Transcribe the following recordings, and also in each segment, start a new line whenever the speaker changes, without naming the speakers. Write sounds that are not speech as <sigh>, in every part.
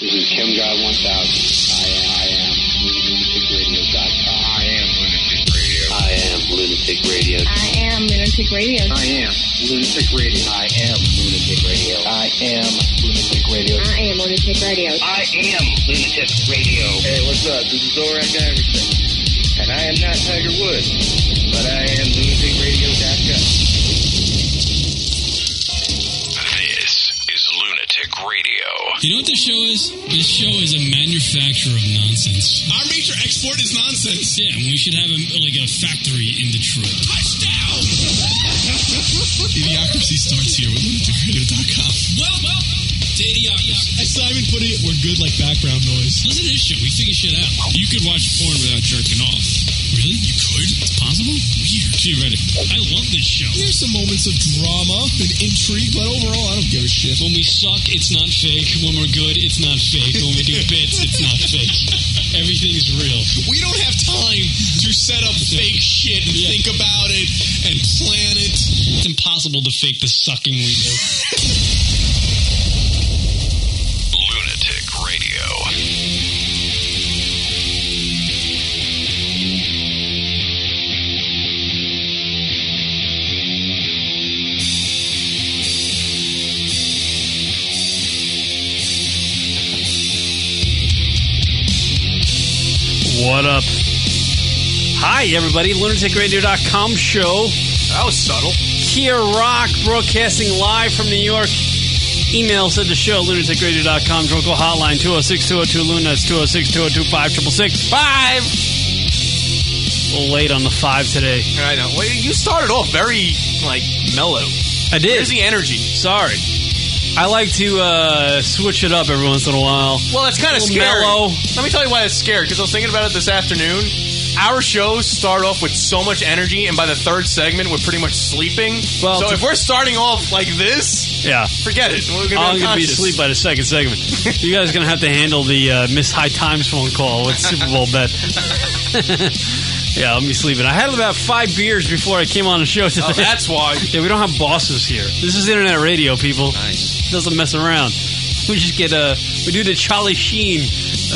Kim God 1000. I am, I am lunaticradio.com. I am lunatic radio.
I am Lunatic Radio.
I am lunatic radio. I am lunatic radio. I am lunatic radio.
I am Lunatic Radio.
I am lunatic radio. Hey, what's up? This is Zorak Iverson. And I am not Tiger Woods, but I am lunaticradio.com.
This is Lunatic Radio.
You know what this show is? This show is a manufacturer of nonsense.
Our major export is nonsense.
Yeah, and we should have a, like a factory in Detroit.
Touchdown! Idiocracy starts here with lunaticradio.com.
Well, well, to idiocracy.
As Simon put it, we're good like background noise.
Listen to this show. We figure shit out. You could watch porn without jerking off. Really? You could? It's possible? Weird. Theoretical. I love this show.
There's some moments of drama and intrigue, but overall, I don't give a shit.
When we suck, it's not fake. When we're good, it's not fake. When we do bits, it's not fake. Everything is real.
We don't have time to set up fake shit and
Yeah.
think about it and plan it.
It's impossible to fake the sucking we do.
Lunatic Radio.
What up? Hi, everybody. LunaticRadio.com show.
That was subtle.
Kia Rock broadcasting live from New York. Email said the show, lunaticradio.com, drunk call hotline 206 202 Luna. It's 206 202 5665. A little late on the five today.
I know. Well, you started off very like mellow.
I did.
There's the energy.
Sorry. I like to uh, switch it up every once in a while.
Well, that's kind of
Little
scary.
mellow.
Let me tell you why it's scared. Because I was thinking about it this afternoon. Our shows start off with so much energy, and by the third segment, we're pretty much sleeping.
Well,
so
to-
if we're starting off like this,
Yeah.
forget it. We're gonna
I'm
be
going to be
unconscious.
asleep by the second segment. you guys are going to have to handle the uh, Miss High Times phone call with Super Bowl bet. <laughs> yeah, I'm be sleeping. I had about five beers before I came on the show today.
Oh, that's why.
<laughs> yeah, we don't have bosses here. This is internet radio, people. Nice. Doesn't mess around. We just get uh, we do the Charlie Sheen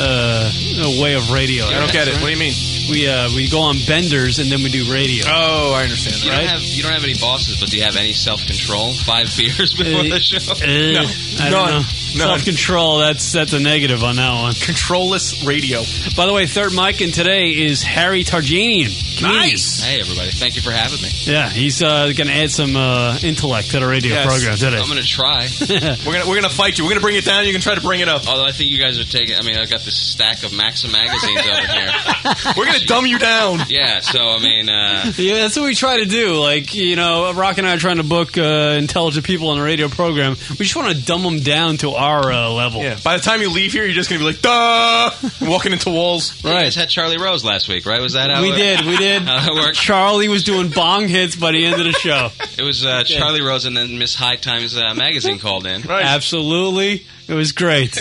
uh, way of radio.
I don't get it. What do you mean?
We uh, we go on benders and then we do radio.
Oh, I understand.
You
Right?
don't have you don't have any bosses, but do you have any self control? Five beers <laughs>
Uh,
before the show.
no,
None. None.
Self control. That's that's a negative on that one.
Controlless radio.
By the way, third mic in today is Harry Tarjanian. Comedian.
Nice.
Hey everybody, thank you for having me.
Yeah, he's uh, going to add some uh, intellect to the radio
Yes.
program today.
I'm gonna try.
<laughs> We're gonna we're gonna fight you. We're gonna bring it down. You can try to bring it up.
Although I think you guys are taking. I mean, I've got this stack of Maxim magazines
<laughs>
over here.
We're gonna dumb you down.
Yeah. So I mean, uh,
<laughs> yeah, that's what we try to do. Like, you know, Rock and I are trying to book uh, intelligent people on the radio program. We just want to dumb them down to our uh, level.
Yeah. By the time you <laughs> leave here, you're just gonna be like, duh, walking <laughs> into walls.
you guys had Charlie Rose last week, right? Was that how
We
it-
did,
<laughs>
we did.
How that worked?
Charlie was doing bong hits by the end of the show.
It was uh, Charlie Rose, and then Miss High Times uh, magazine called in.
Right.
Absolutely. It was
<laughs>
great.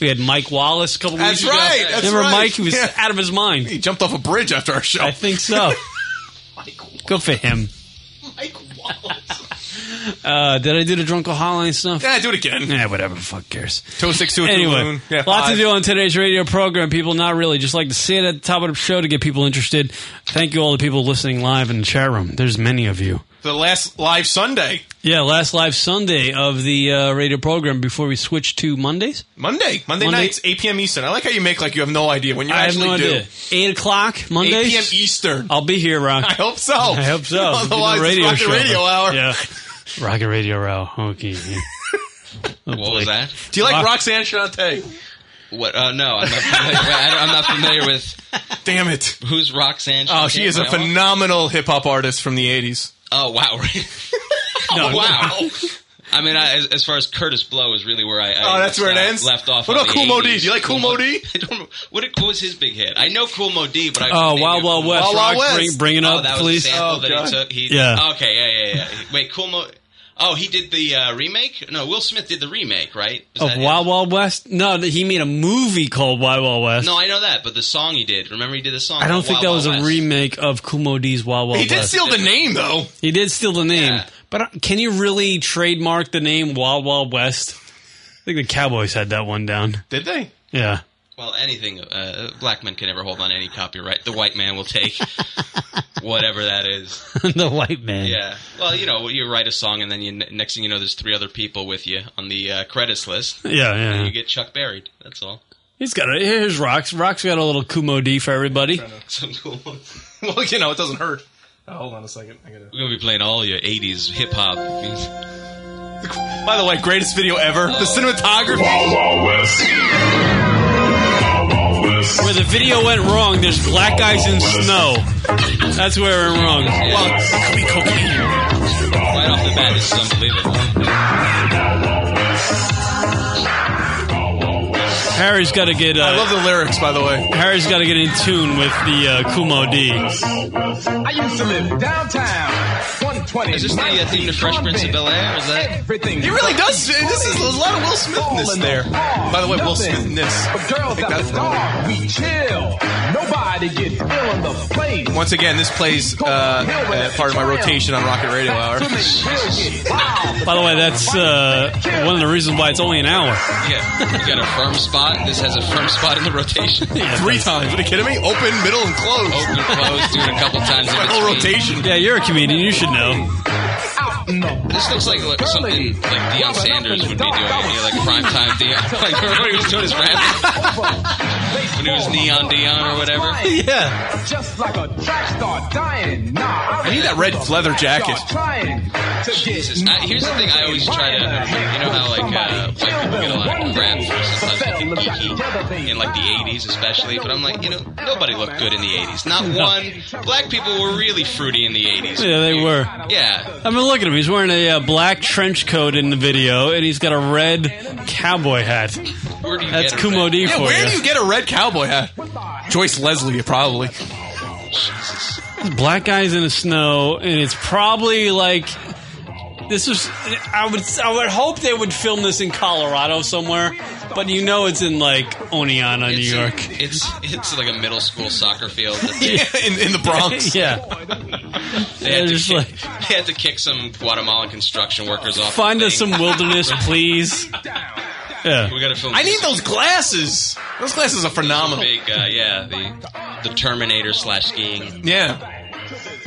we had Mike Wallace a couple
That's
weeks ago.
right, that's
Remember
right.
Mike? He was
Yeah.
out of his mind.
He jumped off a bridge after our show.
I
<laughs>
think so. Good for him. Uh, did I do the drunk hotline stuff?
Yeah, do it again.
Yeah, whatever. Fuck cares.
Two oh six two
Anyway,
Yeah,
lots
five.
to do on today's radio program. People, not really. Just like to see it at the top of the show to get people interested. Thank you all the people listening live in the chat room. There's many of you.
The last live Sunday,
Yeah, last live Sunday of the uh, radio program before we switch to Mondays.
Monday, Monday,
Monday.
nights, eight p.m. Eastern. I like how you make like you have no idea when you
I have
actually
no
do.
idea. Eight o'clock
Eight
Mondays.
p.m. Eastern.
I'll be here, Rock.
<laughs> I hope so.
I
<laughs>
hope so.
Otherwise,
We do
it's rocket radio hour. <laughs>
Yeah, rocket radio hour. Okay. yeah. Oh,
What
boy.
was that?
Do you like
Rock-
Roxanne Shante?
What? Uh, no, I'm not familiar. <laughs> I don't- I'm not familiar with
Damn it!
who's Roxanne.
Oh, she is a
Shante-
phenomenal hip hop artist from the
<laughs>
'80s.
Oh wow!
<laughs>
No,
wow! I mean, I, as, as far as Curtis Blow is really where I, I
Oh, that's where it
uh,
ends?
Left off.
What
on
about
the
Kool Moe D?
80s.
Do you like Kool Moe D?
I don't. remember- What, what was his big hit? I know Kool Moe D, but I
Oh,
maybe
Wild
it-
Wild West.
Wild Wild
Rock,
West.
Bring, bring it
Oh,
up,
that was
please.
a sample
Oh,
that
God.
he took. He,
Yeah.
Okay. Yeah. Yeah. Yeah. Wait, Kool Moe. Oh, he did the uh, remake. No, Will Smith did the remake, right? Is
Of
that it?
Oh, Wild Wild West? No, th- he made a movie called Wild Wild West.
No, I know that, but the song he did. Remember, he did the song.
I don't
called
think that
Wild
was
Wild
a
West.
remake of Kumo D's Wild Wild
He did
West.
steal the name though.
he did steal the name.
Yeah.
But uh, can you really trademark the name Wild Wild West? think the Cowboys had that one down.
Did they?
Yeah. <laughs>
Well, anything uh, black men can never hold on any copyright. The white man will
<laughs>
take whatever that is.
the white man.
Yeah. Well, you know, you write a song, and then you next thing you know, there's three other people with you on the uh, credits list.
<laughs> Yeah, yeah.
And you get Chuck buried. That's all.
He's got a here's rocks. Rocks got a little Kumo D for everybody.
Some cool. We're
Well, you know, it doesn't hurt. Oh, hold on a second. I gotta...
gonna be playing all your '80s hip hop.
By the way, greatest video ever. The cinematography.
Where the video went wrong, there's black guys in snow. That's where it went wrong. Well, we cocaine.
Right off the bat, this is unbelievable.
Harry's got to get.
I
Uh,
love the lyrics, by the way.
Harry's got to get in tune with the uh, Kumo D.
I used to live downtown, 120.
Is this the uh, theme to Fresh Prince of Bel Air? Is that?
Everything.
He really does. This is a lot of Will Smithness there. By the way, Will Smithness.
But girls
Take
at
that
the
from him.
dog, we chill. Nobody gets ill on the plane.
Once again, this plays uh, uh, part of my rotation on Rocket Radio Hour. <laughs>
By the way, that's uh, one of the reasons why it's only an hour.
<laughs> Yeah. You got a firm spot. This has a firm spot in the
<laughs>
rotation.
Three times. Are you kidding me? Open, middle, and close.
Open, close, do it a couple
<laughs>
times. in
My whole
between.
rotation.
Yeah, you're a comedian. You should know.
This looks like like something like Deion Sanders would be doing, you know, like primetime Deion. <laughs> Like remember when he was doing his rap when he was Neon Deion
<laughs>
or whatever.
Yeah.
Just like a track star dying. Nah, I,
need that red leather jacket.
Jesus.
I- here's the thing I always try to- you know how, like, uh, white people get a lot of crap for sometimes they think geeky In like the 80s, especially, but I'm like, you know, nobody looked good in the 80s. Not one. Black people were really fruity in the 80s.
Yeah, they were.
Yeah.
I mean, look at him. He's wearing a uh, black trench coat in the video, and he's got a red cowboy hat.
Where do you
That's
get
Kumo D
Yeah,
for
where do
you.
you get a red cowboy hat? Joyce Leslie, probably.
Black guys in the snow, and it's probably like this is. I would I would hope they would film this in Colorado somewhere, but you know it's in like Oneonta, New
It's- <laughs>
York.
It's it's like a middle school soccer field. That
<laughs>
they,
Yeah, in, in the
<laughs>
Bronx.
yeah,
they, had to
There's
kick,
like-
they had to kick some Guatemalan construction workers off. the
find us
thing.
some
<laughs>
wilderness, please. Yeah,
We gotta film.
I need
this
those glasses. Those glasses are phenomenal.
big, uh, yeah, the the Terminator slash skiing.
Yeah.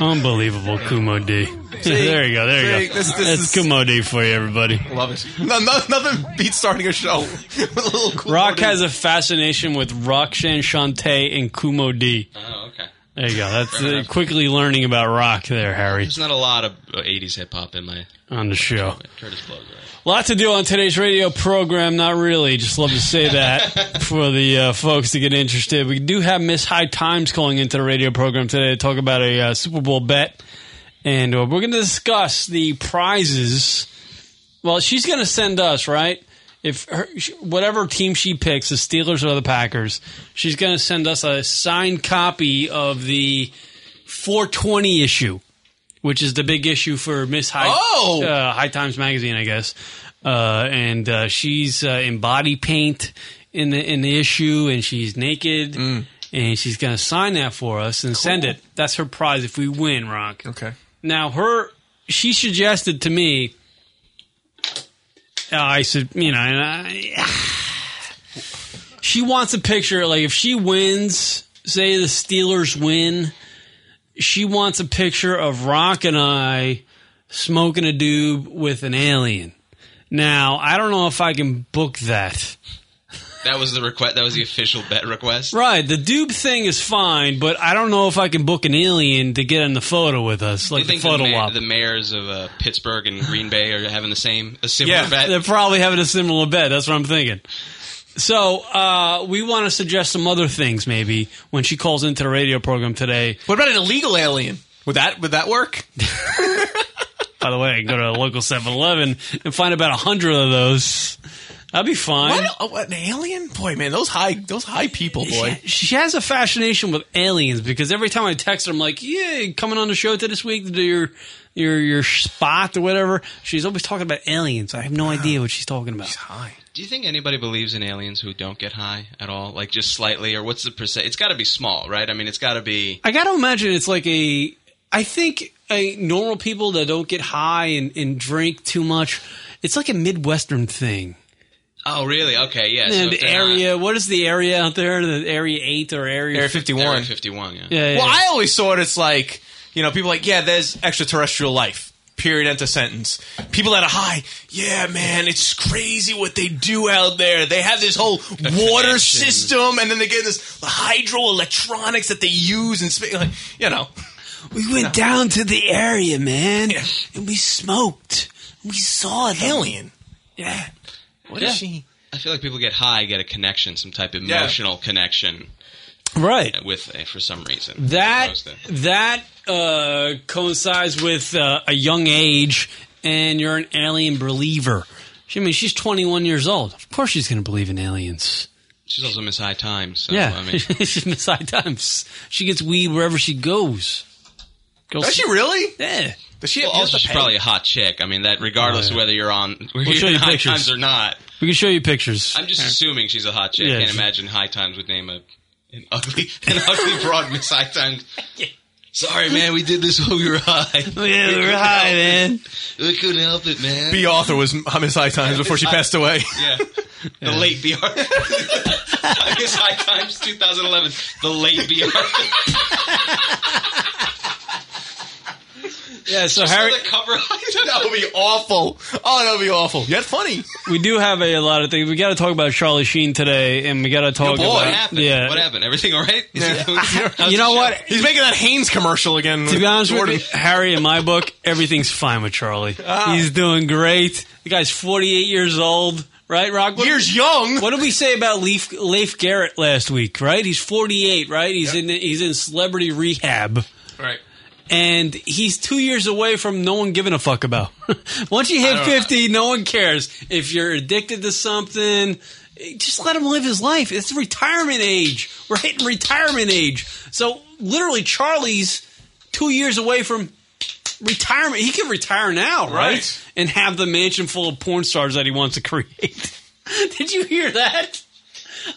unbelievable, Kumo D. <laughs> there you go. There
See,
you go.
this- this
That's
is-
Kumo D for you, everybody.
Love it. No, no, nothing beats starting a show with a little cool
Rock
dude.
has a fascination with Roxanne Shante and Kumo D.
Oh, okay.
There you go. That's uh, quickly learning about rock there, Harry,
There's not a lot of uh, '80s hip hop in my
on the show.
Curtis Blow. Right?
Lot to do on today's radio program. Not really. Just love to say that for the uh, folks to get interested. We do have Miss High Times calling into the radio program today to talk about a uh, Super Bowl bet, and uh, we're going to discuss the prizes. Well, she's going to send us right. If her, sh- whatever team she picks, the Steelers or the Packers, she's going to send us a signed copy of the 420 issue, which is the big issue for Miss High
Oh!
uh, High Times magazine, I guess. Uh, and uh, she's uh, in body paint in the in the issue, and she's naked, and she's going to sign that for us and send it. That's her prize if we win, Rock.
Okay.
Now her she suggested to me uh, I said, you know, and I <sighs> she wants a picture like if she wins, say the Steelers win, she wants a picture of Rock and I smoking a doob with an alien. Now, I don't know if I can book that.
That was the request. That was the official bet request.
Right, the doob thing is fine, but I don't know if I can book an alien to get in the photo with us,
Do
like
you
the
think
photo
the, ma-
op.
the mayors of uh, Pittsburgh and Green Bay are having the same a similar
Yeah,
bet?
They're probably having a similar bet. That's what I'm thinking. So uh, we want to suggest some other things maybe when she calls into the radio program today.
What about an illegal alien? Would that would that
<laughs>
work?
By the way, I can go to a local 7-Eleven and find about a hundred of those. That'd be
Why
fine.
not- oh, an alien? Boy, man, those high those high people, boy.
She has a fascination with aliens because every time I text her, I'm like, "Yeah, you coming on the show to this week to do your your your spot or whatever." She's always talking about aliens. I have no idea what she's talking about.
High.
Do you think anybody believes in aliens who don't get high at all, like just slightly, or what's the percent? It's got to be small, right? I mean, it's got to be.
I got to imagine it's like a. I think a normal people that don't get high and, and drink too much, it's like a Midwestern thing.
Oh, really? Okay, yeah. so
And
if they're not-
area, what is the area out there? The area eight or area?
Area 51.
Area 51, yeah.
yeah, yeah.
Well, I always saw it as like, you know, people like, yeah, there's extraterrestrial life. Period. End of sentence. People at a high, yeah, man, it's crazy what they do out there. They have this whole water
connection.
system, and then they get this hydroelectronics that they use and spa- like, you know,
we went down to the area, man, and we smoked. We saw them.
alien.
Yeah.
What
Yeah.
is she?
I feel like people get high, get a connection, some type of
Yeah.
emotional connection
Right.
with uh, for some reason. as
That
opposed to-
that uh, coincides with uh, a young age, and you're an alien believer. She, I mean, she's 21 years old. Of course, she's going to believe in aliens.
she's also Miss High Times. So,
yeah,
I mean,
<laughs> she's Miss High Times. She gets weed wherever she goes. Go
Does she really?
Yeah.
Does she?
well,
have
also she's probably a hot chick. I mean, that regardless
Oh, yeah.
of whether you're on
We'll
<laughs>
show
you're in
you
High
pictures.
Times or not.
We can show you pictures.
I'm just assuming she's a hot chick.
Yeah,
Can't
she-
imagine High Times would name a an ugly <laughs> an ugly broad Miss High
<laughs>
Times. Sorry, man, <laughs> we did this when we were high.
yeah,
we
we're high, man.
We couldn't help it, man.
B. Arthur was Miss High Times before she passed away.
<laughs> yeah. The late B. Arthur. Miss High Times 2011. The late <laughs> B. Arthur.
Yeah, so
All
Harry,
right. the <laughs> cover.
that would be awful. Oh, that would be awful. Yet funny.
<laughs> we do have a, lot of things. We got to talk about Charlie Sheen today, and we got to talk
boy,
about
What happened?
yeah.
What happened? Everything all right? <laughs>
<laughs>
<laughs>
How's
You
the
know
show?
what?
He's making that Haynes commercial again.
To be honest
Jordan. Ah.
with you, Harry, in my book, everything's fine
<laughs>
with Charlie. He's doing great. The guy's 48 years old, right, Rock? What-
years young.
What did we say about Leaf, Leif Garrett last week? Right, he's 48. Right, he's in he's in celebrity rehab,
Right.
and he's two years away from no one giving a fuck about. Once you hit 50, no one cares if you're addicted to something. eh, Just let him live his life. It's retirement age. We're hitting retirement age. So literally, Charlie's two years away from retirement. He could retire now, right?
Right.
And have the mansion full of porn stars that he wants to create. <laughs> Did you hear that?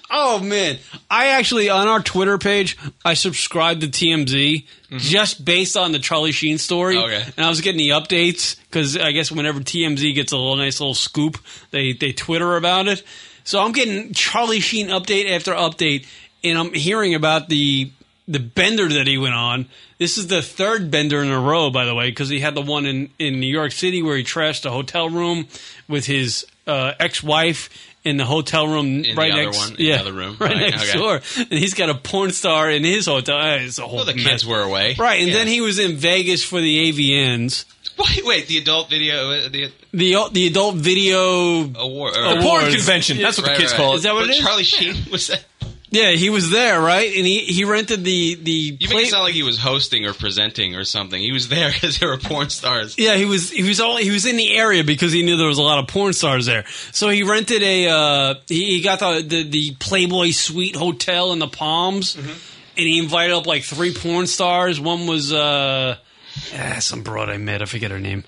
Oh man, I actually on our Twitter page I subscribed to TMZ just based on the Charlie Sheen story,
Okay.
and I was getting the updates because I guess whenever TMZ gets a little nice little scoop, they they Twitter about it. So I'm getting Charlie Sheen update after update, and I'm hearing about the the bender that he went on. This is the third bender in a row, by the way, because he had the one in, in New York City where he trashed a hotel room with his uh, ex wife in the hotel room
In
right
the other
next,
one, in
yeah,
the other room,
<laughs> right,
right,
next
okay.
door, and he's got a porn star in his hotel. Uh, It's a whole
Well, the
mess.
kids were away.
right, and
Yeah.
then he was in Vegas for the AVNs,
Wait, wait, the adult video, uh, the
the the adult video.
award.
The
or-
Award.
porn convention. That's what
Right,
the kids
right.
call it.
Is that what
But
it is?
Charlie Sheen <laughs> was that?
Yeah, he was there, right, and he he rented the the.
You
play-
make it sound like he was hosting or presenting or something. He was there <laughs> because there were porn
<laughs>
stars.
Yeah, he was he was all he was in the area because he knew there was a lot of porn stars there. So he rented a uh, he, he got the, the the Playboy Suite hotel in the Palms,
Mm-hmm.
and he invited up like three porn stars. One was uh, ah, some broad I met, I forget her name.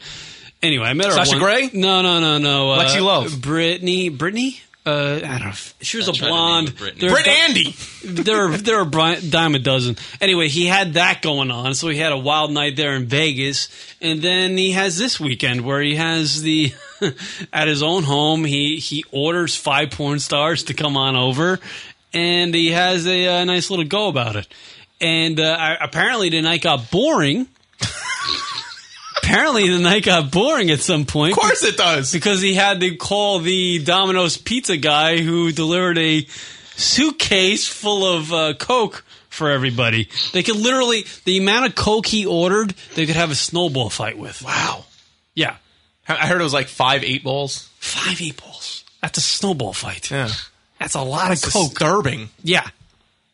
Anyway, I met her.
Sasha
one-
Grey?
No, no, no, no. Uh,
Lexi Love?
Brittany, Brittany. Uh, I don't know. if- She was a
tried to name
blonde.
it Brittany.
There-
Brett Andy.
<laughs> there are there are bri- dime a dozen. Anyway, he had that going on, so he had a wild night there in Vegas, and then he has this weekend where he has the <laughs> at his own home. He he orders five porn stars to come on over, and he has a, uh nice little go about it. And uh, I, apparently the night got boring. apparently the night got boring at some point.
Of course it does.
Because he had to call the Domino's pizza guy who delivered a suitcase full of uh, Coke for everybody. They could literally, the amount of Coke he ordered, they could have a snowball fight with.
Wow.
Yeah.
I heard it was like five eight balls.
Five eight balls. That's a snowball fight.
Yeah.
That's a lot of Coke.
Disturbing.
Yeah.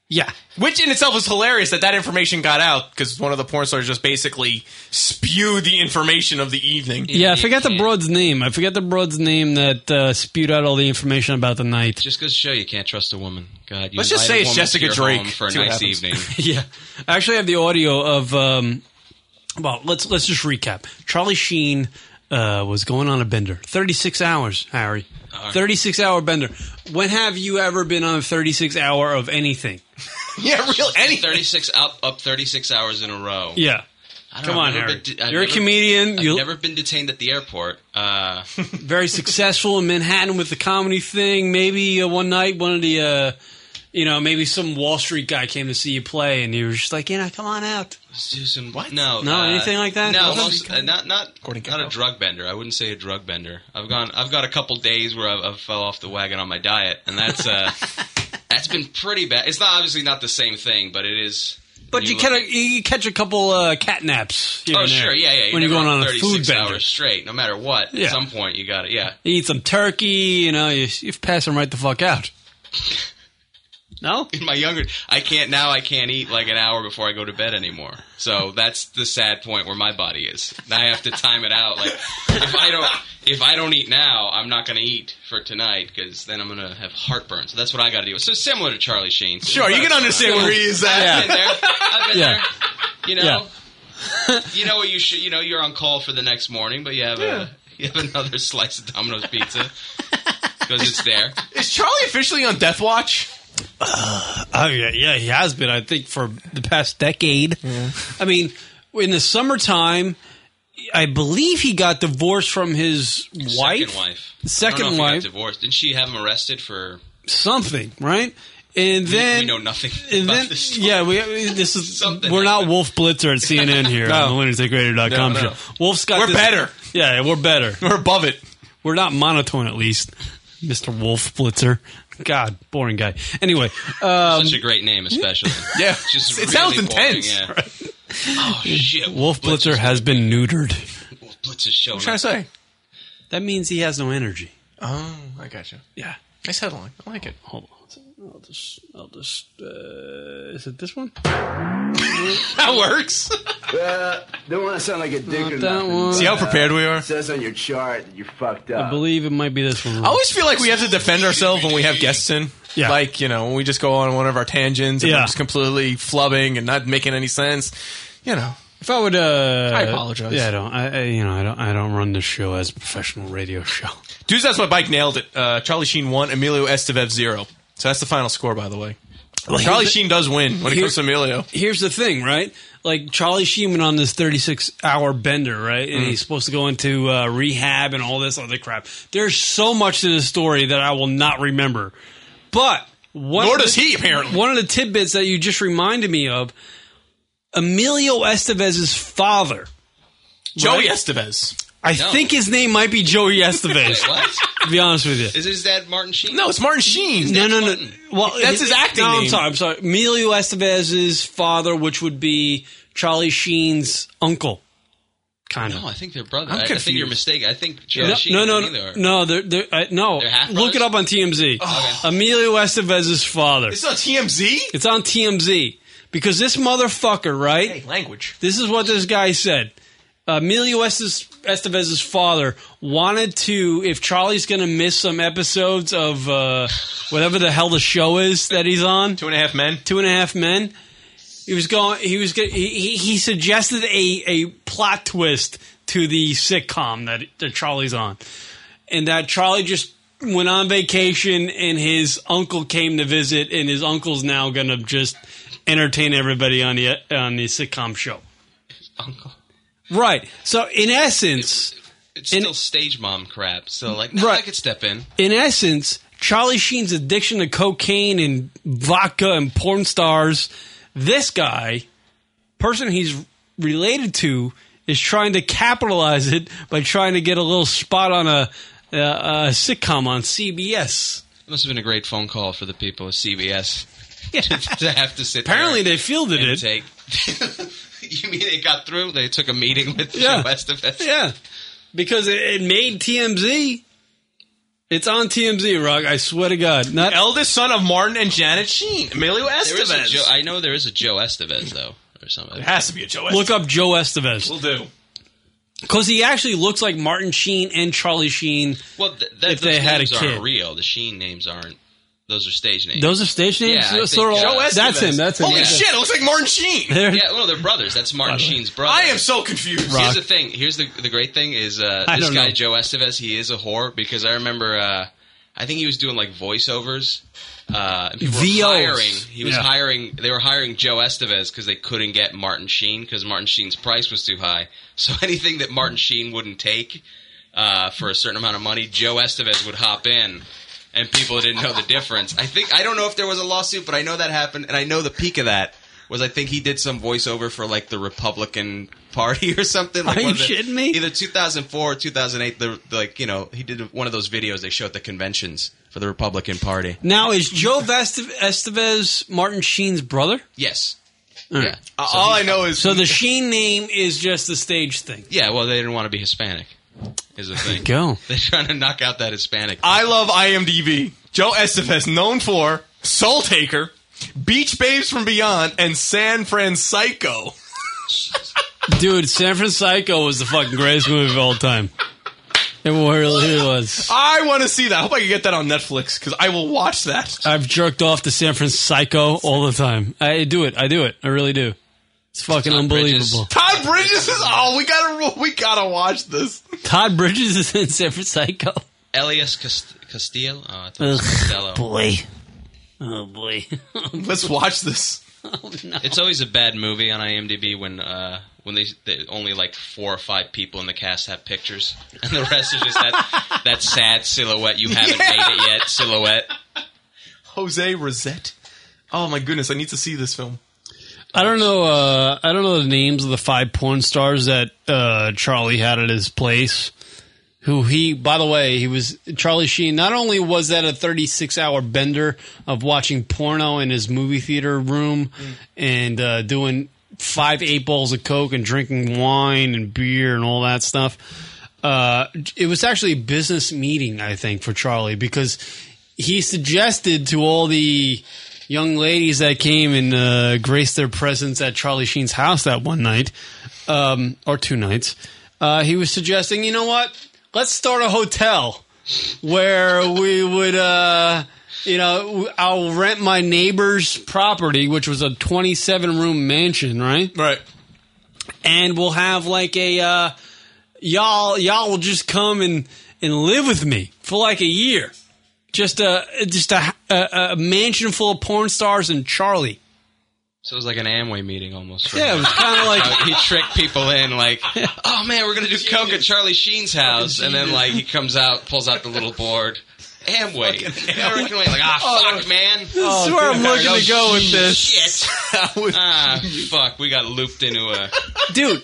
Yeah.
Which in itself was hilarious that that information got out because one of the porn stars just basically spewed the information of the evening.
Yeah, I forgot the broad's name. I forgot the broad's name that uh, spewed out all the information about the night.
Just goes to show you can't trust a woman. God, you
Let's just
invite
say
a
it's
woman to
Jessica
your
Drake.
home for a
See what
nice
happens.
evening.
<laughs> Yeah, I actually have the audio of. Um, well, let's let's just recap. Charlie Sheen uh, was going on a bender, thirty six hours, Harry, thirty six hour bender. When have you ever been on a thirty six hour of anything? <laughs>
Yeah, real anything.
Thirty six up, up thirty six hours in a row.
Yeah,
I don't
Come
know,
on,
I've never
Harry.
been de- I've
You're a
never-
comedian.
I've
You
never been detained at the airport. Uh,
very successful in Manhattan with the comedy thing. Maybe uh, one night, one of the, uh, you know, maybe some Wall Street guy came to see you play, and you were just like, you know, come on out.
let's do some what? No,
No,
uh,
anything like that?
No,
Nothing?
most, uh, not not not a drug bender. I wouldn't say a drug bender. I've gone. I've got a couple days where I've, I've fell off the wagon on my diet, and that's
<laughs>
uh, that's been pretty bad. It's not obviously not the same thing, but it is.
But you,
look
catch
at-
a, you catch a couple uh, cat naps. Here
Oh
and there
sure, yeah, yeah.
When you're
never
going on a
36
food bender,
hours straight, no matter what,
Yeah.
at some point you got it. Yeah,
you eat some turkey. You know, you, you pass them right the fuck out. No,
<laughs> in my younger, I can't now. I can't eat like an hour before I go to bed anymore. So that's the sad point where my body is. Now I have to time it out. Like if I don't, if I don't eat now, I'm not going to eat for tonight because then I'm going to have heartburn. So that's what I got to do. So similar to Charlie Sheen.
Sure, you can understand where he is at.
I've been there. I've been
Yeah.
there. You know. you know what you should. You know you're on call for the next morning, but you have a you have another slice of Domino's pizza because it's there.
Is Charlie officially on death watch?
Oh yeah, yeah, he has been. I think for the past decade. I mean, in the summertime, I believe he got divorced from his wife,
Second wife.
Second
I don't know if he
wife.
Got divorced. Didn't she have him arrested for?
something, right? And then
we know nothing.
And
about
then,
this story.
yeah, we this is
Something
we're not
happened.
Wolf Blitzer at CNN here on the lunaticradio.com
No, no.
show. Wolf's got
We're
this-
better.
Yeah, we're better.
We're above it.
We're not monotone at least, Mister Wolf Blitzer. God, boring guy. Anyway, um,
Such a great name,
<laughs>
especially.
Yeah.
It's Just
it
really
sounds
boring,
intense.
yeah. Oh shit!
Wolf Blitzer has been neutered.
Wolf Blitzer's showing.
What can I
up.
say?
That means he has no energy.
Oh, I got you.
Yeah.
Nice headline. I like it.
Hold on. I'll just. I'll just. Uh, is it this one?
That works.
Don't want to sound like a dick
Not
or
that
nothing.
one.
but
See how prepared we are.
It says on your chart that you're fucked
I
up.
believe it might be this one.
I always feel like we have to defend ourselves when we have guests in.
Yeah.
Like, you know, when we just go on one of our tangents and
Yeah.
we're just completely flubbing and not making any sense. You know.
If I would, uh,
I apologize.
Yeah, I don't. I, I you know, I don't. I don't run this show as a professional radio show.
Dudes, that's my bike nailed it. Uh, Charlie Sheen won, Emilio Estevez zero. So that's the final score, by the way. Charlie Sheen does win when it
Here-
comes to Emilio.
<laughs> Here's the thing, right? Like Charlie Sheen went on this 36 hour bender, right? And he's supposed to go into uh, rehab and all this other crap. There's so much to this story that I will not remember. But one
Nor
of the-
does he, apparently.
One of the tidbits that you just reminded me of, Emilio Estevez's father.
Joey Estevez.
I
No.
think his name might be Joey Estevez.
Wait, <laughs> what?
to be honest with you.
Is his dad Martin Sheen?
No, it's Martin Sheen.
No, no, no.
Clinton.
Well,
That's his acting
No, I'm
name.
sorry. I'm sorry. Emilio Estevez's father, which would be Charlie Sheen's uncle, kind of.
No, I think they're brothers.
I'm
I, I think you're
confused.
mistaken. I think Charlie
No,
Sheen
no, no,
and
no,
Emilio are-
no, they're, they're, I, no.
They're half
Look it
brothers?
up on TMZ. Emilio Estevez's father.
Oh, It's on TMZ?
It's on TMZ because this motherfucker, right?
language.
This is what this guy said. Emilio Estes- Estevez's father wanted to, if Charlie's going to miss some episodes of uh, whatever the hell the show is that he's on,
Two and a half men.
Two and a Half Men. He was going. He was. go- He he, he suggested a a plot twist to the sitcom that that Charlie's on, and that Charlie just went on vacation, and his uncle came to visit, and his uncle's now gonna just entertain everybody on the on the sitcom show.
Uncle.
Right. So in essence,
It's
And-
still stage mom crap. So like, no,
Right.
I could step in.
in essence, Charlie Sheen's addiction to cocaine and vodka and porn stars, this guy, person he's related to, is trying to capitalize it by trying to get a little spot on a, a, a sitcom on CBS.
It must have been a great phone call for the people at CBS <laughs> to have to sit.
Apparently,
there
they fielded
and
it.
take. <laughs> you mean they got through? They took a meeting with
Yeah.
the West of it.
Yeah, because it, it made TMZ. It's on TMZ, Rock. I swear to God. Not
Eldest son of Martin and Janet Sheen. Emilio
There is a
Estevez.
Joe, I know there is a Joe Estevez though, or something.
it has to be a Joe Estevez.
look up Joe Estevez.
Will do.
Because he actually looks like Martin Sheen and Charlie Sheen.
Well, th- that, those
If they had a
names
kid.
aren't real. The Sheen names aren't. Those are stage names.
Those are stage names.
Yeah, I
So- so
think,
are all-
uh, Joe
that's him. That's him.
Holy
Yeah.
shit, it looks like Martin Sheen.
There-
yeah, well, they're brothers. That's Martin Sheen's brother.
I am so confused.
Rock.
Here's the thing. Here's the the great thing is uh,
I
this
don't
guy
know.
Joe Estevez. He is a whore because I remember uh, I think he was doing like voiceovers. Uh, and people
VOs.
were hiring. He was
Yeah.
hiring. They were hiring Joe Estevez because they couldn't get Martin Sheen because Martin Sheen's price was too high. <laughs> So anything that Martin Sheen wouldn't take uh, for a certain amount of money, Joe Estevez would hop in, and people didn't know the difference. I think I don't know if there was a lawsuit, but I know that happened, and I know the peak of that. Was I think he did some voiceover for like the Republican <laughs> Party or something? Like
Are you
one of the-
shitting me?
Either 2004 or 2008, the, the, like you know, he did one of those videos they show at the conventions for the Republican Party.
Now is Joe Vest- Estevez Martin Sheen's brother?
Yes.
All right.
Yeah. All I know is
So the Sheen name is just the stage thing.
Yeah, well, they didn't want to be Hispanic. Is the thing.
Go.
<laughs> They're trying to knock out that Hispanic.
I love IMDb. Joe Estevez, known for Soul Taker, Beach Babes from Beyond, and San Francisco.
<laughs> Dude, San Francisco was the fucking greatest movie of all time. It really was.
I want to see that. I hope I can get that on Netflix because I will watch that.
I've jerked off to San Francisco all the time. I do it. I do it. I really do. It's fucking
Todd Bridges.
unbelievable.
Todd Bridges is oh, we gotta we gotta watch this.
Todd Bridges is in San Francisco. <laughs>
Elias Cast- Castillo. Oh, I thought it was Costello.
<laughs> Boy. Oh boy. <laughs>
Let's watch this.
It's always a bad movie on IMDb when uh, when they, they only like four or five people in the cast have pictures, <laughs> and the rest is just that that sad silhouette. You haven't made it yet. Silhouette.
Jose Rosette. Oh my goodness, I need to see this film.
I don't know. Uh, I don't know the names of the five porn stars that uh, Charlie had at his place. Who he? By the way, he was Charlie Sheen. Not only was that a 36-hour bender of watching porno in his movie theater room and uh, doing five eight balls of coke and drinking wine and beer and all that stuff. Uh, it was actually a business meeting, I think, for Charlie because he suggested to all the young ladies that came and uh, graced their presence at Charlie Sheen's house that one night, um, or two nights, uh, he was suggesting, you know what? Let's start a hotel where we would, uh, you know, I'll rent my neighbor's property, which was a 27 room mansion, right?
Right.
and we'll have like a uh, y'all y'all will just come and and live with me for like a year just a just a, a, a mansion full of porn stars and charlie
So it was like an Amway meeting almost. for
yeah it
him.
was kind of like
Uh, he tricked people in like, oh man, we're gonna do coke at Charlie Sheen's house, and then like he comes out, pulls out the little board. Amway, American way, like ah
Oh.
fuck, man.
this is where i'm looking to go with this
<laughs>
Shit. ah fuck, we got looped into a.
<laughs>
dude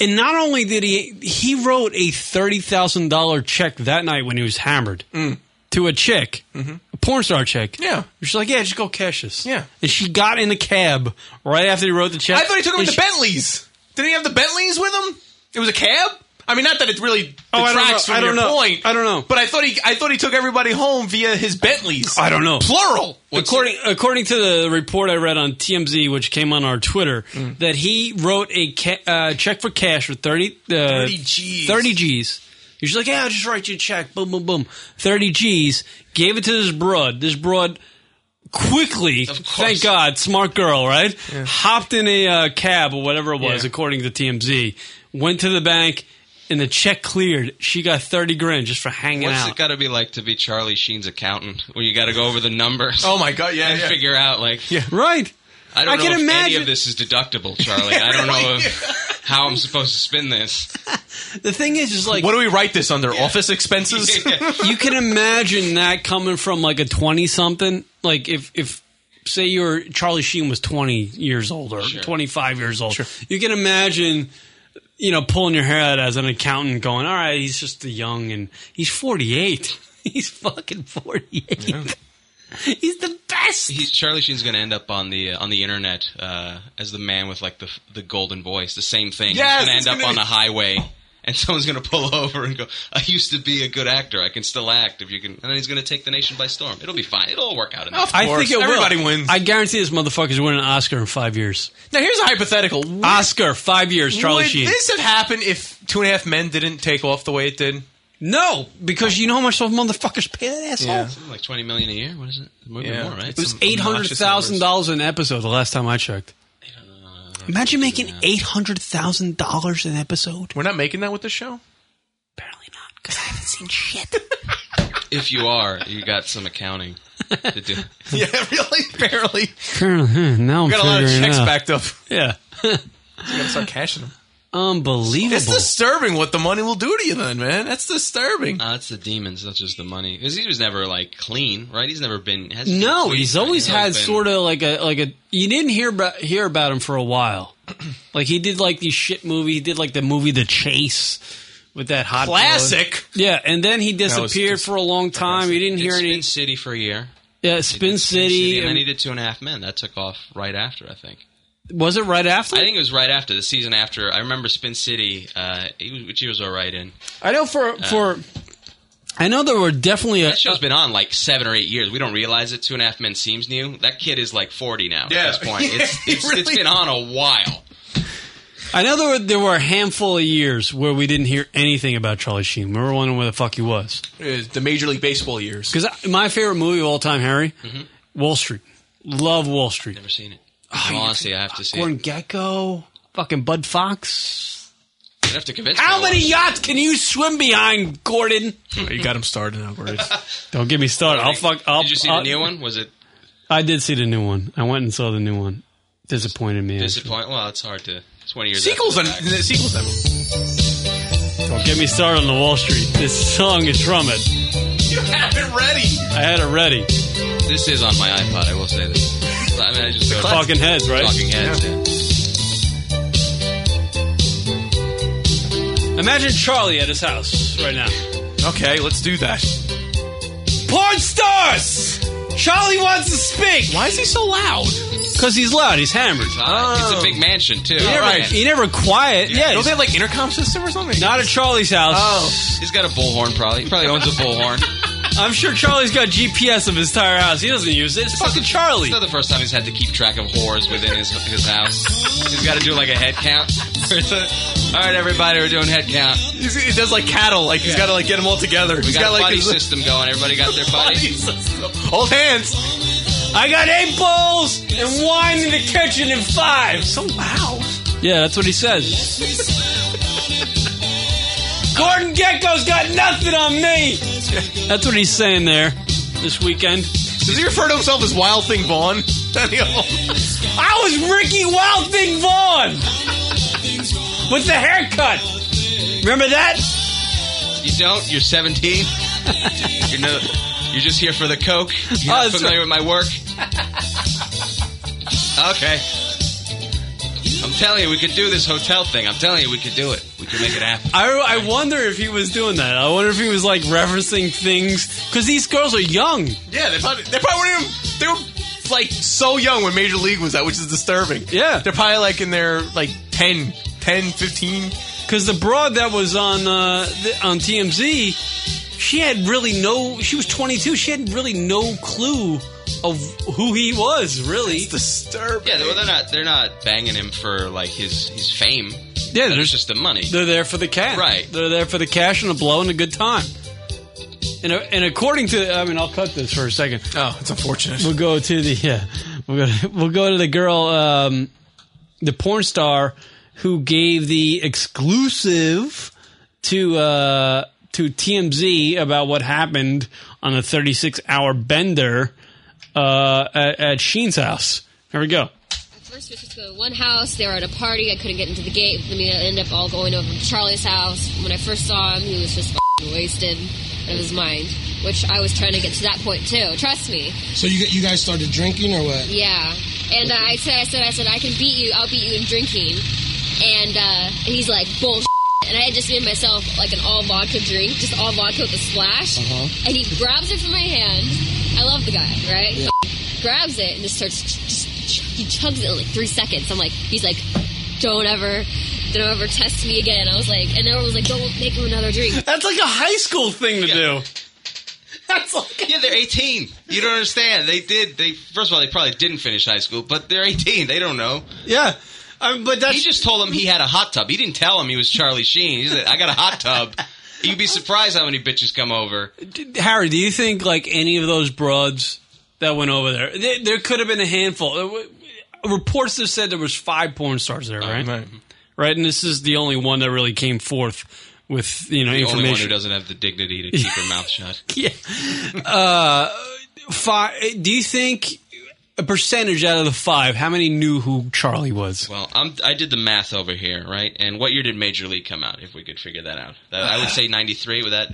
and not only did he he wrote a $30000 check that night when he was hammered
Mm.
to a chick
Mm-hmm.
a porn star chick
Yeah.
she's like yeah just go cash this
Yeah.
and she got in a cab right after he wrote the check
I thought he took him
and
with
she-
the Bentleys. Did he have the Bentleys with him? It was a cab. I mean, not that it really detracts
Oh, I don't know.
from
I don't
your
know.
point.
I don't know.
But I thought he, I thought he took everybody home via his Bentleys.
I don't know.
Plural.
according according to the report I read on TMZ, which came on our Twitter,
Mm.
that he wrote a ca- uh, check for cash for thirty uh,
30 Gs.
Thirty G's. He's like, yeah, I'll just write you a check. Boom, boom, boom. Thirty G's. Gave it to this broad. This broad quickly,
Of course.
thank God, smart girl, right? Hopped in a uh, cab or whatever it was,
Yeah.
according to TMZ. Went to the bank. And the check cleared. She got thirty grand just for hanging
What's
out.
it got to be like to be Charlie Sheen's accountant, where you got to go over the numbers
Oh my god. Yeah.
and
yeah.
figure out like
right?
I don't
I
know
can
if any
imagine-
of this is deductible, Charlie. I
<laughs>
don't know if, how I'm supposed to spin this.
The thing is, is like
What do we write this under? Office
<laughs>
expenses.
you can imagine that coming from like a 20 something like if if say your charlie sheen was 20 years old or 25 years old you can imagine you know pulling your hair out as an accountant going all right he's just a young and he's 48 <laughs> he's fucking 48 he's the best
He's, Charlie Sheen's going to end up on the uh, on the internet uh, as the man with like the the golden voice. The same thing.
Yes,
he's going to
it's
end up
gonna
on
be-
a highway, and someone's going to pull <laughs> over and go, "I used to be a good actor. I can still act if you can." And then he's going to take the nation by storm. It'll be fine. It'll all work out. In
Oh,
the
Of course. Everybody wins.
I guarantee this motherfucker's winning an Oscar in five years.
now here's a hypothetical. Would-
Oscar, five years, Charlie
would
Sheen.
this have happened if Two and a Half Men didn't take off the way it did?
no, because you know how much those motherfuckers pay that asshole.
Yeah.
Something like twenty million a year. What is it? It might be
Yeah.
more, right?
It was
Some-
eight hundred thousand dollars an episode the last time I checked. Imagine making eight hundred thousand dollars an episode.
We're not making that with this show.
Apparently not, because I haven't seen shit.
if you are, you got some accounting to do.
<laughs>
yeah, really? <laughs>
<laughs>
Barely.
now I'm
We got a lot of
figuring it
checks
out.
backed up.
<laughs> Yeah.
You gotta start cashing them.
Unbelievable.
It's disturbing what the money will do to you, then, man. That's disturbing.
Uh, that's the demons, not just the money. Because he was never like clean, right? He's never been. Has
No, he's always had sort of like a like a. You didn't hear about, hear about him for a while. <clears throat> Like he did like these shit movie. He did like the movie The Chase with that hot girl.
Classic.
Yeah, and then he
was
disappeared
just-
for a long time. You didn't hear
Spin
any.
City for a year.
Yeah,
He
Spin
did
City.
and then he
and-
did Two and a Half Men. That took off right after, I think.
Was it right after?
I think it was right after the season after. I remember Spin City, uh, he was, which he was all right in.
I know for for. I know there were definitely a.
That show's been on like seven or eight years. We don't realize it. Two and a Half Men seems new. That kid is like forty now
Yeah.
at this
<laughs>
point. It's,
He
it's, it's
really-
been on a while.
I know there were there were a handful of years where we didn't hear anything about Charlie Sheen. We were wondering where the fuck he was.
Is uh, The Major League Baseball years.
Because my favorite movie of all time, Harry,
Mm-hmm.
Wall Street. Love Wall Street.
Never seen it.
Oh,
Honestly, I have to see.
Gordon
It.
Gecko, fucking Bud Fox.
I have to convince.
How
my
many
wife.
yachts can you swim behind, Gordon?
<laughs> You got him started now, Gordon.
<laughs> Don't get me started. I'll
Did-
fuck. I'll,
Did you see the
I'll-
new one? Was it
I did see the new one. I went and saw the new one. Disappointed me. actually.
disappointing? Well, it's hard to. Twenty years.
sequels on
after the fact.
the <laughs> sequels. That
Don't get me started on the Wall Street. This song is from it.
you have it ready.
I had it ready.
This is on my iPod. I will say this. I mean, I just go
Talking heads, right?
Talking heads. yeah.
Imagine Charlie at his house right now.
Okay, let's do that.
Porn stars. Charlie wants to speak
Why is he so loud?
because he's loud. He's hammered.
It's hot. It's Uh, a big mansion too.
He never,
Right.
Oh. he never quiet. Yeah,
Don't
he's
they have like intercom system or something?
not at Charlie's house.
Uh, He's got a bullhorn. Probably. He probably owns a bullhorn.
oh. <laughs> I'm sure Charlie's got GPS of his entire house. He doesn't use it. It's fucking Charlie.
It's not the first time he's had to keep track of whores within his his house. He's got to do like a head count. <laughs> all right, everybody, we're doing head count.
He's, he does like cattle. Like he's
Yeah.
got to like get them all together.
We
he's
got, a
like
buddy
his-
system going. Everybody got
<laughs>
their
buddy
buddies.
system. Hold hands.
I got eight bowls and wine in the kitchen and five.
So loud.
<laughs>
Yeah, that's what he says. Gordon Gecko's got nothing on me. That's what he's saying there this weekend.
Does he refer to himself as Wild Thing
<laughs>
Vaughn? Any of them?
I was Ricky Wild Thing Vaughn with the haircut. Remember that?
You don't. You're
<laughs>
17. you're no. You're just here for the coke. You're
Oh,
not
that's
familiar with my work. Uh-huh. okay. I'm telling you, we could do this hotel thing. I'm telling you, we could do it. We could make it happen.
I, I wonder if he was doing that. I wonder if he was like referencing things because these girls are young.
Yeah, they probably they probably weren't even they were like so young when Major League was out, which is disturbing.
Yeah.
they're probably like in their like 10, 10, 15.
Because the broad that was on uh, th- on TMZ, she had really no. She was 22. She had really no clue of who he was. Really,
Disturbing.
Yeah, well, they're not. They're not banging him for like his his fame.
yeah.
It's
They're,
just the money.
they're there for the cash.
Right.
They're there for the cash and a blow and a good time. And, uh, and according to, I mean, I'll cut this for a second.
Oh, it's unfortunate.
We'll go to the yeah. We'll go. To, we'll go to the girl, um, the porn star who gave the exclusive to uh, to TMZ about what happened on the 36 hour bender uh, at, at Sheen's house. Here we go.
First, we just go to one house. They were at a party. I couldn't get into the gate. Then we ended up all going over to Charlie's house. When I first saw him, he was just f***ing wasted out of his mind, which I was trying to get to that point too. Trust me.
So you you guys started drinking or what?
Yeah. And uh, I said, I said, I said, I can beat you. I'll beat you in drinking. And uh, he's like, bullshit. And I had just made myself like an all vodka drink, just all vodka with a splash.
Uh-huh.
And he grabs it from my hand. I love the guy, right? He grabs it and just starts, just, he chugs it in like three seconds. I'm like, he's like, don't ever, don't ever test me again. I was like, and everyone was like, don't make him another drink.
That's like a high school thing to do. <laughs> That's like
Yeah, they're 18. You don't understand. They did. They first of all, they probably didn't finish high school, but they're 18. They don't know.
yeah. I mean, but that's
He just told him he had a hot tub. He didn't tell him he was Charlie Sheen. He said, "I got a hot tub." You'd be surprised how many bitches come over.
Harry, do you think like any of those broads that went over there? There, there could have been a handful. Uh, w- Reports have said there was five porn stars there, right? Right, and this is the only one that really came forth with you know
the
information.
only one who doesn't have the dignity to keep her mouth shut.
<laughs> yeah. Uh, five. Do you think a percentage out of the five? How many knew who Charlie was?
Well, I'm, I did the math over here, right? And what year did Major League come out? If we could figure that out, That- I would
<sighs>
say '93. With that,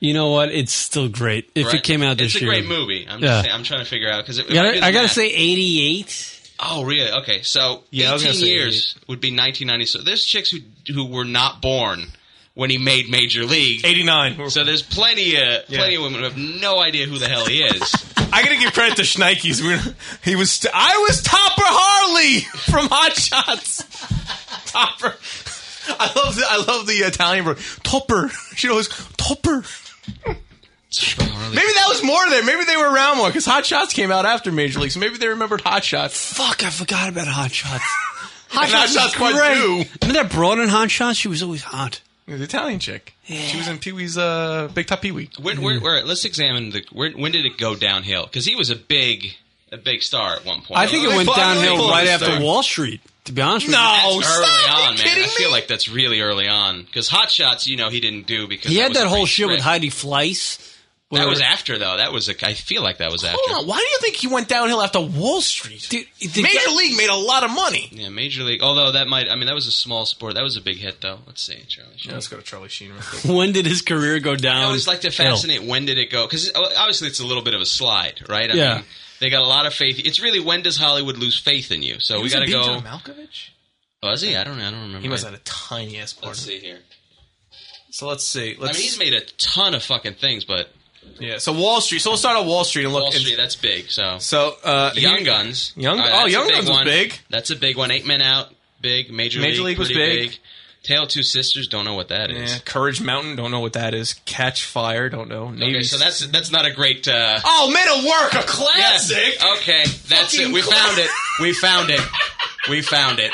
You know what? It's still great. If
right?
it came out
it's
this year,
a great movie. I'm
Yeah.
just saying, I'm trying to figure out because
I gotta, I gotta say, eighty-eight.
Oh, really? Okay, so
Yeah, I was gonna
18
say
years would be 1990. So there's chicks who who were not born when he made Major League.
89.
So there's plenty of plenty of women who have no idea who the hell he is.
I gotta give credit to Schneikes. We're, he was. St- I was Topper Harley from Hot Shots. Topper. I love. The, I love the Italian word Topper. She always Topper. Maybe that was more there. Maybe they were around more because Hot Shots came out after Major League, so maybe they remembered Hot Shots.
Fuck, I forgot about Hot Shots.
Hot Shots,
was
Part
great.
Two.
Remember that broad in Hot Shots? She was always hot.
The Italian chick. She was in Pee Wee's uh, Big Top Pee Wee.
When, where, where, let's examine the where, when did it go downhill? Because he was a big a big star at one point.
I think it went downhill right after Wall Street. To be honest with you,
That's early on, man. I feel like that's really early on because Hot Shots, you know, he didn't do because
He had
was a
that whole
great
shit with
script.
Heidi Fleiss.
That
where-
was after though. That was a, I feel like that was after.
Hold on. Why do you think he went downhill after Wall Street? Major
guy-
League made a lot of money.
Yeah, Major League. Although that might, I mean, that was a small sport. That was a big hit, though. Let's see, Charlie Sheen.
let's go to Charlie Sheen.
<laughs> When did his career go down?
I always like to
hill?
fascinate when did it go? Because obviously it's a little bit of a slide, right? I
Yeah.
Mean, they got a lot of faith. It's really when does Hollywood lose faith in you? So we got to go. Oh,
Malkovich.
Was he? I don't. know. I don't remember.
He must have had a tiny ass part. Let's
see here.
So let's see.
I mean,
Let's,
he's made a ton of fucking things, but
yeah. So Wall Street. So we'll start on Wall Street and look.
Wall
and-
Street that's big. So
so uh,
Young
he-
Guns.
Young.
Uh,
oh,
that's a
Young
big
Guns was
one.
big.
That's a big one. Eight Men Out, big. Major,
Major League was
pretty
big.
Tale of Two Sisters. Don't know what that is.
Yeah. Courage Mountain. Don't know what that is. Catch Fire. Don't know. Navy.
Okay, so that's that's not a great. Uh,
oh, Men at Work, a classic.
Yeah. Okay, that's
Fucking
it. We
cla-
found it. We found it. We
<laughs>
found it.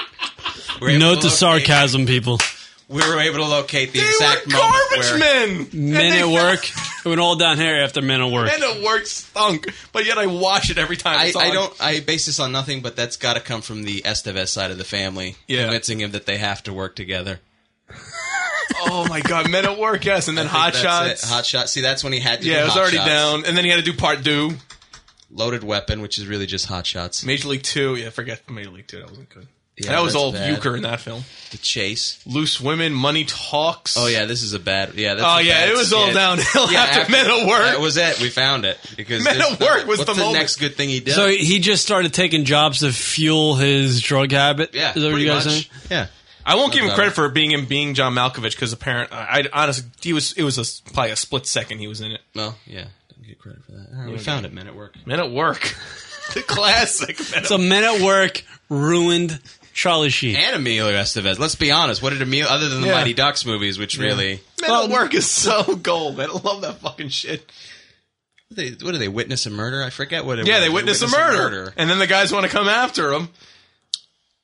We were able
Note
to
the
locate-
sarcasm, people.
We were able to locate the
They
exact
were
moment
garbage
where
men.
Men
And they
at work. it went all down here after men at work.
Men at Work stunk, but yet I watch it every time.
I,
it's
I
on.
don't. I base this on nothing, but that's got to come from the Estevez side of the family,
Yeah.
convincing him that they have to work together.
Oh my god, Men at Work. Yes, and then
I think
Hot
that's
Shots.
it. Hot Shots. See, that's when he had to.
Yeah,
do
it was
Hot
already
Shots.
down, and then he had to do Part Two.
Loaded Weapon, which is really just Hot Shots.
Major League Two. Yeah, forget Major League Two. That wasn't good.
Yeah,
that was
that's
all
bad.
Euchre in that film.
The Chase.
Loose Women, Money Talks.
Oh yeah, this is a bad. Yeah. That's
Oh,
a
yeah,
bad
it was all
skit.
downhill
Yeah,
after Men at Work.
That was it. We found it because
Men
there's
at
no-
Work was
what's
the moment.
next good thing he did.
So he just started taking jobs to fuel his drug habit.
yeah,
is that what
pretty
you guys
much.
saying?
Yeah.
I won't give him
Not
credit for being him being John Malkovich because apparent. I, I honestly, he was. It was a, probably a split second he was in it.
Well, yeah. Don't get credit for that. All right, we
Yeah.
found it, man. At work.
Men at Work, the classic. Men at
So men at work ruined Charlie Sheen.
And Emilio Estevez. Let's be honest. What did Emilio, other than the
Yeah.
Mighty Ducks movies, which really
Men at Work is so gold, man. I love that fucking shit.
they, what do they witness a murder? I forget what. It
Yeah,
was.
they witness a murder. and then the guys want to come after him.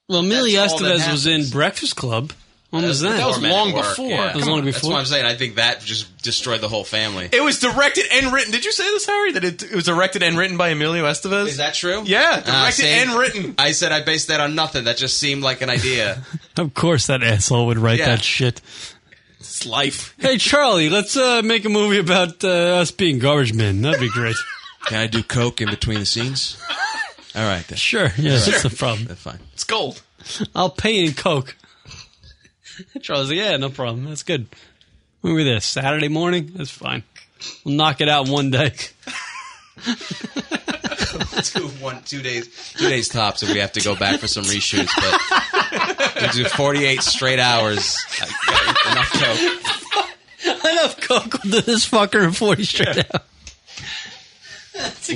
Well, Emilio
That's all that
Estevez was in Breakfast Club. When was that?
Uh, That was
Or Men at
long
Work,
before.
yeah.
That was
Come
long
on.
That's
before.
what I'm saying. I think that just destroyed the whole family.
It was directed and written. Did you say this, Harry? That it, it was directed and written by Emilio Estevez?
Is that true?
Yeah,
Ah,
directed
see?
and written.
<laughs> I said I based that on nothing. That just seemed like an idea.
Of course, that asshole would write
Yeah.
that shit.
It's life.
Hey Charlie, let's uh, make a movie about uh, us being garbage men. That'd be great.
Can I do coke in between the scenes? All right, then.
sure, yeah, that's
Sure.
the problem.
That's fine.
It's gold.
I'll pay in coke. Charlie's like, yeah, no problem. That's good. When were there? Saturday morning? That's fine. We'll knock it out in
<laughs>
one day.
two one two days two days tops if we have to go back for some reshoots but we do 48 straight hours I got enough coke
Enough coke will do this fucker in forty straight out.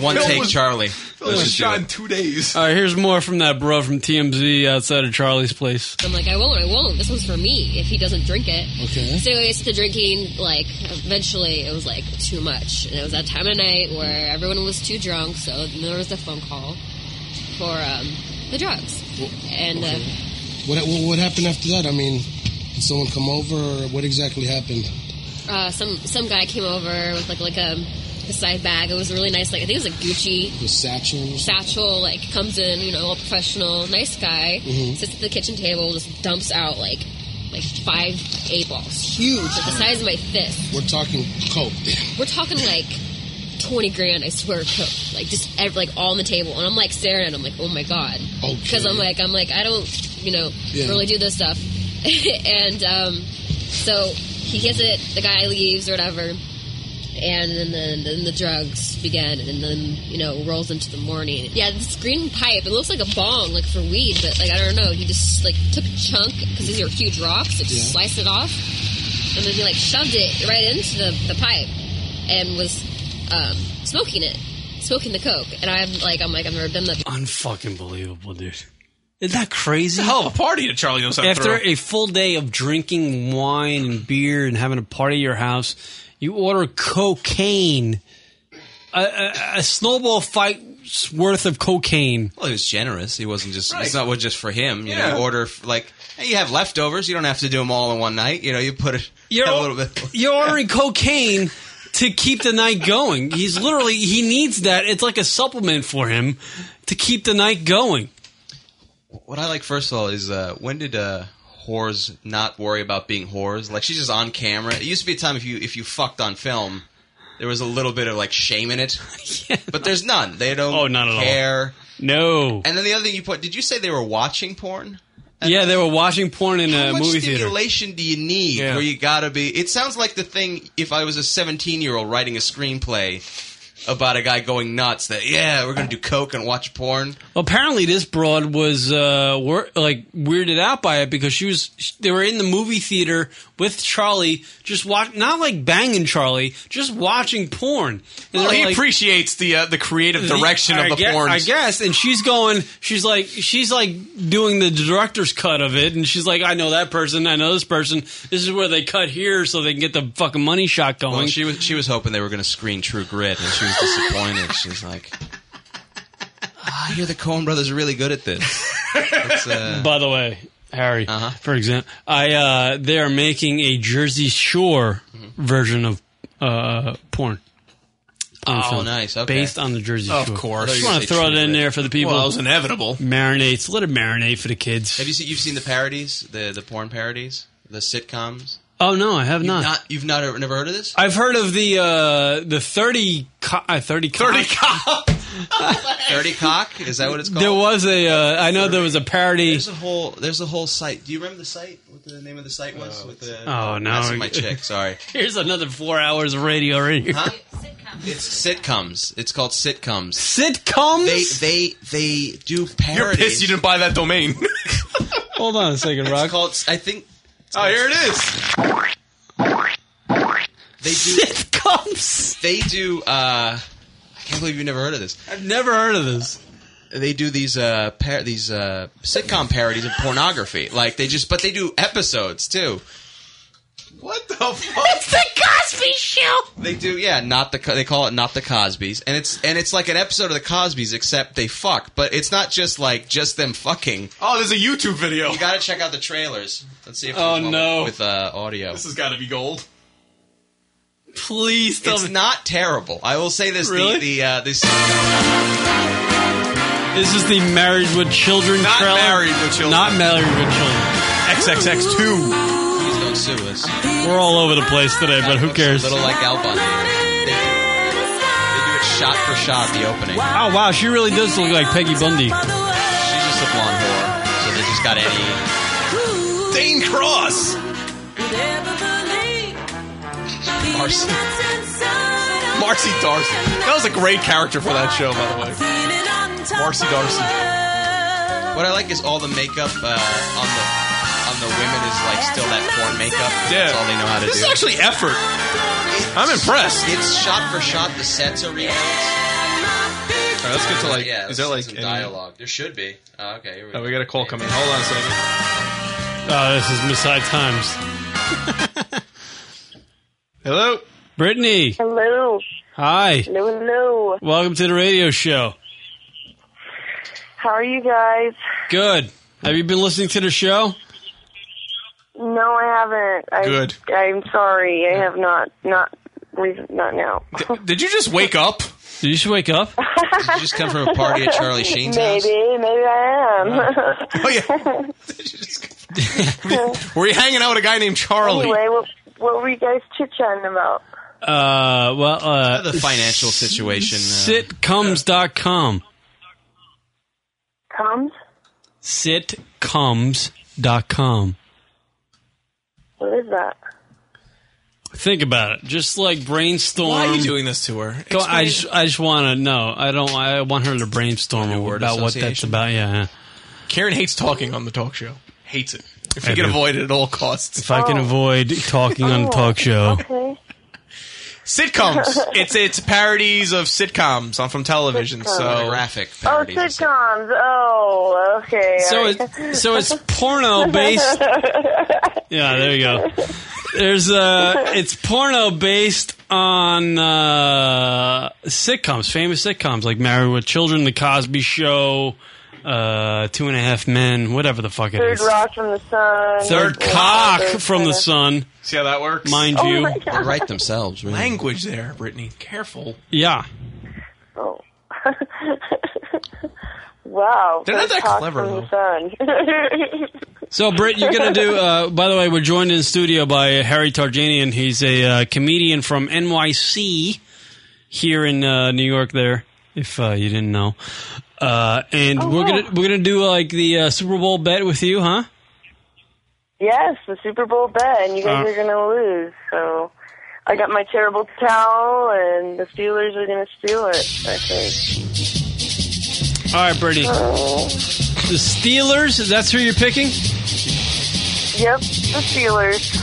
one
Phil
take
was-
charlie
It was shot in two days.
All right, here's more from that bro from TMZ outside of Charlie's place.
I'm like, I won't, I won't. This one's for me if he doesn't drink it.
Okay.
So it's the drinking, like, eventually it was, like, too much. And it was that time of night where everyone was too drunk, so there was the phone call for um, the drugs. And uh,
What, what what happened after that? I mean, did someone come over? Or what exactly happened?
uh, some some guy came over with, like, like a, a side bag. It was really nice, like, I think it was a Gucci
The satchels.
satchel like comes in, you know, all professional, nice guy,
Mhm.
sits at the kitchen table, just dumps out like like five eight balls, huge, like the size of my fist.
We're talking coke.
We're talking like twenty grand, I swear, coke, like just ev like all on the table, and I'm like staring at him, like, oh my god, because I'm like, I'm like, I don't, you know,
Yeah.
really do this stuff, <laughs> and um, so he gets it, the guy leaves or whatever. And then the, then the drugs begin, and then you know rolls into the morning. Yeah, this green pipe. It looks like a bong, like for weed, but like I don't know. He just like took a chunk because these are huge rocks. Like, just
Yeah.
sliced it off, and then he like shoved it right into the, the pipe, and was um, smoking it, smoking the coke. And I'm like, I'm like, I've never done that.
Unfucking believable, dude. Isn't that crazy?
Hell of a party that Charlie knows how to
After
throw.
a full day of drinking wine and beer and having a party at your house, you order cocaine. A, a, a snowball fight's worth of cocaine.
Well, he was generous. He wasn't just.
Right.
It's not what just for him. You
Yeah.
know, you order f- like hey, you have leftovers. You don't have to do them all in one night. You know, you put it
You're-
have a little bit.
You're ordering cocaine to keep the night going. He's literally, he needs that. It's like a supplement for him to keep the night going.
What I like first of all is uh, when did uh, whores not worry about being whores? Like she's just on camera. It used to be a time if you if you fucked on film, there was a little bit of like shame in
<laughs>
it. but there's none. They don't. Oh, not
at all.
care.
No.
And then the other thing you put, did you say they were watching porn?
Yeah, they were watching porn in
How
a
much
Uh, movie theater.
stimulation do you need?
Yeah.
Where you gotta be? It sounds like the thing. If I was a 17 year old writing a screenplay about a guy going nuts, that yeah, we're gonna do coke and watch porn.
Apparently, this broad was uh, wor- like weirded out by it because she was. sh they were in the movie theater with Charlie, just watch, not like banging Charlie, just watching porn. And
Well,
they're
he
like-
appreciates the uh, the creative direction
I
of the
guess,
porn.
I guess. And she's going. She's like. She's like doing the director's cut of it, and she's like, "I know that person. I know this person. This is where they cut here, so they can get the fucking money shot going."
Well, she was she was hoping they were going to screen True Grit, and she was disappointed. She's <laughs> like, I hear the Coen Brothers are really good at this. It's,
<laughs>
uh, Uh-huh.
By the way, Harry, for example, I uh, they are making a Jersey Shore
Mm-hmm.
version of uh, porn. porn
Oh,
film
nice. Okay.
Based on the Jersey Shore.
Of course.
Just want to throw it in there for the people.
Well, it was inevitable.
Marinates. Let it marinate for the kids.
have you seen you've seen the parodies, the the porn parodies, the sitcoms?
Oh no, I have
You've
not.
You've not ever, never heard of
<laughs>
this?
I've heard of the uh, the thirty co- uh, thirty co-
Thirty cock is that what it's called?
There was a uh, I know there was a parody.
There's a whole there's a whole site. Do you remember the site? What the name of the site was? with the,
Oh, no.
that's my chick. Sorry.
Here's another four hours of radio right here.
Huh? It's sitcoms. It's called sitcoms.
Sitcoms.
They they they do
You're
parodies.
pissed you didn't buy that domain.
Hold on a second, Rock.
It's called. <laughs> I think.
Oh, here it is.
They do
<laughs>
sitcoms.
They do. Uh, I can't believe you've never heard of this.
I've never heard of this.
They do these uh, par- these uh, sitcom parodies of pornography. Like they just, but they do episodes too. What the fuck? It's
the Cosby Show.
They do, yeah. Not the Co- they call it not the Cosbys, and it's and it's like an episode of the Cosbys, except they fuck. But it's not just like just them fucking.
Oh, there's a YouTube video.
You gotta check out the trailers. Let's see if.
Oh,
there's one
no.
With, with, uh, audio,
This has got to be gold.
Please,
it's not terrible. I will say this.
Really?
The the uh, this.
This is the Married with Children
Not
trailer.
Married with Children.
Not Married with Children. XXX2.
Please don't sue us.
We're all over the place today, but who cares?
Little like Al Bundy. They, they do it shot for shot. The opening.
Oh wow, she really does look like Peggy Bundy.
She's just a blonde whore, so they just got any.
Dane Cross.
Marcy.
Marcy Darcy. That was a great character for that show, by the way. Marcy Darcy.
What I like is all the makeup uh, on the on the women is like still that porn makeup.
Yeah.
That's all they know how to
This
do.
is actually effort. I'm impressed.
It's shot for shot. The sets are remakes.
All right, let's get to like.
Yeah,
is there
let's
like
get some
any-
dialogue? There should be. Oh, okay. Here we go.
Oh, we got a call coming. Hold on a second.
Oh, this is Messiah Times.
Hello,
Brittany.
Hello.
Hi.
Hello, hello.
Welcome to the radio show.
How are you guys?
Good. Have you been listening to the show?
No, I haven't. I,
Good.
I'm sorry. I have not. Not recent. Not now.
Did you just wake up?
Did you just wake up?
Did you just come
<laughs>
from a party at Charlie Sheen's
maybe, <laughs>
house?
Maybe I am.
Oh yeah. <laughs> were you hanging out with a guy named Charlie?
Anyway, what, what were you guys chit chatting about?
Uh, well, uh,
the financial situation. Uh,
Sitcoms.com.
Comes?
Sitcoms.com.
What is that?
Think about it. Just like brainstorm.
Why are you doing this to her?
Go- I just, I just want to know. I don't. I want her to brainstorm about what that's
association?
about. Yeah. yeah.
Karen hates talking on the talk show. Hates it. If
I
you can
do.
avoid it at all costs.
If I
Oh.
can avoid talking on the talk
<laughs>
show,
Okay.
Sitcoms.
<laughs>
it's it's parodies of sitcoms on from television. So
Sitcoms.
graphic
Oh, sitcoms. Oh, okay.
So
all
it's- so
<laughs>
it's porno based- yeah, there you go. There's uh, it's porno based on uh, sitcoms, famous sitcoms like Married with Children, The Cosby Show, uh, Two and a Half Men, whatever the fuck it
Third
is.
rock from the sun.
Third
Yeah,
cock
those
from the
kinda-
sun.
See how that works,
mind
Oh
you.
my God. They write
themselves.
language there, Brittany. Careful.
Yeah.
Oh. wow.
They're not
third
that
cock
clever,
from the sun. <laughs>
So, Britt, you're going to do, uh, by the way, we're joined in the studio by Harry Tarjanian. He's a uh, comedian from NYC here in uh, New York, there, if uh, you didn't know. Uh, and
Oh,
we're
wow.
gonna we're gonna do like the uh, Super Bowl bet with you, huh?
Yes, the Super Bowl bet, and you guys
Uh.
are going to lose. So I got my terrible towel, and the Steelers are going to steal it. I think.
All right, Brittany. The Steelers. That's who you're picking.
Yep, the Steelers.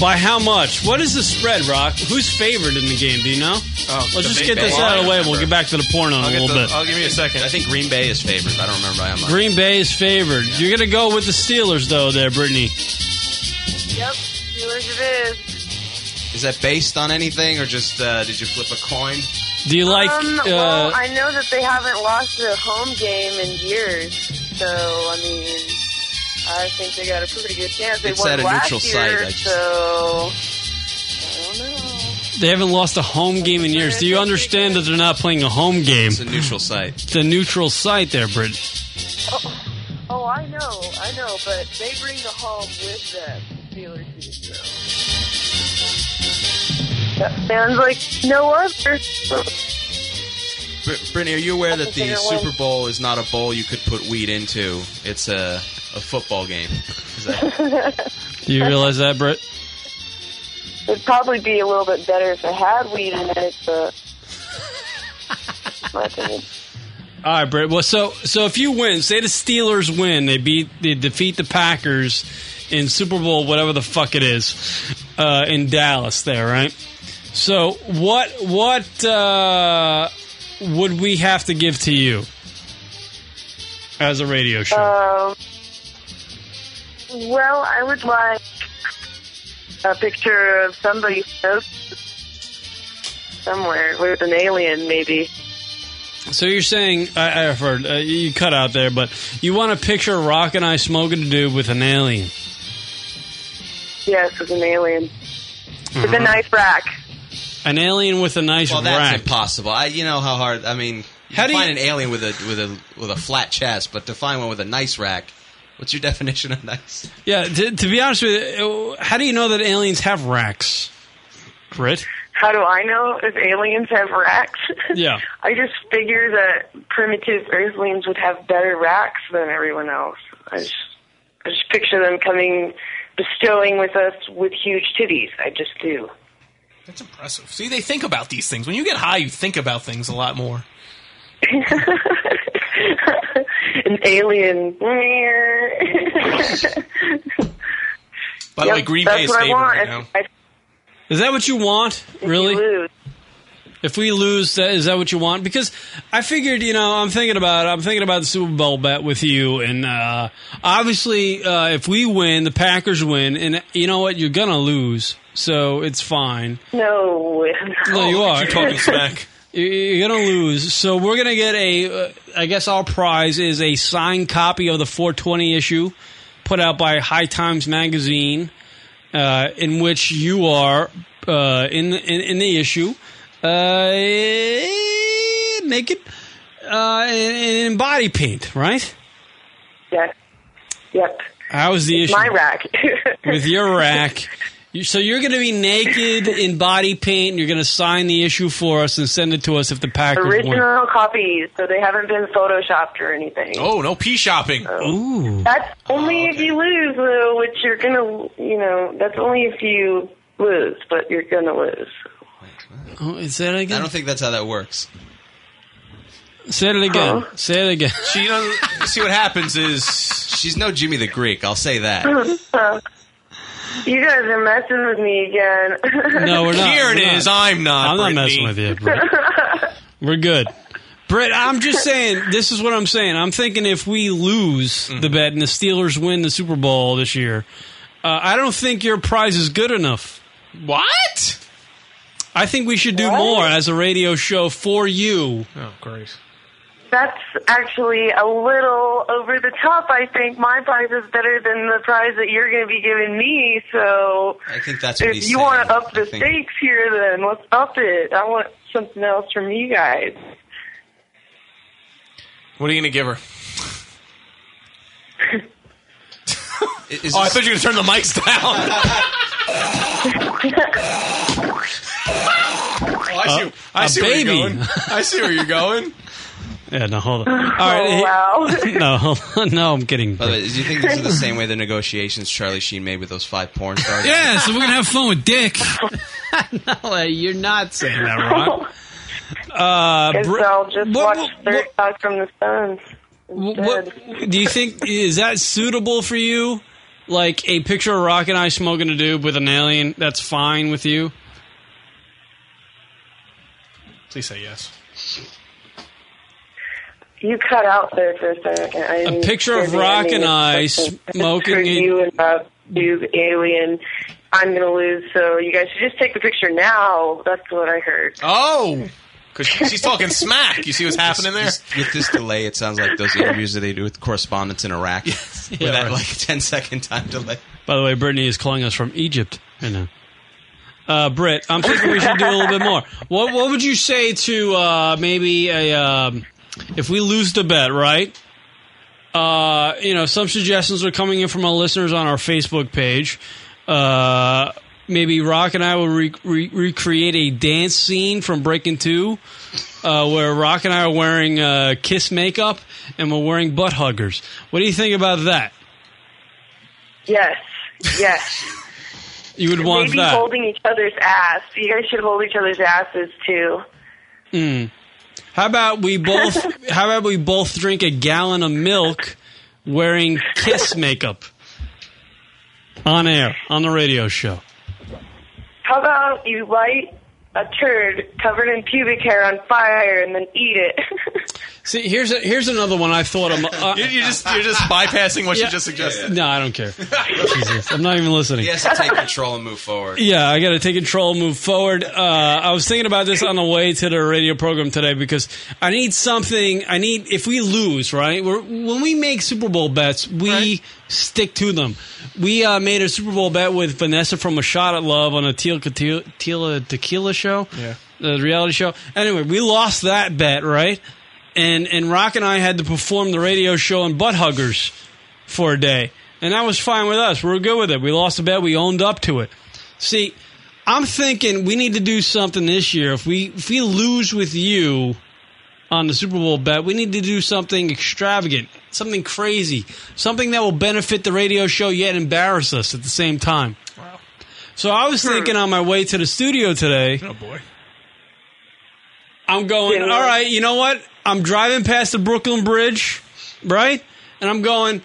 By how much? What is the spread, Rock? Who's favored in the game? Do you know?
Oh,
Let's
the
just
big
get this
bet.
out of the way. We'll get back to the porno in a little bit.
give you a second.
I think Green Bay is favored. I don't remember how much.
Green Bay is favored. You're gonna go with the Steelers, though, there, Brittany.
Yep, Steelers it is.
Is that based on anything, or just uh, did you flip a coin?
Do you like?
um,
uh,
well, I know that they haven't lost a home game in years, so I mean, I think they got a pretty good chance. They
It's
won
at a
last
neutral site,
year,
I just-
so
they haven't lost a home game in years. Do you understand that they're not playing a home game? It's a
neutral site.
It's a neutral site, there, Brittany.
oh, oh, I know, I know, but they bring the home with them. Steelers do, so. That sounds like no other.
Br- Brittany, are you aware that the
Consider one.
Super Bowl is not a bowl you could put weed into? It's a, a football game. Is that-
Do you realize that, Britt?
It'd probably be a little bit better if it had weed in it, but my opinion.
All right, Britt. Well, so so if you win, say the Steelers win, they beat they defeat the Packers in Super Bowl, whatever the fuck it is, uh, in Dallas. There, right? So what what uh, would we have to give to you as a radio show?
Um, well, I would like a picture of somebody somewhere with an alien, maybe.
So you're saying I, I've heard uh, you cut out there, but you want a picture of Rock and I smoking a dude with an alien?
Yes, with an alien. With a
Mm-hmm.
Mhm.
knife rack.
An alien with a nice
well, that's
rack.
impossible. I, you know how hard. I mean, you
How
can
do
find
you-
an alien with a with a with a flat chest, but to find one with a nice rack. What's your <laughs> definition of nice?
Yeah, to, to be honest with you, uh, how do you know that aliens have racks? Brit?
How do I know if aliens have racks?
Yeah.
I just figure that primitive earthlings would have better racks than everyone else. I just, I just picture them coming, bestowing with us with huge titties. I just do.
That's impressive. See, they think about these things. When you get high, you think about things a lot
<laughs>
more.
An alien.
By the way, Green Bay is favored right now.
Is that what you want? Really? If we lose, that, is that what you want? Because I figured, you know, I'm thinking about I'm thinking about the Super Bowl bet with you, and uh, obviously, uh, if we win, the Packers win, and you know what, you're gonna lose, so it's fine.
No.
No, you are. <laughs>
You're <laughs>
You- You're gonna lose, so we're gonna get a. Uh, I guess our prize is a signed copy of the 420 issue, put out by High Times Magazine, uh, in which you are uh, in, the, in in the issue, uh, eh, naked, uh, in, in body paint, right?
Yes. Yep.
How's the
It's
issue
my rack.
with your rack? You- So you're going to be naked in body paint. And you're going to sign the issue for us and send it to us if the Packers win.
Original copies, so they haven't been photoshopped or anything.
Oh, no pee shopping.
Ooh.
That's only if you lose, though, which you're gonna, you know, that's only if you lose, but you're gonna lose. <laughs>
Oh, is that again?
I don't think that's how that works.
Say it again.
<laughs>
Say it again.
She doesn't see what happens is she's
no Jimmy the Greek. I'll say that.
you guys are messing with me again.
Here it is. I'm not.
I'm not
Brittany.
messing with you.
<laughs>
Britt. We're good. Britt, I'm just saying, this is what I'm saying. I'm thinking if we lose
Mm-hmm.
the bet and the Steelers win the Super Bowl this year, uh, I don't think your prize is good enough.
What?
I think we should do more as a radio show for you.
Oh, great.
That's actually a little over the top. I think my prize is better than the prize that you're going to be giving me. So
I think that's what
if
he's
you
saying.
want to up the
think-
stakes here, then let's up it. I want something else from you guys.
What are you going to give her?
<laughs> Is, is
oh, I
this-
thought you were going to turn the mics
<laughs>
down. Oh, I see,
Uh,
I
a
see where you're
baby.
going. I see where you're
<laughs>
going.
Yeah, no, hold on. All
Oh,
right.
wow.
<laughs> no, hold on. No, I'm kidding.
By the way, do you think this is
<laughs>
the same way the negotiations Charlie Sheen made with those five porn stars?
Yeah, so we're gonna have fun with
<laughs>
Dick.
no, you're not saying that,
<laughs> Ron.
Uh,
Guess
Br-
I'll just
what-
watch Third Rock from the Suns.
What do you think? Is that suitable for you? Like a picture of Rock and I smoking a doob with an alien? That's fine with you.
Please say yes.
You cut out there for a second. I
A
didn't
picture
hear
of
the
Rock
ending.
and I
For
smoking. a-
you and Bob, you alien. I'm going to lose, so you guys should just take the picture now. That's what I heard.
Oh, because she's talking smack. You see what's happening
<laughs>
there?
With this delay, it sounds like those interviews that they do with correspondents in Iraq. with
Yeah,
that
right.
like 10 second time delay.
By the way, Brittany is calling us from Egypt right now. Uh, Britt, I'm thinking we should do a little bit more. What What would you say to uh, maybe a um, if we lose the bet, right? Uh, you know, some suggestions are coming in from our listeners on our Facebook page. Uh, maybe Rock and I will re- re- recreate a dance scene from Breaking Two, uh, where Rock and I are wearing uh, kiss makeup and we're wearing butt huggers. What do you think about that?
Yes,
<laughs>
yes.
You would want
Maybe
that.
holding each other's ass. You guys should hold each other's asses too.
Mm. How about we both? how about we both drink a gallon of milk, wearing kiss makeup, on air on the radio show?
How about you light a turd covered in pubic hair on fire and then eat it? <laughs>
See, here's a, here's another one I thought of. Uh,
You're, you're just you're just bypassing what
Yeah.
she just suggested.
no, I
<laughs>
don't care. Jesus, I'm not even listening.
He has to take control and move forward.
Yeah, I got to take control, move forward. Uh, I was thinking about this on the way to the radio program today because I need something. I need if we lose, right? We're, when we make Super Bowl bets, we stick to them. We uh, made a Super Bowl bet with Vanessa from A Shot at Love on a Teal Teal- Teal- Tequila show,
Yeah.
the reality show. Anyway, we lost that bet, right? And and Rock and I had to perform the radio show on butt huggers for a day. And that was fine with us. We were good with it. We lost a bet. We owned up to it. See, I'm thinking we need to do something this year. If we if we lose with you on the Super Bowl bet, we need to do something extravagant, something crazy, something that will benefit the radio show yet embarrass us at the same time. Wow. So I was thinking on my way to the studio today.
Oh boy.
I'm going, all right, you know what? I'm driving past the Brooklyn Bridge, right? And I'm going,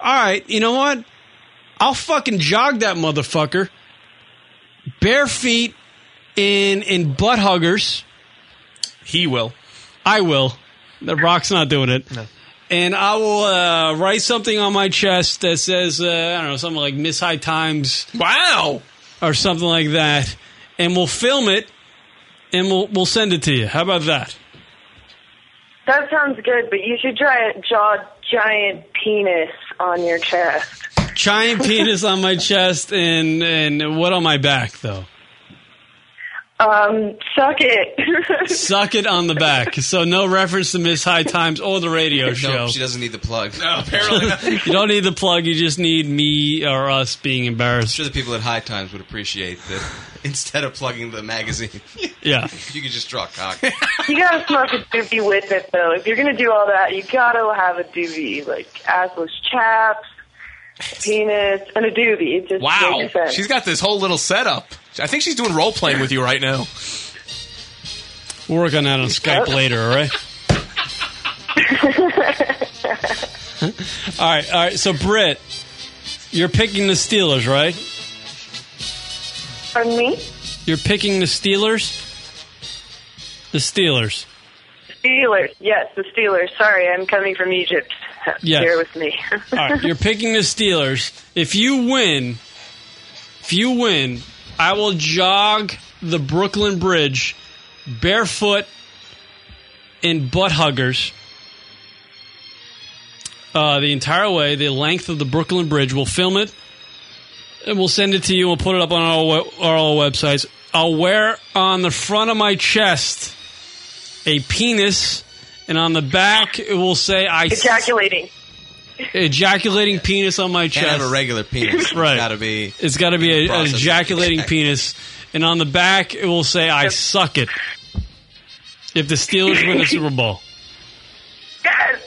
all right, you know what? I'll fucking jog that motherfucker bare feet in in butt huggers.
He will.
I will. The Rock's not doing it.
No.
And I will uh, write something on my chest that says, uh, I don't know, something like Miss High Times.
Wow.
Or something like that. And we'll film it and we'll, we'll send it to you. How about that?
that sounds good, but you should try it. Jaw giant penis on your chest.
giant penis on my chest and and what on my back though?
Um, suck it.
Suck it on the back. So no reference to Miss High Times or the radio show.
Nope, she doesn't need the plug.
No, apparently not.
<laughs> you don't need the plug. You just need me or us being embarrassed.
sure the people at High Times would appreciate that <laughs> instead of plugging the magazine,
<laughs> Yeah.
you could just draw a
<laughs>
cock.
you gotta smoke a doobie with it, though. If you're gonna do all that, you gotta have a doobie, like assless chaps, penis, and a doobie. It just
Wow.
makes sense.
She's got this whole little setup. I think she's doing role playing with you right now.
We'll work on that
<laughs>
on Skype later, all right? all right, all right. So Britt, you're picking the Steelers, right?
Pardon me?
You're picking the Steelers. The Steelers.
Steelers. Yes, the Steelers. Sorry, I'm coming from Egypt. <laughs>
Yes.
Bear with me.
All right,
<laughs>
you're picking the Steelers. If you win, if you win, I will jog the Brooklyn Bridge barefoot in butt huggers. Uh, the entire way, the length of the Brooklyn Bridge. We'll film it, and we'll send it to you. We'll put it up on our, we- our websites. I'll wear on the front of my chest a penis, and on the back it will say "I
Ejaculating.
ejaculating penis on my chest.
Can't have a regular penis.
<laughs> Right.
It's gotta be.
It's got to be a, an
Process.
ejaculating penis, and on the back it will say "I suck it." If the Steelers
<laughs>
win the Super Bowl,
Yes!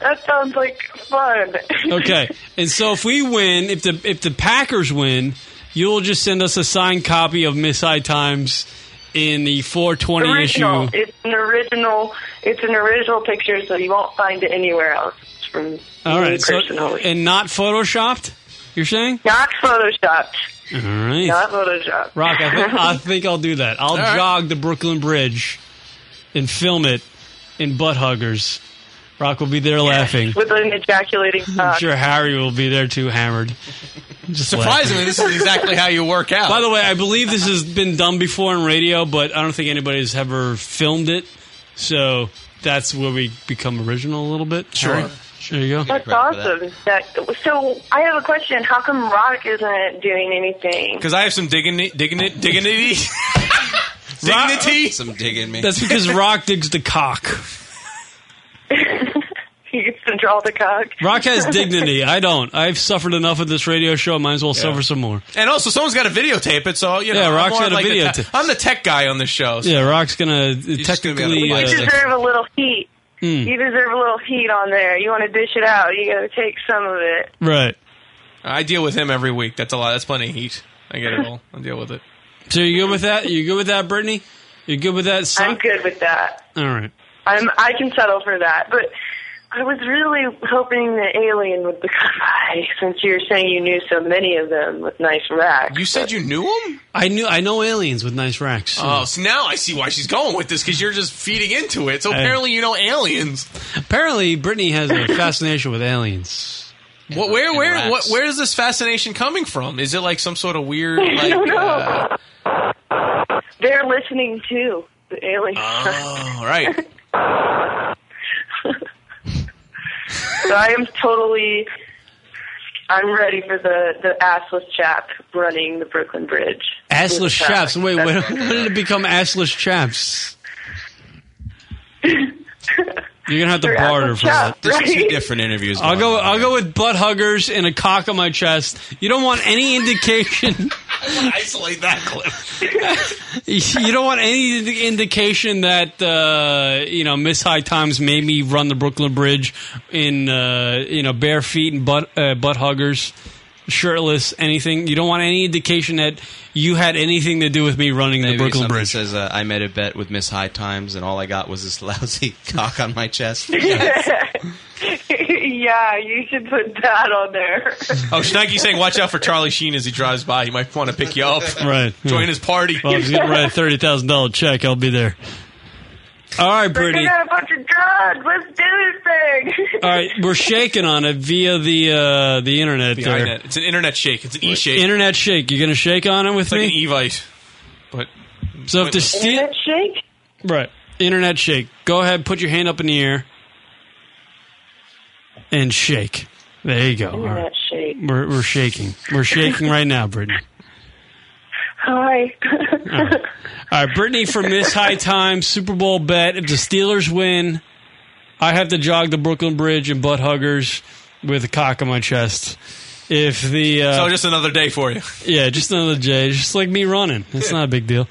That sounds like fun.
okay. And so if we win, if the if the Packers win, you'll just send us a signed copy of Miss High Times in the 420
original.
issue.
It's an original. It's an original picture, so you won't find it anywhere else. It's from
All
me
right, so,
personally.
and not photoshopped. You're saying?
Not photoshopped.
All right.
Not photoshopped.
Rock, I
<laughs>
think, uh,
<laughs>
I think I'll do that. I'll
right.
jog the Brooklyn Bridge and film it in butt huggers. Rock will be there laughing.
With an ejaculating
I'm
cock.
sure Harry will be there too, hammered. Just
Surprisingly,
laughing.
this is exactly how you work out.
By the way, I believe this has been done before on radio, but I don't think anybody's ever filmed it. So that's where we become original a little bit.
Sure.
Harry? There you go.
That's awesome. That. so I have a question. How come Rock isn't doing anything? <laughs>
Because I have some digging, digging, dignity. <laughs>
<laughs>
dignity.
Some digging me.
That's <laughs> because Rock digs the cock.
He gets to draw the cock.
Rock has
<laughs>
dignity. I don't. I've suffered enough of this radio show. Might as well suffer some more.
And also, someone's got to videotape it, so you know.
Yeah,
I'm
Rock's
more
got a
like the
videotape.
te- I'm the tech guy on this show. so-
Yeah, Rock's gonna technically.
You
uh,
deserve a little heat.
Hmm.
Mm.
You deserve a little heat on there. You want to dish it out. You got to take some of it.
Right.
I deal with him every week. That's a lot. That's plenty of heat. I get it all. I deal with it.
so you good with that? You good with that, Brittany? You good with that?
I'm
Son?
good with that.
All right.
I'm. I can settle for that. But I was really hoping the alien would become <laughs> by, since you were saying you knew so many of them with nice racks.
You said you knew him.
I knew. I know aliens with nice racks.
Oh, so now I see why she's going with this because you're just feeding into it. So
I-
apparently, you know aliens.
Apparently, Brittany has a fascination with aliens.
What? Where?
and
Where?
rats.
What, where is this fascination coming from? Is it like some sort of weird?
<laughs> I
Like,
don't know.
uh,
They're listening too. The aliens.
oh, right.
so I am totally. I'm ready for the the assless chap running the Brooklyn Bridge.
Assless chaps. Wait, <laughs> when, when did it become assless chaps? You're gonna have to
They're
barter
assless
for that.
chaps, There's two right?
different interviews.
I'll go. I'll go with butt huggers and a cock on my chest. You don't want any
<laughs>
indication.
Isolate that clip.
Oh,
<laughs> you don't want any ind- indication that uh, you know Miss High Times made me run the Brooklyn Bridge in uh, you know bare feet and butt uh, butt huggers, shirtless, anything. You don't want any indication that you had anything to do with me running
Maybe
the Brooklyn
something
Bridge.
says uh, I made a bet with Miss High Times, and all I got was this lousy <laughs> cock on my chest.
<laughs>
yeah, you should put that
<laughs>
on there.
Oh, Schneike's saying, "Watch out for Charlie Sheen as he drives by. He might want to pick you up.
<laughs> Right.
Join his party."
Well, if you write a thirty thousand dollar check, I'll be there. All right, Brittany.
Bring out a bunch of drugs. Let's do this thing. <laughs>
All right, we're shaking on it via the uh, the internet.
The
there.
iNet. It's an internet shake. It's an e shake.
Internet shake. You gonna shake on it with
It's like an
me?
e-vite. But
so if the Ste-
Internet shake. <laughs>
Right. Internet shake. Go ahead, put your hand up in the air and shake. There you go. All right.
Internet shake.
We're, we're shaking. We're shaking right now, Brittany.
Hi.
All right, Brittany from Miss High Time Super Bowl bet. If the Steelers win, I have to jog the Brooklyn Bridge and butt huggers with a cock on my chest. If the uh,
so just another day for you.
yeah, just another J, just like me running. It's not a
<laughs>
big deal.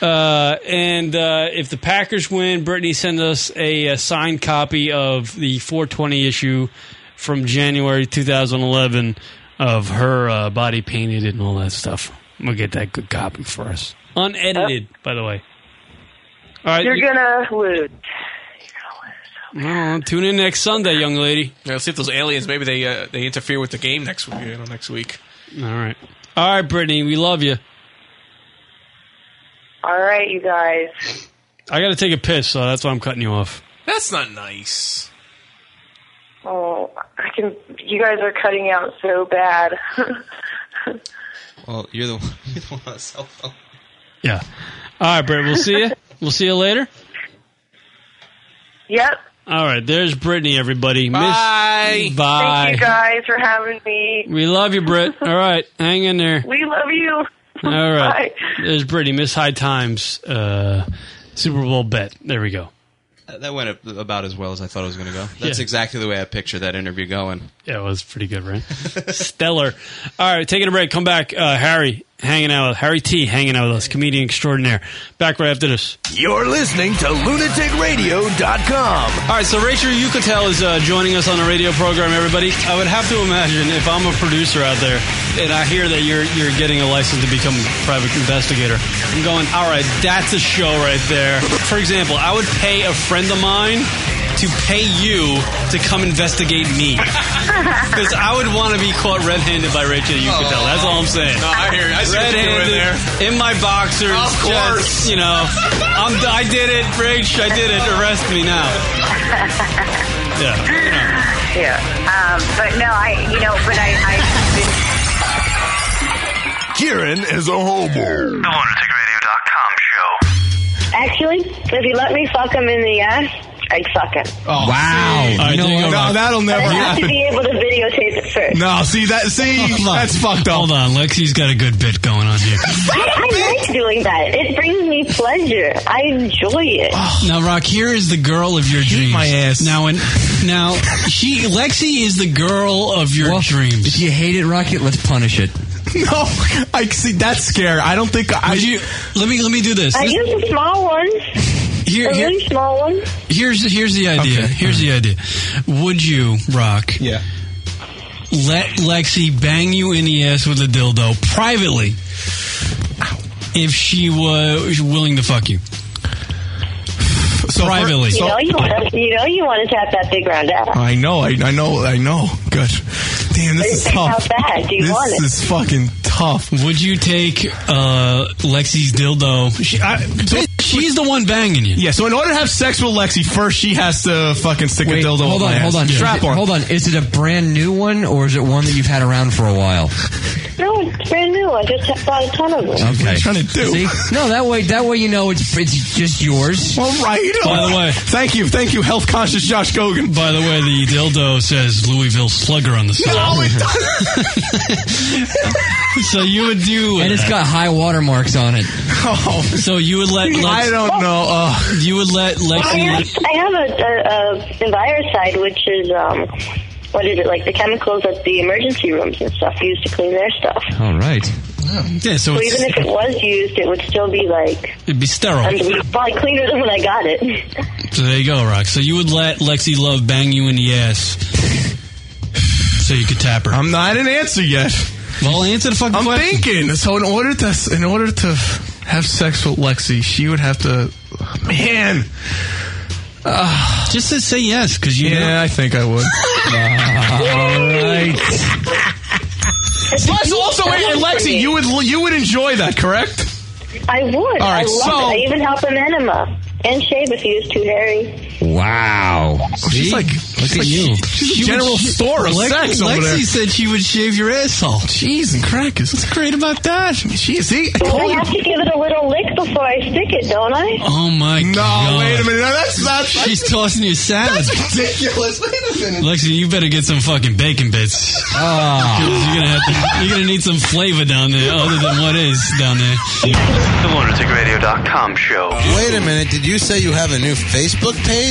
Uh, and uh, if the Packers win, Brittany send us a, uh signed copy of the 420 issue from January 2011 of her uh, body painted and all that stuff. I'm gonna get that good copy for us,
<laughs>
unedited, by the way. All right,
You're
you-
gonna lose.
Well, tune in next Sunday, young lady.
Yeah, let's see if those aliens maybe they uh, they interfere with the game next week. You know, next week.
All right, all right, Brittany, we love you.
All right, you guys.
I got to take a piss, so that's why I'm cutting you off.
That's not nice.
Oh, I can. You guys are cutting out so
<laughs>
bad.
Well, you're the
<laughs>
one, you're the one on the cell phone.
Yeah. All right, Brittany, we'll see you. We'll see you later.
yep.
All right, there's Brittany, everybody. Miss-
Bye.
Bye.
Thank you guys for having me.
We love you, Britt. All right, hang in there.
We love you.
All right,
<laughs> Bye.
there's Brittany. Miss High Times uh, Super Bowl bet. There we go.
Uh, That went ab- about as well as I thought it was going to go. That's
<laughs> Yeah.
exactly the way I pictured that interview going.
Yeah, it was pretty good, right? Stellar. All right, taking a break. Come back. Uh, Harry hanging out with Harry T. Hanging out with us, comedian extraordinaire. Back right after this.
You're listening to lunaticradio.com.
All right, so Rachel Yucatel is uh, joining us on the radio program. Everybody, I would have to imagine if I'm a producer out there and I hear that you're you're getting a license to become a private investigator, I'm going, all right, that's a show right there. For example, I would pay a friend of mine to pay you to come investigate me because I would want to be caught red-handed by Rachel Yucatel. That's all I'm saying.
Oh, No, I hear you. I see what you're doing
red-handed
there.
in my boxers.
Of course.
just, you know, I'm, I did it, Rach. I did it. Arrest me now. Yeah.
Yeah. Um, but no, I, you know, but I, I've been
Kieran is a homo.
Actually, if you let me fuck him in the ass, I'd fuck him.
Oh, wow.
All right,
no,
there you go, Rob.
that'll
But
never
I have to
happen.
be able to videotape it first.
No, see that see that's fucked up.
Hold on, Lexi's got a good bit going on here.
I, I like doing that. It brings me pleasure. I enjoy it.
Oh,
Now, Rock, here is the girl of your dreams. My ass. Now, and now she, Lexi, is the girl of your dreams. If you hate it, Rocket, let's punish it.
<laughs> No, I see that's scary. I don't think I
you, let me let me do this.
I use the small ones.
Here,
the
here-
really small ones.
Here's here's the idea. Here's the idea. Would you, Rock? Yeah. Let Lexi bang you in the ass with a dildo privately, if she was willing to fuck you. privately,
you know you want to. You know you want to tap that big round ass.
I know, I, I know, I know. Good. Damn, this is
How
tough.
bad do you
this
want it?
is fucking tough.
Would you take uh, Lexi's dildo? She, I, so she's the one banging you.
Yeah, so in order to have sex with Lexi, first she has to fucking stick
Wait,
a dildo
hold
up
on,
my
hold
ass.
on.
Strap on.
Hold on. Is it a brand new one or is it one that you've had around for a while?
No, it's brand new. I just bought a ton of them.
Okay.
trying to do?
See? No, that way that way you know it's it's just yours.
All right.
By the way,
thank you, thank you, health conscious Josh Gogan.
By the way, the dildo says Louisville Slugger on the side.
No,
<laughs>
it
<laughs> so you would do,
and it's got high watermarks on it.
Oh,
so you would let? Lex-
I don't know. Uh,
you would let
I have,
Lexi?
I have a, a, a envirocide, which is um, what is it like the chemicals at the emergency rooms and stuff used to clean their stuff.
All right.
Yeah, so
So,
it's,
even if it was used, it would still be like
it'd be sterile.
probably cleaner than when I got it.
So there you go, Rock. So you would let Lexi Love bang you in the ass, so you could tap her.
I'm not an answer yet.
Well, answer the fucking
I'm thinking. So in order to in order to have sex with Lexi, she would have to. Man, Ah.
just to say yes, because you.
Yeah, I think I
<laughs>
would.
Uh,
Plus, also, wait, and Lexi, you would you would enjoy that, correct?
I would.
All right,
I love
so-
it. I even help him enema and shave if he is too hairy.
Wow.
She's like, she's like you. She's a general store of sex over there.
said she would shave your asshole.
Jeez and crackers. What's great about that? Jeez, see, I
I
told you.
have to give it a little lick before I stick it, don't I?
Oh my god!
wait a minute. No, that's not-
She's tossing you salad.
That's ridiculous. Wait a minute.
Lexi, you better get some fucking bacon bits.
Ah.
You're gonna have to, you're gonna need some flavor down there, other than what is down there.
The lunaticradio.com show.
Wait a minute. Did you say you have a new Facebook page?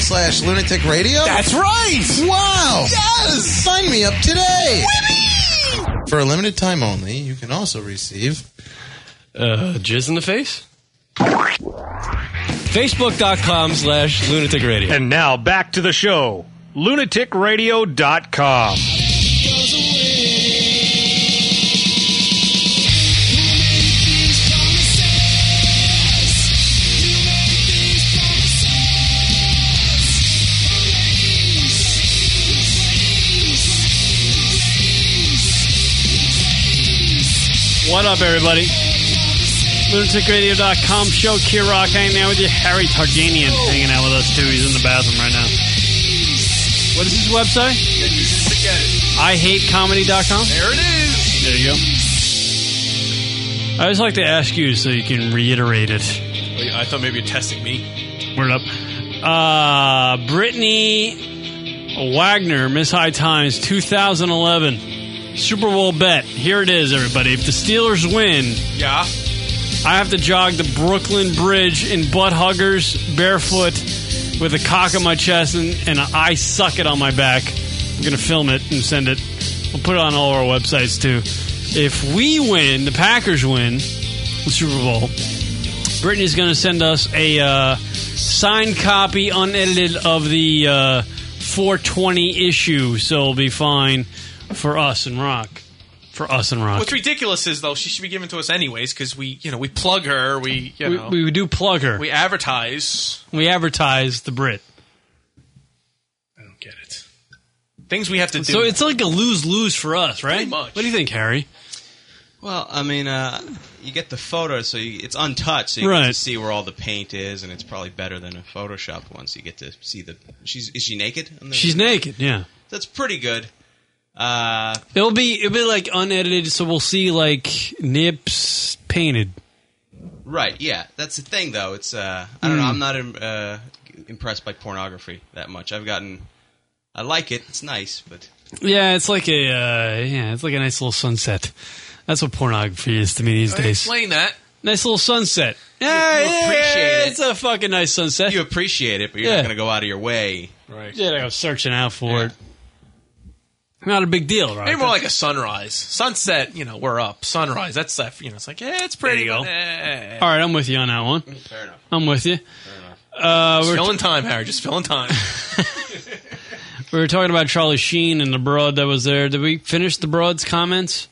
slash lunatic radio?
That's right.
Wow.
Yes.
Sign me up today. For a limited time only, you can also receive
Uh, jizz in the face? Facebook.com slash lunatic radio.
And now back to the show. LunaticRadio.com.
What up, everybody? LunaticRadio.com show, Kier Rock hanging out with you. Harry Targanian hanging out with us, too. He's in the bathroom right now. What is his website? I hate comedy.com.
There it is.
There you go. I always like to ask you so you can reiterate it.
Wait, I thought maybe you're testing me.
Word up. Uh, Brittany Wagner, Miss High Times, 2011 Super Bowl bet. Here it is, everybody. If the Steelers win,
yeah,
I have to jog the Brooklyn Bridge in butt huggers, barefoot, with a cock on my chest and, and an I suck it on my back. I'm gonna film it and send it. We'll put it on all our websites too. If we win, the Packers win the Super Bowl. Brittany's going to send us a uh, signed copy, unedited, of the uh, 420 issue, so it'll be fine for us and rock. For us and rock,
What's ridiculous is though she should be given to us anyways because we you know we plug her we you know
we, we do plug her.
we advertise
we advertise the Brit.
get it things we have to do.
So it's like a lose lose for us, right?
Pretty much.
What do you think, Harry?
<laughs> Well, I mean, uh, you get the photo, so you, it's untouched, so you get
Right.
to see where all the paint is, and it's probably better than a photoshopped one. So you get to see the. She's is she naked? on the-
She's naked. Yeah,
That's pretty good. Uh,
it'll be it'll be like unedited, so we'll see like nips painted.
right, yeah, that's the thing, though. It's uh, I don't know.
Hmm.
I'm not im- uh, impressed by pornography that much. I've gotten. I like it. It's nice, but
Yeah, it's like a uh, yeah, it's like a nice little sunset. That's what pornography is to me these days.
explain that
Nice little sunset. Yeah, yeah,
appreciate it.
it's a fucking nice sunset.
you appreciate it, but you're
Yeah.
not going to go out of your way.
right
yeah, I was searching out for it. Not a big deal, right?
maybe more like a sunrise sunset you know we're up sunrise that's that you know it's like yeah it's pretty
There you go.
Eh.
All right, I'm with you on that one.
Fair enough.
I'm with you. Uh,
Just
we're,
fill in time Harry just fill in
<laughs>
time
we were talking about Charlie Sheen and the broad that was there. Did we finish the broad's comments?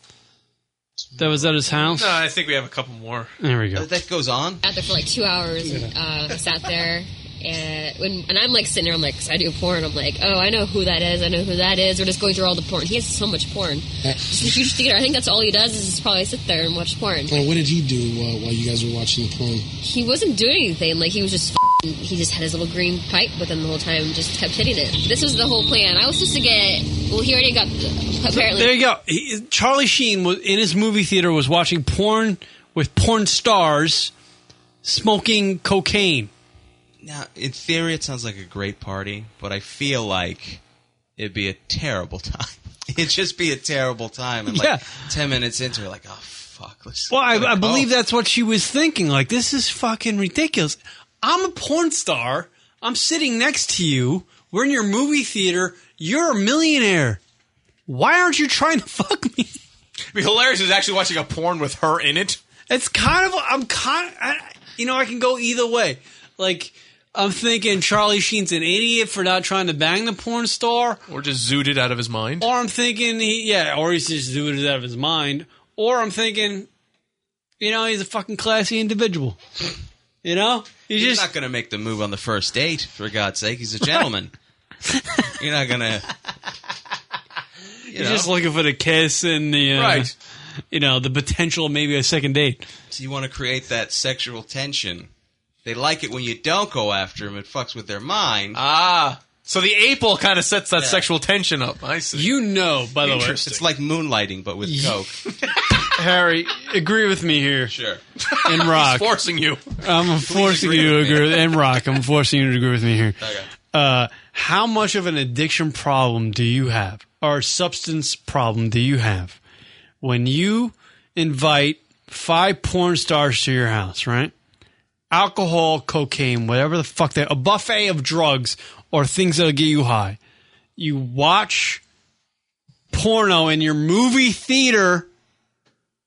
That was at his house.
no I think we have a couple more
There we go.
That goes on.
out there for like two hours and uh, sat there. And, when, and I'm like sitting there, I'm like, 'cause I do porn. I'm like, oh, I know who that is. I know who that is. We're just going through all the porn. He has so much porn. <laughs> Just a huge theater. I think that's all he does is just probably sit there and watch porn.
And what did he do uh, while you guys were watching the porn?
He wasn't doing anything. Like he was just. f***ing- He just had his little green pipe with him the whole time, and just kept hitting it. This was the whole plan. I was supposed to get. Well, he already got. Apparently,
There you go. He, Charlie Sheen was in his movie theater was watching porn with porn stars smoking cocaine.
Now, in theory, it sounds like a great party, but I feel like it'd be a terrible <laughs> time. It'd just be a terrible time. And like
Yeah.
10 minutes into it, like, oh, fuck. Let's,
Well, I,
let it
I
go.
believe that's what she was thinking. Like, this is fucking ridiculous. I'm a porn star. I'm sitting next to you. We're in your movie theater. You're a millionaire. Why aren't you trying to <laughs> fuck me?
It'd be hilarious is actually watching a porn with her in it
It's kind of I'm kind I, you know I can go either way. Like I'm thinking Charlie Sheen's an idiot for not trying to bang the porn star,
or just zooted out of his mind
or I'm thinking he yeah, or he's just doing it out of his mind, or I'm thinking, you know, he's a fucking classy individual. You know, he
He's
just
not going to make the move on the first date,
<laughs>
for God's sake. He's a gentleman. You're not going to.
You're just looking for the kiss and the uh,
Right.
you know, the potential of maybe a second date.
So you want to create that sexual tension. They like it when you don't go after them. It fucks with their mind.
Ah, so the apple kind of sets that sexual tension up. I see.
You know, by the way,
it's like moonlighting but with coke.
<laughs> Harry, agree with me here.
Sure.
And Rock.
He's forcing you.
I'm forcing you to agree with and Rock. I'm forcing you to agree with me here.
Okay.
Uh, how much of an addiction problem do you have, or substance problem do you have, when you invite five porn stars to your house? Right, alcohol, cocaine, whatever the fuck they, a buffet of drugs or things that'll get you high. You watch porno in your movie theater,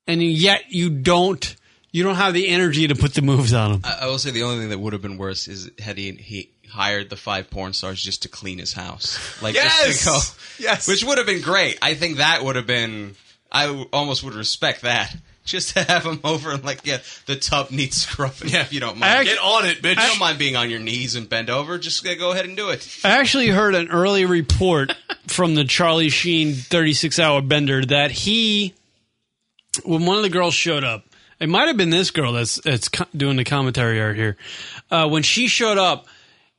and yet you don't. You don't have the energy to put the moves on them.
I, I will say the only thing that would have been worse is had he he hired the five porn stars just to clean his house, like just
Yes!
to go, yes, which would have been great. I think that would have been. I w- almost would respect that. <laughs> Just to have him over and like, yeah, the tub <laughs> needs scrubbing. Yeah, if you don't mind,
Act- Get
on it, bitch. I don't mind being on your knees and bend over. Just uh, go ahead and do it.
I actually heard an early report from the Charlie Sheen 36 hour bender that he, when one of the girls showed up, it might have been this girl that's, that's co- doing the commentary art here. Uh, when she showed up,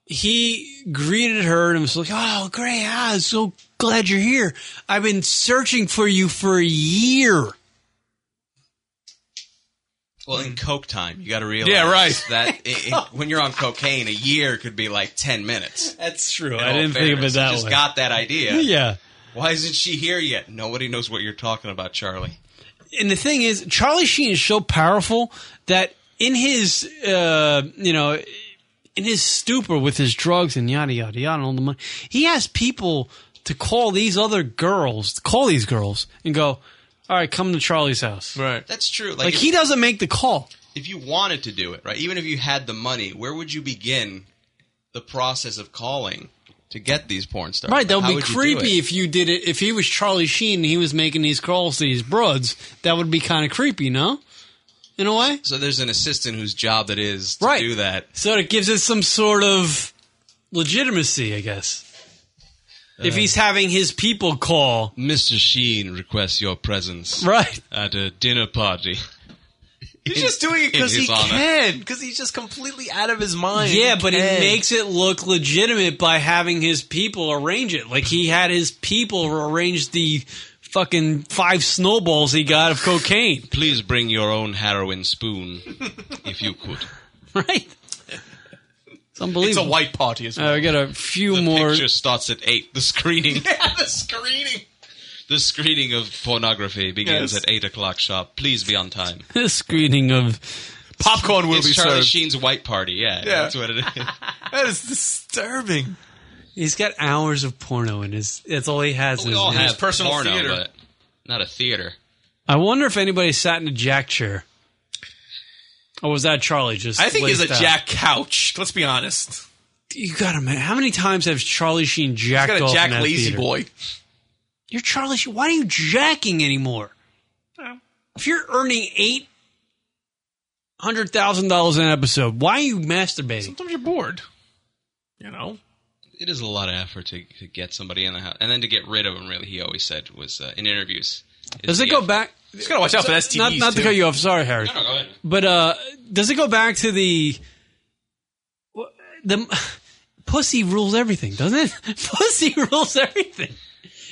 he greeted her and was like, Oh, great. Ah, so glad you're here. I've been searching for you for a year.
Well, in coke time, you got to realize,
Yeah, right.
that it, it- when you're on cocaine, a year could be like ten minutes.
That's true.
In
I
all
didn't think of it
fairness, you
that
just
way.
got that idea.
<laughs> Yeah.
Why isn't she here yet? Nobody knows what you're talking about, Charlie.
and the thing is, Charlie Sheen is so powerful that in his, uh, you know, in his stupor with his drugs and yada yada yada and all the money, he has people to call these other girls, to call these girls, and go, "All right, come to Charlie's house." Right.
That's true.
Like,
Like, if,
he doesn't make the call.
if you wanted to do it, right? Even if you had the money, where would you begin the process of calling to get these porn stars?
Right, that would
How
be
you do
creepy
it?
if you did it. If he was Charlie Sheen and he was making these calls to these broads, that would be kind of creepy, no? In a way?
So there's an assistant whose job it is to do that.
So it gives it some sort of legitimacy, I guess. if
Uh,
he's having his people call,
Mr. Sheen requests your presence
right
at a dinner party.
He's just doing it
in
because
his
he
honor.
can. Because he's just completely out of his mind.
yeah, but
he
he
can.
makes it look legitimate by having his people arrange it. Like he had his people arrange the fucking five snowballs he got of cocaine.
Please bring your own heroin spoon, if you could.
It's unbelievable.
It's a white party as well.
Uh, <laughs> we got a few more.
Picture starts at eight. The
<laughs>
screening,
<laughs> Yeah, the screening.
the screening of pornography begins
Yes.
at eight o'clock sharp. Please be on time.
The screening of
popcorn will
it's
be
Charlie
served.
Sheen's white party. Yeah,
Yeah.
that's what it is.
that is disturbing.
He's got hours of porno in his. That's all he has.
we <laughs>
is
all
in his
have porno, but not a theater.
I wonder if anybody sat in a jack chair. Or was that Charlie just?
I think he's a
lazed out?
jack couch. Let's be honest.
You got him, man. How many times has Charlie Sheen
He's
jacked
got
off
a jack
in that
lazy
theater?
boy.
You're Charlie Sheen. Why are you jacking anymore? If you're earning eight hundred thousand dollars an episode, why are you masturbating?
Sometimes you're bored. You know.
It is a lot of effort to, to get somebody in the house, and then to get rid of him. Really, he always said was uh, in interviews. is
Does it
the
go
effort.
back?
Just gotta watch out for STDs,
Not, not to
too.
cut you off. Sorry, Harry.
No, no, go ahead.
But uh, does it go back to the the <sighs> pussy rules everything, doesn't it? <laughs> Pussy rules everything.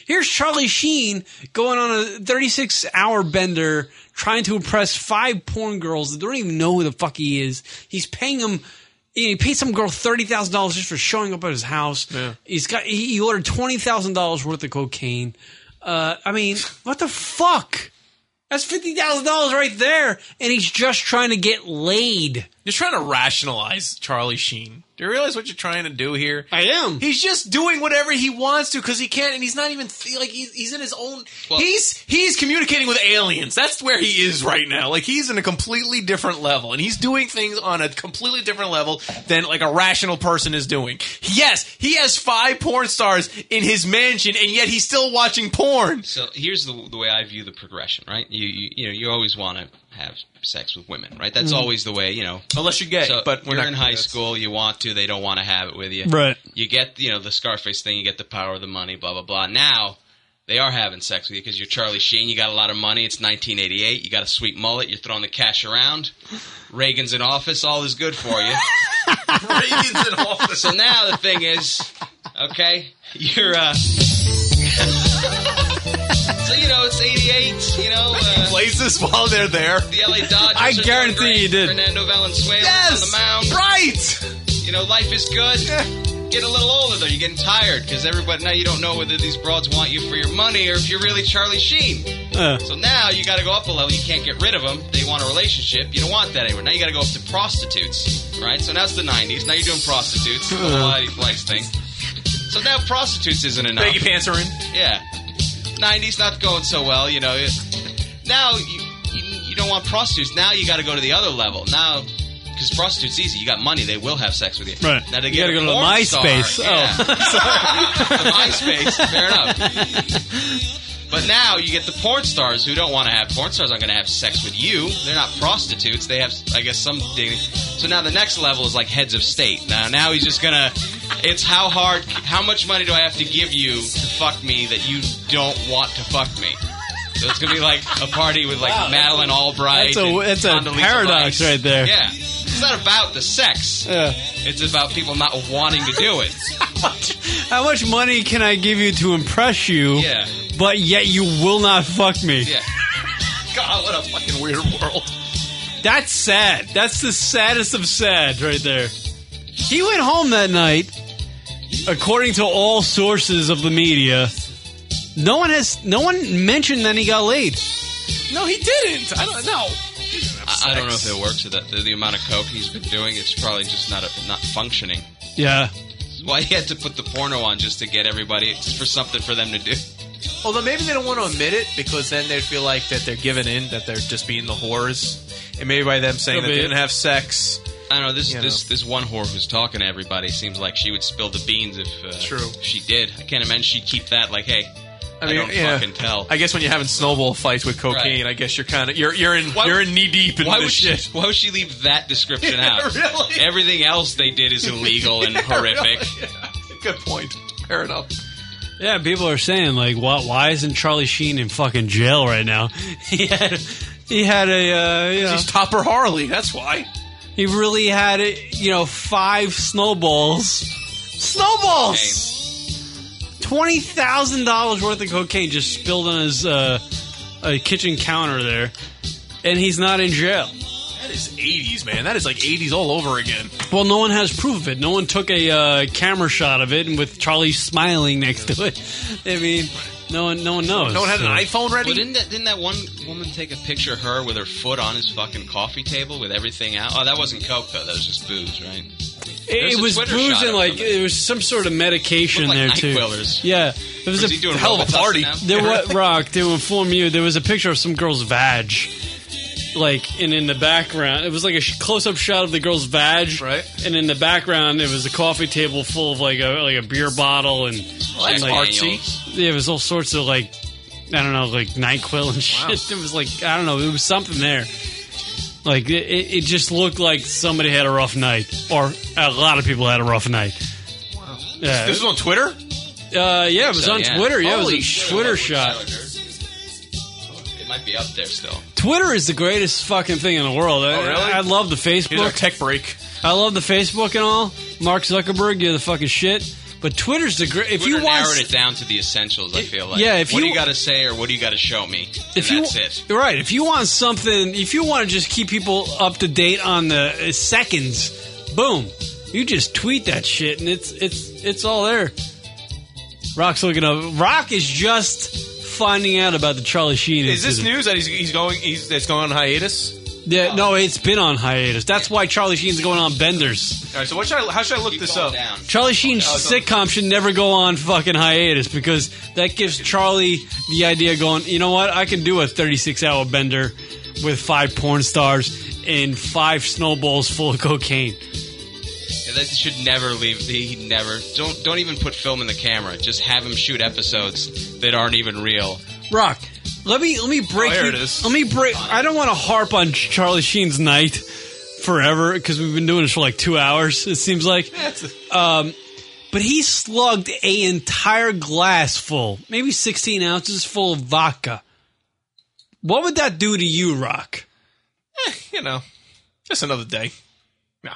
Here's Charlie Sheen going on a 36 hour bender trying to impress five porn girls that don't even know who the fuck he is. He's paying him. He paid some girl thirty thousand dollars just for showing up at his house. He's got he, he ordered twenty thousand dollars worth of cocaine. Uh, I mean, what the fuck? That's fifty thousand dollars right there, and he's just trying to get laid.
You're trying to rationalize Charlie Sheen. Do you realize what you're trying to do here?
I am.
He's just doing whatever he wants to because he can't, and he's not even th- like he's, he's in his own. he's he's communicating with aliens. That's where he is right now. Like he's in a completely different level, and he's doing things on a completely different level than like a rational person is doing. Yes, he has five porn stars in his mansion, and yet he's still watching porn.
So here's the, the way I view the progression, right? You you, you know you always want to have sex with women, right? That's
Mhm.
always the way, you know.
Unless you're gay,
So
but we're
you're
not
in
gonna do
high
that.
school, you want to, they don't want to have it with you,
Right.
You get you know the Scarface thing, you get the power, the money, blah blah blah. Now They are having sex with you because you're Charlie Sheen. You got a lot of money. It's 1988. You got a sweet mullet. You're throwing the cash around. Reagan's in office. All is good for you. Reagan's in office. So now the thing is, okay, you're. Uh, so you know it's 88. You know. Uh,
Plays this while they're there.
the LA
<laughs>
Dodgers.
I
are doing
guarantee
great.
you did.
Fernando Valenzuela
Yes,
on the mound.
Right.
You know, life is good. Get a little older though. You're getting tired because everybody now you don't know whether these broads want you for your money or if you're really Charlie Sheen.
Uh.
So now you got to go up a level. You can't get rid of them. They want a relationship. You don't want that anymore. Now you got to go up to prostitutes, right? So now it's the '90s. Now you're doing prostitutes. The whole
Uh.
Heidi Fleiss thing. So now prostitutes isn't enough.
Baggy pants are in.
Yeah. 90s not going so well, you know. It- Now you, you, you don't want prostitutes. Now you got to go to the other level. Now, because prostitutes easy. You got money, they will have sex with you.
Right.
Now they
You
get
gotta
a
go to the
porn
MySpace.
Star. Yeah.
Oh,
<laughs> The MySpace, fair enough. But now you get the porn stars who don't want to have porn stars aren't going to have sex with you. They're not prostitutes. They have, I guess, some dignity. So now the next level is like heads of state. Now, now he's just gonna. It's how hard, how much money do I have to give you to fuck me that you don't want to fuck me? So it's gonna be like a party with like
Wow.
Madeline Albright.
That's a-
and
that's a
Condoleezza
paradox
Rice.
right there.
Yeah, it's not about the sex.
Yeah.
It's about people not wanting to do it.
How much money can I give you to impress you?
Yeah.
But yet you will not fuck me.
Yeah. God, what a fucking weird world.
That's sad. That's the saddest of sad right there. He went home that night, according to all sources of the media. No one has no one mentioned that he got laid.
No, he didn't. I don't know.
I, I don't know if it works. or That the, the amount of coke he's been doing, it's probably just not a, not functioning.
Yeah.
That's Why he had to put the porno on just to get everybody just for something for them to do? <laughs>
Although maybe they don't want to admit it because then they'd feel like that they're giving in, that they're just being the whores, and maybe by them saying
Could
that they
be.
didn't have sex.
I don't know this
You
this this one whore who's talking to everybody seems like she would spill the beans if uh,
True.
if she did. I can't imagine she'd keep that like, hey, I, don't
yeah.
fucking tell.
I guess when you're having snowball fights with cocaine, I guess you're kind of you're you're in you're in knee deep in
why
this
would
shit.
She, <laughs> why would she leave that description
<laughs> Yeah,
out?
really?
Everything else they did is illegal and
<laughs> Yeah,
horrific.
really. Good point. Fair enough.
Yeah, people are saying like, why, why isn't Charlie Sheen in fucking jail right now? <laughs> <laughs> he had he had a uh, you know,
She's Topper Harley. That's why.
he really had it. You know, five snowballs, snowballs, twenty thousand dollars worth of cocaine just spilled on his uh, uh, kitchen counter there, and he's not in jail.
That is 80s, man. That is like 80s all over again.
Well, no one has proof of it. No one took a uh, camera shot of it, and with Charlie smiling next to it. <laughs> I mean, no one, no uh, one knows. So-
Well, didn't that didn't that one woman take a picture of her with her foot on his fucking coffee table with everything out? Oh, that wasn't coke though. That was just booze, right? There's
It,
a
was
Twitter
booze
shot
and
of
like
them.
it was some sort of medication
Looked like
there too.
NyQuilers.
Yeah, it was,
Was
a
he doing Hell of a Robitussin party. now?
There was
<laughs>
rock. To inform you, there was a picture of some girl's vag, like and in the background, it was like a sh- close-up shot of the girl's vag. Right. And in the background, it was a coffee table full of like a like a beer bottle and,
Well, that's
and, like,
artsy.
Yeah, it was all sorts of like I don't know, like Nyquil and <laughs> shit. It was like I don't know, it was something there. Like it, it it just looked like somebody had a rough night, or a lot of people had a rough night. Yeah.
This is on Twitter.
Uh, yeah, it was
So,
on Twitter. Yeah,
Holy
it was
shit,
a Twitter
that
shot.
Tyler Durden. It might be up there still.
Twitter is the greatest fucking thing in the world. I,
really?
I love the
Oh, Here's our
Facebook.
tech break.
I love the Facebook and all. Mark Zuckerberg, you're the fucking shit. But Twitter's the great. If
Twitter
you want,
narrowed it down to the essentials, I feel like.
yeah, if
what do
you-
you got to say or what do you got to show me?
if
and
you
that's it.
right, if you want something, if you want to just keep people up to date on the uh, seconds, boom, you just tweet that shit and it's it's it's all there. Rock's looking up. Rock is just finding out about the Charlie Sheen.
Oh, Is this Oh.
incident.
news that he's, he's going? He's that's going on hiatus.
Yeah, no, it's been on hiatus. That's why Charlie Sheen's going on benders.
All right. So what should I? How should I look this up?
Charlie Sheen's
Okay.
sitcom should never go on fucking hiatus because that gives Charlie the idea of going, you know what, I can do a 36 hour bender with five porn stars and five snowballs full of cocaine.
Yeah, that should never leave. He he never. Don't don't even put film in the camera. Just have him shoot episodes that aren't even real.
Rock, let me let me break.
Oh, there
you-
it is.
Let me break. I don't want to harp on Charlie Sheen's night forever because we've been doing this for like two hours. It seems like. Um, But he slugged a entire glass full, maybe 16 ounces full of vodka. What would that do to you, Rock?
you know, just another day. No,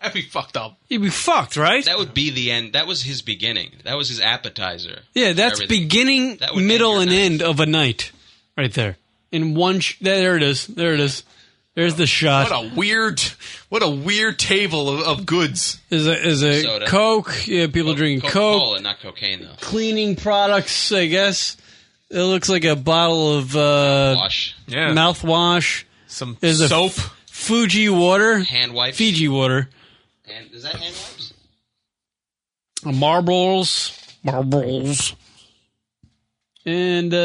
that'd be fucked up.
You'd be fucked, right?
That would be the end. That was his beginning. That was his appetizer.
Yeah, that's
Everything.
beginning, middle, and end of a night, right there. In one, sh- there it is. There it is. There's the shot.
What a weird, what a weird table of, of goods.
Is a is a
Soda.
Coke? Yeah, people drinking Coke.
Cola, not cocaine though.
Cleaning products, I guess. It looks like a bottle of uh,
Mouthwash.
Yeah. mouthwash.
Some
There's a
soap.
F- Fuji water.
Hand wipes.
Fiji water.
And is that hand wipes?
Uh, Marbles. Marbles. And uh,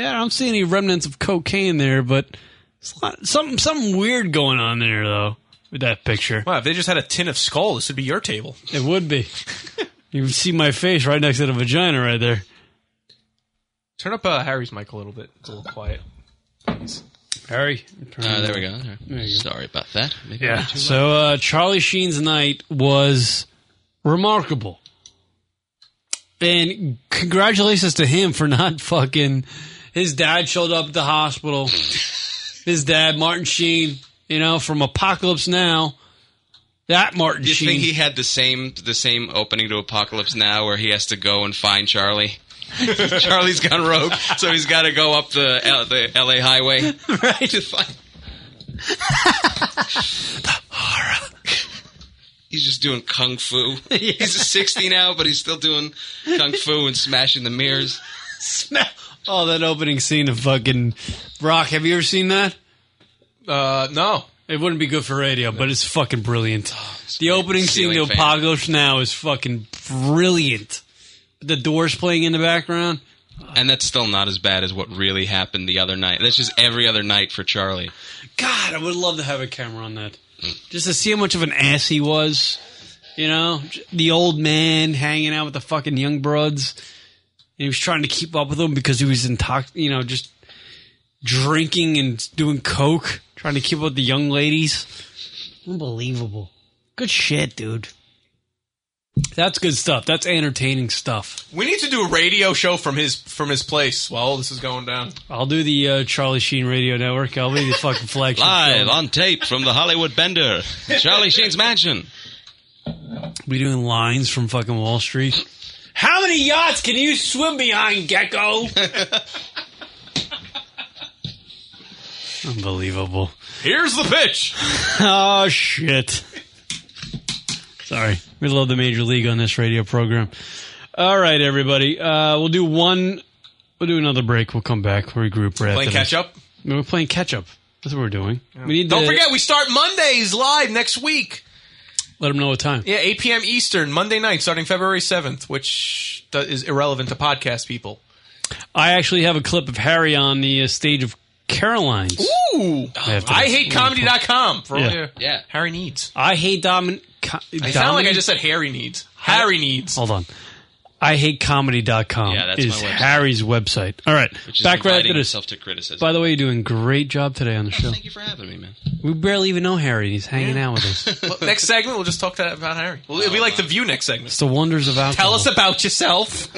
yeah, I don't see any remnants of cocaine there, but it's a lot- something something weird going on there though with that picture.
Wow, if they just had a tin of skull, this would be your table.
It would be. <laughs> you can see my face right next to the vagina right there.
Turn up uh, Harry's mic a little bit. It's a little quiet.
Harry.
Uh, there we go. There. Sorry about that. Maybe I
Yeah.
did too
So uh, Charlie Sheen's night was remarkable, and congratulations to him for not <laughs> fucking. His dad showed up at the hospital. His dad, Martin Sheen, you know, from Apocalypse Now. That Martin
Do you
Sheen.
think he had the same the same opening to Apocalypse Now, where he has to go and find Charlie? <laughs> Charlie's gone rogue, so he's got to go up the L, the L.A. highway.
right.
To find... He's just doing kung
<laughs>
fu. He's a sixty now, but he's still doing kung fu and smashing the mirrors.
oh, that opening scene of fucking Rock. Have you ever seen that?
Uh, no.
It wouldn't be good for radio, but it's fucking brilliant. the opening scene to
Ceiling fan.
Apocalypse Now is fucking brilliant. The doors playing in the background.
And that's still not as bad as what really happened the other night. That's just every other night for Charlie.
God, I would love to have a camera on that. Just to see how much of an ass he was. You know, J- the old man hanging out with the fucking young broads. And he was trying to keep up with them because he was intox, you know, just drinking and doing coke, trying to keep up with the young ladies. Unbelievable. Good shit, dude. That's good stuff. That's entertaining stuff.
We need to do a radio show from his from his place while all this is going down.
I'll do the uh, Charlie Sheen Radio Network. I'll be the fucking
<laughs>
flagship.
Live
show.
on tape from the Hollywood Bender, Charlie Sheen's mansion.
We doing lines from fucking Wall Street. How many yachts can you swim behind, Gecko? Unbelievable.
Here's the pitch.
<laughs> oh shit. Sorry, we love the major league on this radio program. All right, everybody. Uh, we'll do one. We'll do another break. We'll come back. We'll regroup. Right
Playing
after this.
catch up?
No, We're playing catch up. That's what we're doing. We need
Don't
to
forget, we start Mondays live next week.
let them know what time.
Yeah, 8 p.m. Eastern, Monday night, starting February 7th, which do- is irrelevant to podcast people.
I actually have a clip of Harry on the uh, stage of Caroline's.
Ooh.
After
I
this.
hate comedy.com for
Yeah.
all your
Yeah.
Harry needs.
I hate Domin. Co-
I sound like I
Domin-
just said Harry needs. Harry needs.
Hold on. I hate comedy.com
Yeah, that's
is
my website.
Harry's website. All right.
Which is
Back right
inviting
after this.
himself to criticism.
By the way, you're doing a great job today on the show.
Thank you for having me, man.
We barely even know Harry. and He's hanging out
<laughs>
with
<laughs>
us.
Well, next segment, we'll just talk to, about Harry. Well, it'll be like the view next segment.
It's the wonders of
Tell
alcohol.
us about <laughs> yourself.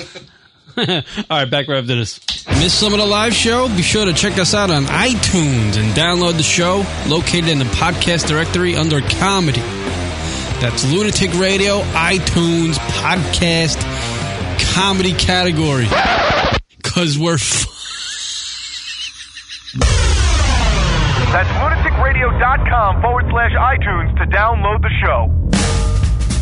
All right. Back right after this.
Miss some of the live show? Be sure to check us out on iTunes and download the show located in the podcast directory under comedy. That's Lunatic Radio, iTunes, podcast, comedy category. Because we're f-
That's lunaticradio.com forward slash iTunes to download the show.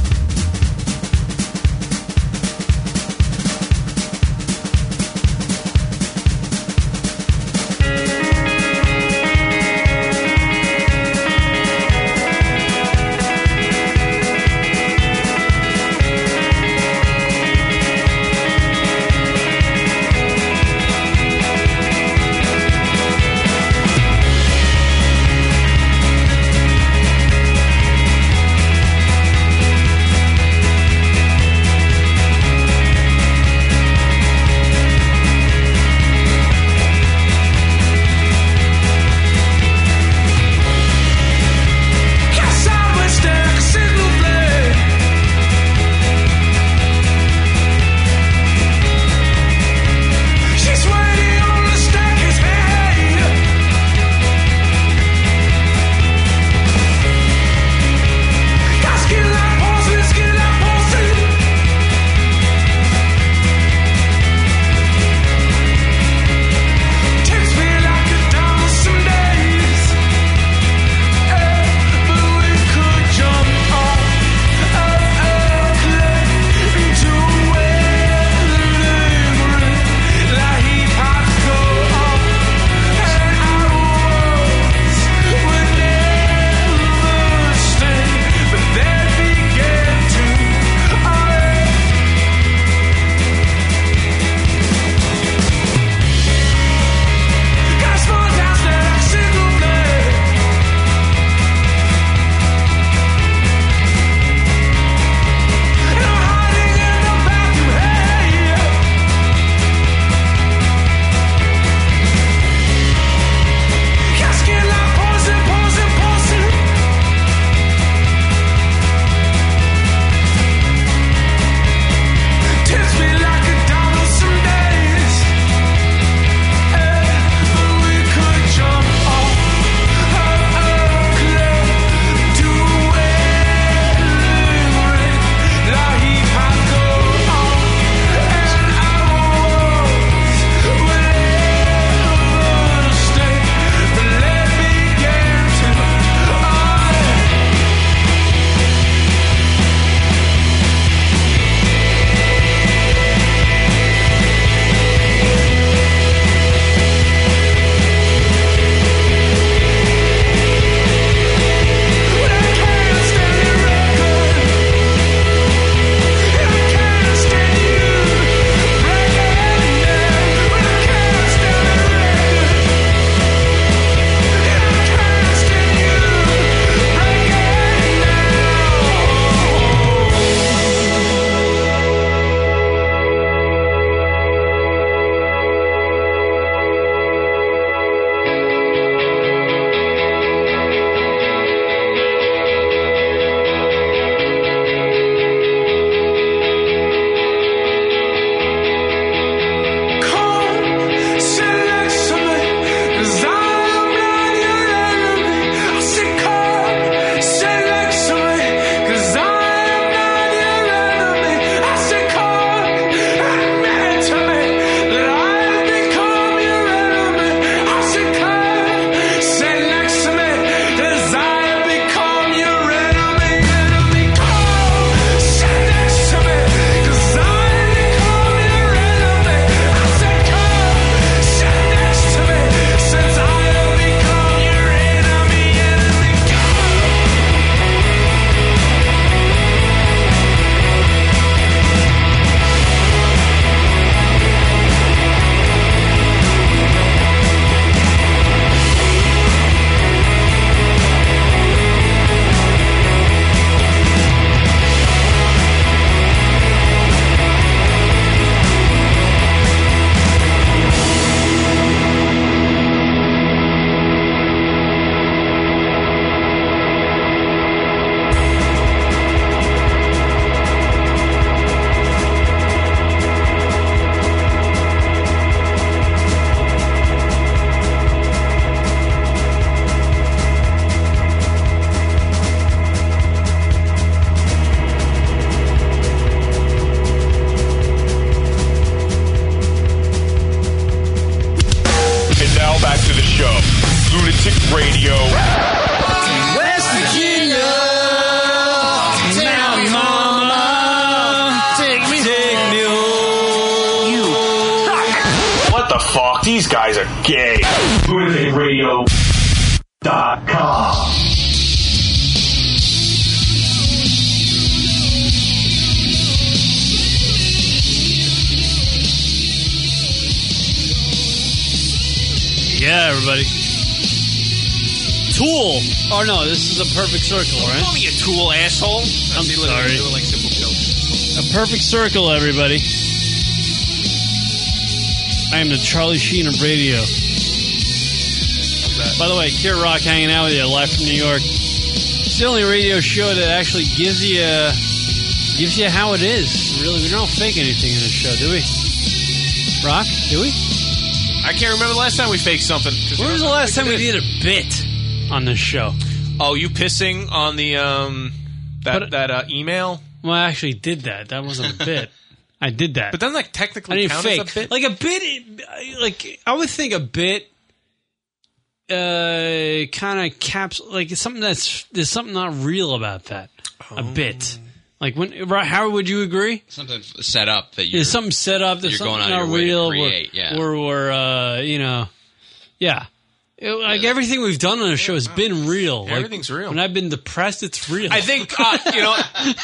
Lunatic Radio.
West Virginia. Now, mama, take me, take me home. You suck.
What the fuck? These guys are gay. LunaticRadio.com.
Yeah, everybody. Tool. Oh no, this is a perfect circle, right? Call me a tool, asshole. I'm sorry. A perfect circle, everybody. I am the Charlie Sheen of radio. By the way, Kier Rock hanging out with you live from New York. It's the only radio show that actually gives you uh, gives you how it is. Really, we don't fake anything in this show, do we? Rock, do we?
I can't remember the last time we faked something. 'Cause we
When was the
don't
last
think
time we did a bit on this show?
Oh, you pissing on the um that that uh, email?
Well, I actually did that. That wasn't a
<laughs>
bit. I did that.
But doesn't that
I
technically
didn't
count
fake.
as a bit?
Like a bit. Like I would think a bit. Uh, kind of caps like it's something that's there's something not real about that.
Oh.
A bit. Like when right? How would you agree?
Something f- set up that you.
There's something set up. There's
you're
something
going out
in
of
our
your way to
wheel.
create,
we're,
yeah.
we're, we're, uh, you know, yeah. It- like everything we've done on the show has been real. Like,
Everything's real.
When I've been depressed, it's real.
I think uh, you
<laughs>
know.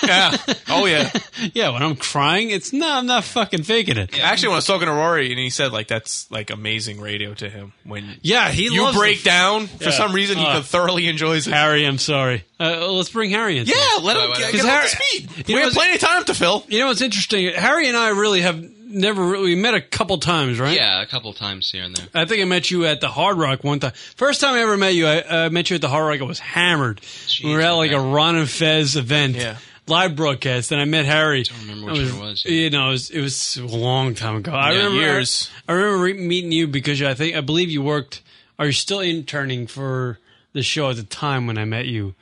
Yeah. Oh yeah.
yeah, when I'm crying, it's no, I'm not fucking faking it.
Actually, when I was talking to Rory, and he said like that's like amazing radio to him when
Yeah, he
you
loves
break
it.
down for
Yeah.
some reason he
Uh,
can thoroughly enjoys it.
Harry, I'm sorry. Uh, let's bring Harry in.
Yeah, let him get, get up to speed. We have plenty of time to fill.
You know what's interesting? Harry and I really have never really we met a couple times, right?
Yeah, a couple times here and there.
I think I met you at the Hard Rock one time. First time I ever met you, I uh, met you at the Hard Rock. I was hammered. we were at like a Ron and Fez event,
Yeah.
live broadcast, and I met Harry. I don't
remember which one it was,
You know, it was, it was a long time ago. I
Yeah,
remember
years.
I remember re- meeting you because I think I believe you worked. Are you still interning for the show at the time when I met you?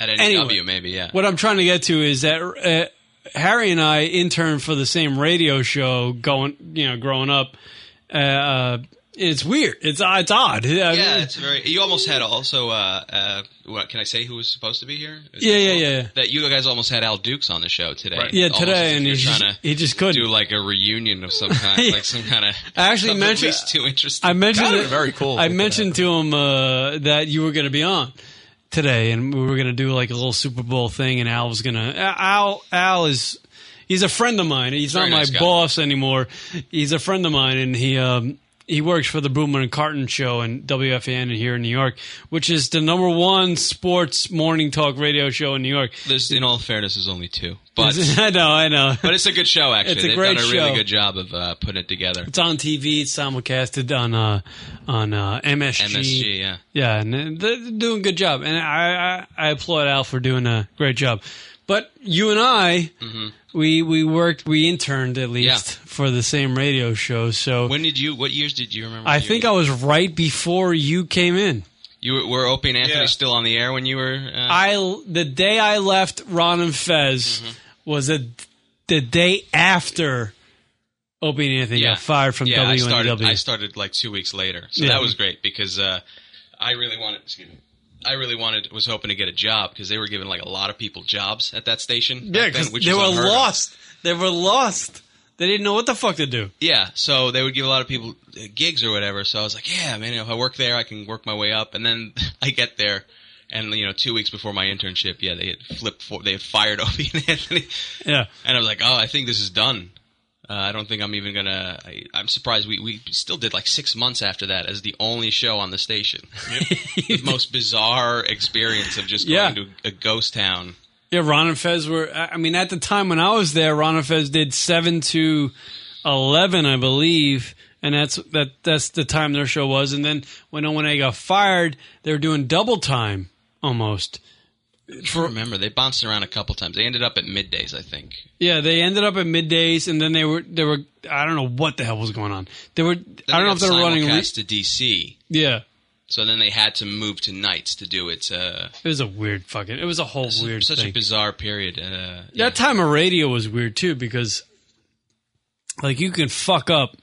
At NEW, maybe, yeah.
What I'm trying to get to is that uh, Harry and I interned for the same radio show going, you know, growing up. Uh, Uh, it's weird. It's it's odd. I mean,
Yeah, it's very. You almost had also. Uh, uh, what can I say? Who was supposed to be here? Is
Yeah,
that
yeah,
cool?
yeah, yeah.
That you guys almost had Al Dukes on the show today.
Yeah,
Almost
today,
as if
and
you're
he just-
trying to
he just couldn't
do like a reunion of some
<laughs>
kind,
Yeah.
like some kind of.
I actually
something
mentioned-
at least too interesting.
I mentioned
That'd
it-
be very cool.
I mentioned to him uh, that you were going to be on today, and we were going to do like a little Super Bowl thing, and Al was going to Al Al is he's a friend of mine. He's
Very
not my
nice guy.
boss anymore. He's a friend of mine, and he. Um, he works for the Boomer and Carton show and WFAN here in New York, which is the number one sports morning talk radio show in New York.
There's, in all fairness, there's only two,
<laughs>
but
I know, I know.
but it's a good show. Actually,
It's a
they've
great
done a really
show.
good job of uh, putting it together.
It's on TV. It's simulcasted on uh, on uh, MSG.
MSG, yeah.
yeah, and they're doing a good job. And I, I I applaud Al for doing a great job. But you and I,
Mhm.
we we worked, we interned at least
Yeah.
for the same radio show. So
When did you? What years did you remember?
I
you,
think I was right before you came in.
you were- were Opie and Anthony still on the air when you were. Uh,
I the day I left Ron and Fez
Mm-hmm.
was a, the day after Opie and Anthony got fired from
yeah, I
WNW.
started, I started like two weeks later, so
Yeah.
that was great because uh, I really wanted. Excuse me. I really wanted was hoping to get a job because they were giving like a lot of people jobs at that station. back
Yeah,
then,
because
which
they
is
were
unheard of.
lost. They were lost. They didn't know what the fuck to do.
Yeah, so they would give a lot of people uh, gigs or whatever. So I was like, yeah, man, if I work there, I can work my way up. And then <laughs> I get there, and you know, two weeks before my internship, yeah, they had flipped, for, they had fired <laughs> Opie and Anthony.
Yeah.
and I was like, oh, I think this is done. Uh, I don't think I'm even gonna. I, I'm surprised we, we still did like six months after that as the only show on the station. <laughs> the most bizarre experience of just
Yeah.
going to a ghost town.
Yeah, Ron and Fez were. I I mean, at the time when I was there, Ron and Fez did seven to eleven, I believe, and that's that. That's the time their show was. And then when when I got fired, they were doing double time almost.
I remember they bounced around a couple times. They ended up at middays, I think.
Yeah, they ended up at middays, and then they were they were. I don't know what the hell was going on. They were. I don't know if they were running. re-
to DC.
yeah,
So then they had to move to nights to do it. Uh,
it was a weird fucking. It was a whole weird
such
thing.
a bizarre period. Uh,
That time of radio was weird too because, like, you can fuck up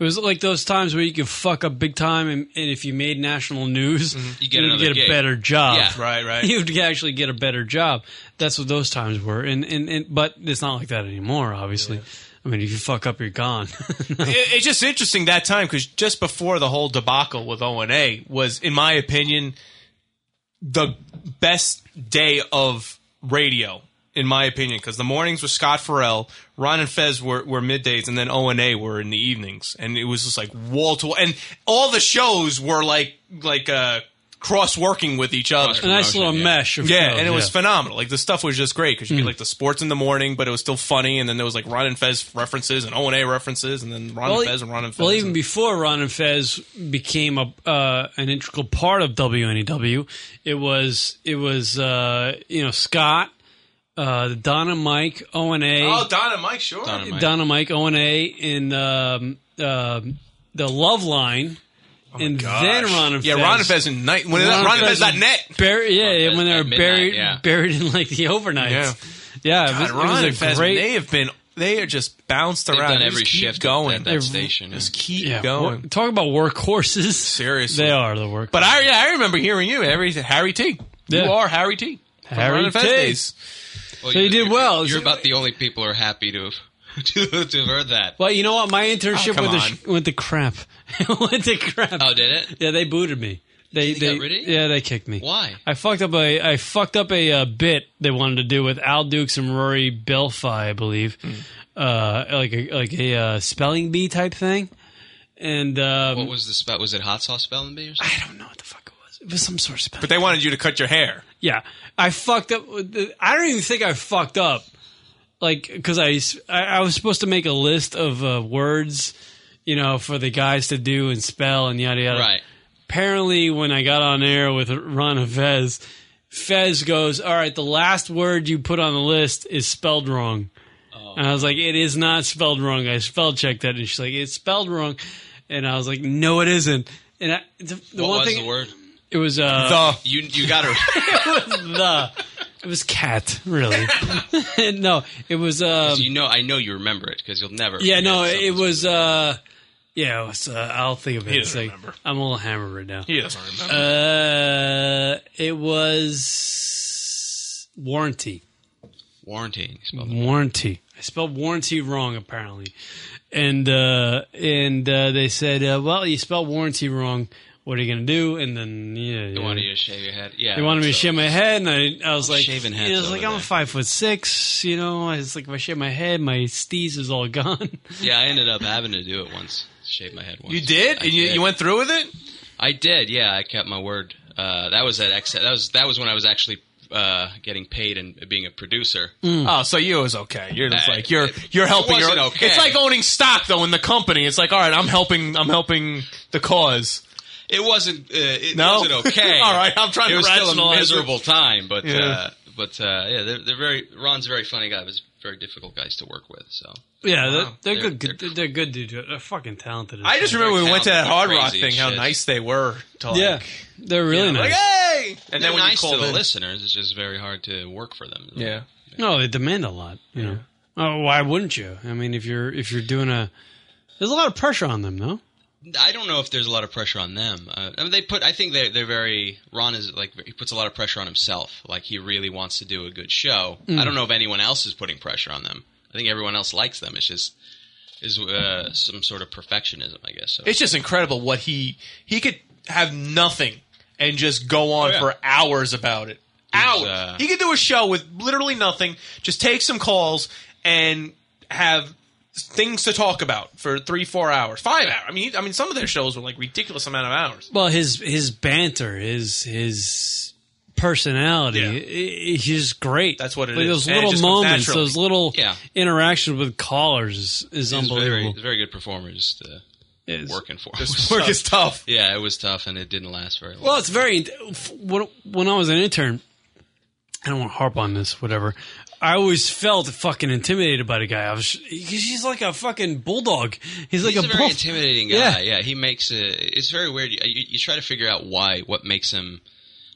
It was like those times where you could fuck up big time, and, and if you made national news,
Mm-hmm. You get
you'd
another
get a
gig.
better job.
Yeah. Right, right.
<laughs> You'd actually get a better job. That's what those times were. And and, and but it's not like that anymore. Obviously, I mean, if you fuck up, you're gone. <laughs>
<laughs> It- it's just interesting that time because just before the whole debacle with O and A was, in my opinion, the best day of radio. In my opinion, because the mornings were Scott Farrell, Ron and Fez were, were middays, and then O and A were in the evenings, and it was just like wall to wall, and all the shows were like like uh, cross working with each other.
A nice little mesh. Of
yeah,
shows,
and it was
Oh, yeah.
phenomenal. Like the stuff was just great because you
Mm.
get like the sports in the morning, but it was still funny. And then there was like Ron and Fez references and O and A references, and then Ron
Well,
and Fez and Ron and Fez.
Well, even before Ron and Fez became a uh, an integral part of WNEW, it was it was uh, you know Scott, uh, Donna, Mike, O and A.
oh, Don and Mike, sure.
Donna, Mike, O and A, and um, um the Love Line. and
Oh gosh.
then Ron and
Yeah,
Fez.
Ron and Fez and night- when that- Ron and Fez dot net.
was buried- yeah, yeah, when they were
at midnight,
buried,
yeah.
<laughs> buried in like the
Yeah.
overnights. Yeah, it
God,
was, it
Ron
was a
and Fez,
great.
they have been they are just bounced around.
done
They
every
just keep
shift
going
at that They've- station,
Just keep
yeah,
going.
wor- talk about <laughs> workhorses.
Seriously,
they are the workhorses.
But I, yeah, I remember hearing you, Harry, Harry T.
Yeah.
You are Harry T. from
Harry
Ron and Fez
T.
days.
Well,
So you did well.
You're about the only people who are happy to have, <laughs> to, to have heard that.
Well, you know what? My internship
Oh,
with
come
the sh- with the crap, <laughs> with the crap.
Oh, did it?
Yeah, they booted me. They,
They
they
got rid of you?
yeah they kicked me.
Why?
I fucked up a I fucked up a uh, bit they wanted to do with Al Dukes and Rory Belfi, I believe, uh, like a, like a uh, spelling bee type thing, and um,
What was the spell? Was it hot sauce spelling bee or something?
I don't know what the fuck it was. It was some sort of spelling.
But they wanted you to cut your hair.
Yeah, I fucked up. with the- I don't even think I fucked up. Like, because I, s- I- I was supposed to make a list of uh, words, you know, for the guys to do and spell and yada yada.
Right.
Apparently, when I got on air with Ron and Fez, Fez goes, "All right, the last word you put on the list is spelled wrong."
Oh.
And I was like, "It is not spelled wrong. I spell checked that." And she's like, "It's spelled wrong," and I was like, "No, it isn't." And I, the, the
what
one
was
thing
the word?
it was uh,
You, you got her.
<laughs> it was the. It was cat, really. <laughs> no, it was. Um,
you know, I know you remember it because you'll never.
yeah, no,
forget
it was. Uh, yeah, it was. Uh, I'll think of it.
He
It's
doesn't
like- I'm a little hammered right now.
He doesn't
remember. Uh, it was warranty.
Warranty.
Warranty. I spelled warranty wrong apparently, and uh, and uh, they said, uh, "Well, you spelled warranty wrong. What are you gonna do?" And then yeah,
They
yeah.
wanted you to shave your head. Yeah.
they wanted me to
so-
shave my head, and I, I was like,
Shaven
you know,
heads
I was like,
over
I'm
there.
five foot six, you know. It's like if I shave my head, my steez is all <laughs> gone.
Yeah, I ended up having to do it once. Shave my head once.
You did?
I
And you- you went through with it?
I did. Yeah, I kept my word. Uh, that was at X. That was that was when I was actually uh, getting paid and being a producer.
Oh, so you was okay. You're just
Uh,
like you're you're helping.
Mm. wasn't
your-
okay.
It's like owning stock though in the company. It's like all right, I'm helping. I'm helping the cause.
It wasn't. Uh, it
No?
wasn't
<laughs>
okay.
All right, I'm trying
it
to
was still a
rationalize it.
miserable time, but
Yeah.
uh, but uh, yeah, they're, they're very. Ron's a very funny guy. But he's very difficult guys to work with. So
Yeah,
Wow.
they're, they're, good. They're, good, dude. They're fucking talented. as
I just
shit.
remember we went to that Hard
crazy
Rock thing. How
shit.
nice they were. To like,
yeah, they're really
you know,
nice.
Like, hey,
and then when nice
you
to
call
the
in-
listeners, it's just very hard to work for them.
Yeah.
No, they demand a lot. You know, oh, why wouldn't you? I mean, if you're if you're doing a, there's a lot of pressure on them, no?
I don't know if there's a lot of pressure on them. Uh, I mean, they put. I think they they're very. Ron is like he puts a lot of pressure on himself. Like he really wants to do a good show.
Mm.
I don't know if anyone else is putting pressure on them. I think everyone else likes them. It's just is uh, some sort of perfectionism, I guess. So.
It's just incredible what he he could have nothing and just go on
Oh, yeah.
for hours about it. Hours.
uh,
he could do a show with literally nothing. Just take some calls and have things to talk about for three, four hours, five hours. I mean, he- I mean, some of their shows were like ridiculous amount of hours.
Well, his his banter, his his personality, i- i- he's great. That's what
it
but
is.
Those
And it
little
just comes
moments,
naturally.
those little
Yeah.
interactions with callers is, is
He's very-
unbelievable.
He's a very good performer. Just uh, working for
His
<laughs> him.
work is tough.
Yeah, it was tough, and it didn't last very long.
Well, it's very. f- When, when I was an intern, I don't want to harp on this, whatever. I always felt fucking intimidated by the guy. I was because he's like a fucking bulldog. He's like
He's
a,
a, very
bull-
intimidating guy. Yeah, he makes a, It's very weird. You, you, you try to figure out why, what makes him.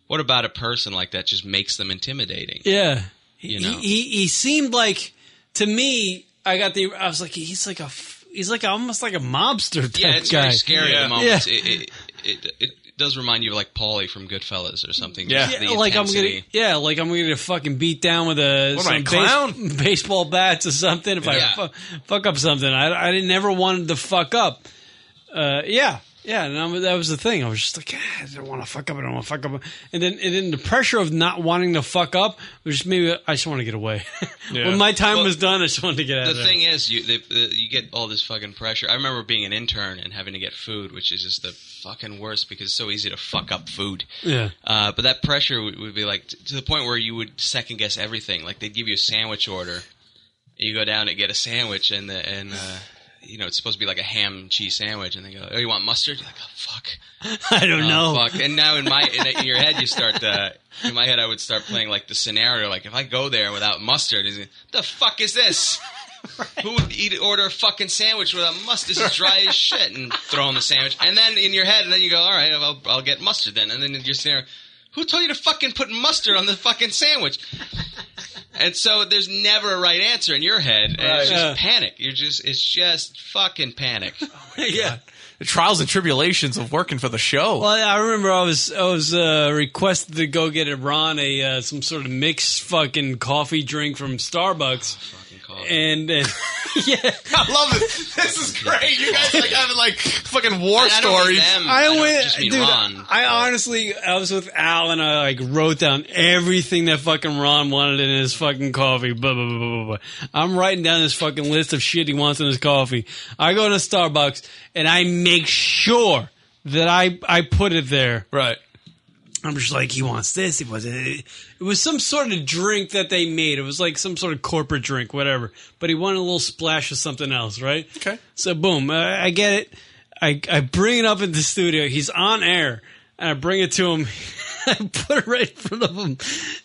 What about a person like that just makes them intimidating?
Yeah.
You know?
He, he he seemed like to me. I got the. I was like, he's like a. f- he's like almost like a mobster type
Yeah, it's
guy.
very scary at the moment.
Yeah.
It, it, it, it, it does remind you of like Paulie from Goodfellas or something. Just the
like I'm gonna,
intensity.
yeah, like I'm gonna get fucking beat down with a
What am
some
I, a clown?
base- <laughs> baseball bats or something. If
Yeah.
I fu- fuck up something, I I didn't- never wanted to fuck up. Uh, yeah, yeah, and I'm, that was the thing. I was just like, "Ah, I don't want to fuck up. I don't want to fuck up. And then and then the pressure of not wanting to fuck up was just maybe I just want to get away. <laughs> when my time was done, I just wanted to get out.
The
of there.
thing is, you they, uh, you get all this fucking pressure. I remember being an intern and having to get food, which is just the fucking worst because it's so easy to fuck up food.
Yeah.
Uh, but that pressure would, would be like t- to the point where you would second guess everything. Like they'd give you a sandwich order, you go down and get a sandwich, and the, and uh, you know it's supposed to be like a ham and cheese sandwich, and they go, "Oh, you want mustard?" You're like, "Oh, fuck."
<laughs> <laughs> I don't
Oh,
Uh,
know.
Fuck. And now in my in, in your head you start uh, in my head I would start playing like the scenario like if I go there without mustard, is it, the fuck
<laughs>
is this? Who would eat order a fucking sandwich without mustard? This
<laughs>
is dry as shit, and throw in the sandwich. And then in your head, and then you go, all right, I'll, I'll get mustard then. And then you're sitting there, who told you to fucking put mustard on the fucking sandwich? And so there's never a right answer in your head, and it's
Right.
just
Yeah.
panic. You're just it's just fucking panic.
Oh yeah.
The trials and tribulations of working for the show.
Well, yeah, I remember I was I was uh, requested to go get Ron a uh, some sort of mixed fucking coffee drink from Starbucks. And, uh, <laughs> and
<laughs> I love it. This is great. You guys <laughs> like having like fucking war
I don't mean
stories.
them. I I don't went- just mean dude, Ron. I honestly, I was with Al and I like wrote down everything that fucking Ron wanted in his fucking coffee. Blah, blah, blah, blah, blah, blah. I'm writing down this fucking list of shit he wants in his coffee. I go to Starbucks and I make sure that I, I put it there.
Right.
I'm just like, he wants this. He wants it. It was some sort of drink that they made. It was like some sort of corporate drink, whatever. But he wanted a little splash of something else, right? Okay. So boom, I, I get it. I, I bring it up in the studio. He's on air, and I bring it to him. <laughs> I put it right in front of him,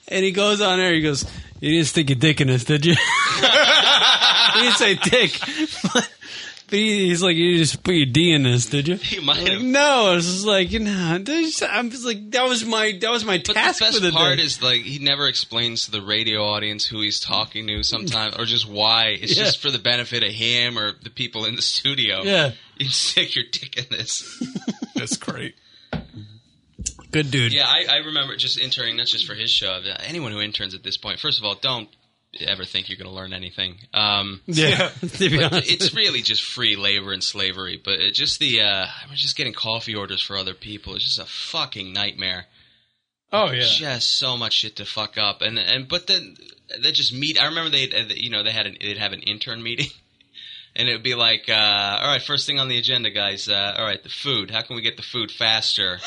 and he goes on air. He goes, "You didn't stick your dick in this, did you?" <laughs> he didn't say dick, <laughs> but he- he's like, "You just put your D in this, did you?" He
might
like, No, it's just like you know. there's- I'm just like that was my that was my
But
task
the best
for the
part
day.
is like he never explains to the radio audience who he's talking to sometimes, or just why. It's
Yeah.
just for the benefit of him or the people in the studio.
Yeah.
you stick your dick in this.
<laughs> That's great.
Good dude.
Yeah, I, I remember just interning. That's just for his show. Anyone who interns at this point, first of all, don't ever think you're going to learn anything. Um,
Yeah, <laughs> to be
but
honest.
it's really just free labor and slavery. But it, just the uh, I was just getting coffee orders for other people. It's just a fucking nightmare.
Oh yeah.
just so much shit to fuck up, and and but then they just meet. I remember they you know they had an, they'd have an intern meeting, <laughs> and it would be like, uh, all right, first thing on the agenda, guys. Uh, all right, the food. How can we get the food faster?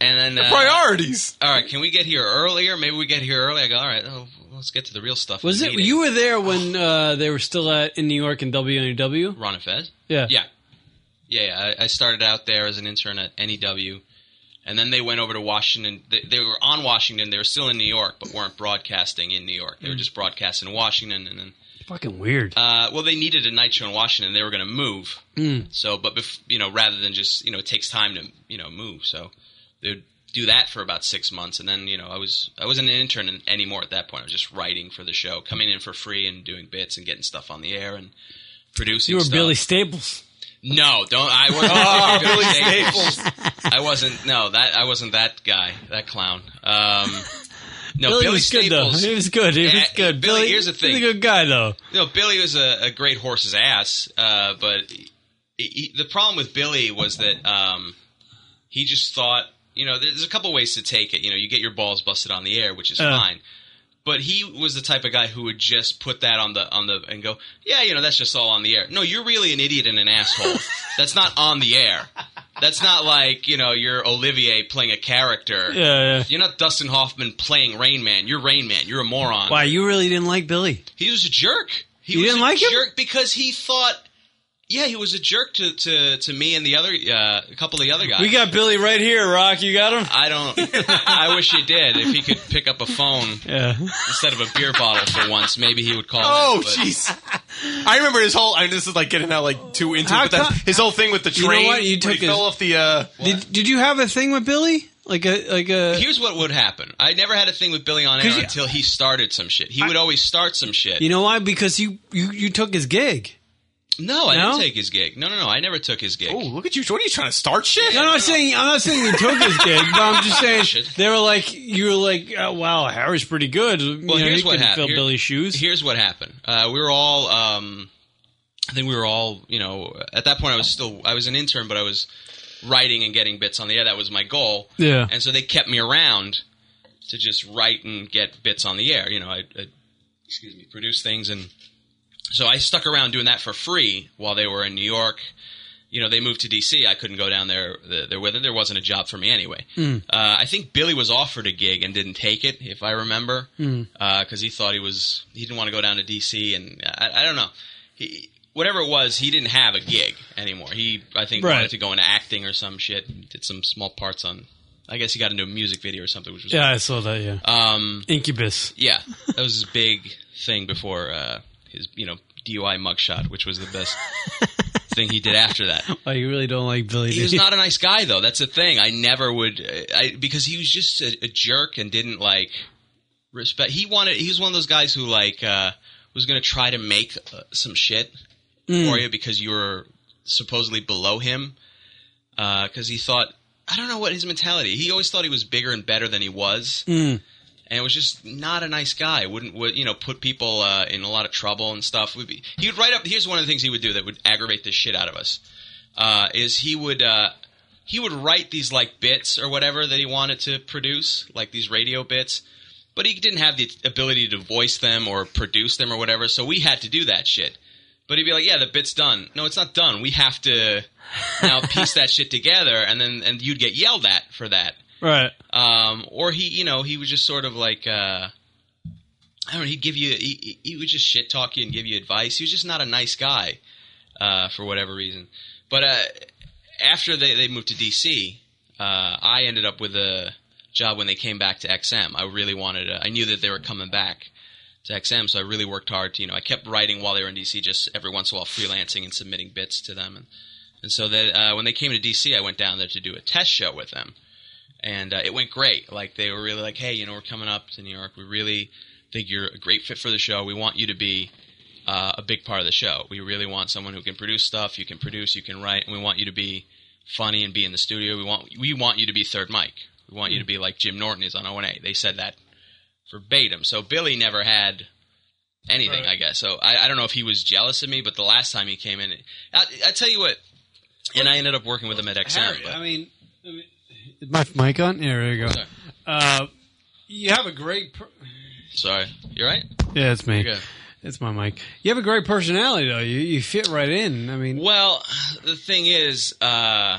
and then
The
uh,
priorities.
All right, can we get here earlier? Maybe we get here early. I go, all right, oh, let's get to the real stuff.
Was
of
it
the meeting."
you were there when uh, they were still at in New York and WNEW?
Ron and Fez?
Yeah.
Yeah. Yeah, yeah. I, I started out there as an intern at NEW, and then they went over to Washington. They, they were on Washington. They were still in New York, but weren't broadcasting in New York. They were
Mm.
just broadcasting in Washington, and then
Fucking weird.
uh, well, they needed a night show in Washington. They were going to move.
Mm.
So, but bef- you know, rather than just you know, it takes time to you know move. So they would do that for about six months, and then you know, I was I wasn't an intern an- anymore at that point. I was just writing for the show, coming in for free and doing bits and getting stuff on the air and producing.
You were
stuff.
Billy Staples.
No, don't. I wasn't.
<laughs> Oh,
Billy
Billy
Staples. I wasn't. No, that I wasn't that guy. That clown. Um, no,
Billy,
Billy,
was good
Staples.
though. He was good. He was
Yeah,
good.
Billy, here's the thing.
He's a good guy though.
No, Billy was a, a great horse's ass, uh, but he, he, the problem with Billy was that um, he just thought, you know, there's a couple ways to take it. You know, you get your balls busted on the air, which is
Uh.
fine. But he was the type of guy who would just put that on the on the and go, yeah, you know, that's just all on the air. No, you're really an idiot and an
<laughs>
asshole. that's not on the air. That's not like you know you're Olivier playing a character.
Yeah, yeah.
You're not Dustin Hoffman playing Rain Man. You're Rain Man. You're a moron.
Why you really didn't like Billy?
He was a jerk. He
You
was
didn't
a
like him?
jerk because he thought, yeah, he was a jerk to, to, to me and the other uh, a couple of the other guys.
We got <laughs> Billy right here, Rock. You got him?
I don't. <laughs> I wish he did. If he could pick up a phone
Yeah.
instead of a beer bottle for once, maybe he would call.
Oh,
in, but-
jeez. <laughs> I remember his whole. I mean, this is like getting out like too into it, but that's his whole thing with the
<laughs> You know
train.
what? You
when
took
he
his-
fell off the. Uh,
Did Did you have a thing with Billy? Like a like a
Here's what would happen. I never had a thing with Billy on air
'Cause you-
until he started some shit. He would always start some shit.
You know why? Because you you you took his gig.
No, I
No?
didn't take his gig. No, no, no. I never took his gig.
Oh, look at you! What are you trying to start shit?
No, I'm not saying I'm not saying you took his gig. No, I'm just saying they were like you were like, oh, wow, Harry's pretty good. Well, you know,
Well, here's
he
what
couldn't
happened.
Fill
Here-
Billy's shoes.
Here's what happened. Uh, we were all. Um, I think we were all. You know, at that point, I was still. I was an intern, but I was writing and getting bits on the air. That was my goal.
Yeah.
And so they kept me around to just write and get bits on the air. You know, I, I excuse me, produce things, and so I stuck around doing that for free while they were in New York. You know, they moved to DC. I couldn't go down there. There with them. There wasn't a job for me anyway.
Hmm.
Uh, I think Billy was offered a gig and didn't take it, if I remember,
Hmm.
because Uh, he thought he was he didn't want to go down to DC, and I, I don't know. He whatever it was, he didn't have a gig anymore. He I think
Right.
wanted to go into acting or some shit. Did some small parts on. I guess he got into a music video or something, which was
Yeah, I saw that. Yeah,
um,
Incubus.
Yeah, that
<laughs>
was his big thing before uh, his you know DUI mugshot, which was the
<laughs>
best thing he did after that.
Oh, you really don't like Billy.
He was
<laughs>
not a nice guy though. That's the thing. I never would I because he was just a, a jerk and didn't like respect. He wanted he was one of those guys who like uh, was going to try to make uh, some shit
Mm.
for you because you were supposedly below him because he thought I don't know what his mentality. He always thought he was bigger and better than he was
Mm.
and was just not a nice guy. Wouldn't would, you know put people uh, in a lot of trouble and stuff. Would be, he would write up. Here's one of the things he would do that would aggravate the shit out of us. Uh, is he would uh, he would write these like bits or whatever that he wanted to produce, like these radio bits, but he didn't have the ability to voice them or produce them or whatever. So we had to do that shit. But he'd be like, "Yeah, the bit's done. No, it's not done. We have to now piece that shit together." And then and you'd get yelled at for that
Right.
um, or he, you know, he was just sort of like, uh, I don't know, he'd give you, he, he he would just shit talk you and give you advice. He was just not a nice guy, uh, for whatever reason. But, uh, after they, they moved to DC, uh, I ended up with a job when they came back to XM. I really wanted, to, I knew that they were coming back to XM, so I really worked hard to, you know, I kept writing while they were in DC, just every once in a while freelancing and submitting bits to them. And, and so that, uh, when they came to DC, I went down there to do a test show with them and uh, it went great. Like they were really like, hey, you know, we're coming up to New York. We really think you're a great fit for the show. We want you to be uh, a big part of the show. We really want someone who can produce stuff. You can produce. You can write. And we want you to be funny and be in the studio. We want we want you to be third mic. We want you to be like Jim Norton is on O&A. They said that verbatim. So Billy never had anything, I guess. So I, I don't know if he was jealous of me, but the last time he came in, I, I tell you what, and I ended up working with him at XM.
Harry,
but-
I mean, I mean- Is my mic on? Yeah, there you go. Uh, you have a great. Per-
Sorry, you're right.
yeah, it's me.
You're good.
It's my mic. You have a great personality though. You you fit right in. I mean,
Well, the thing is, uh,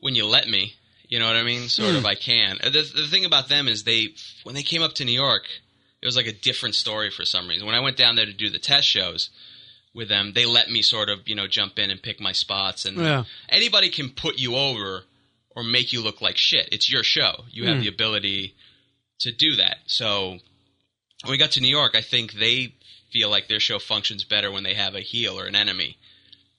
when you let me, you know what I mean? Sort of,
Hmm.
I can. Uh, The, the thing about them is they, when they came up to New York, it was like a different story for some reason. When I went down there to do the test shows with them, they let me sort of, you know, jump in and pick my spots. And
Yeah.
anybody can put you over or make you look like shit. It's your show. You have
Hmm.
the ability to do that. So when we got to New York, I think they feel like their show functions better when they have a heel or an enemy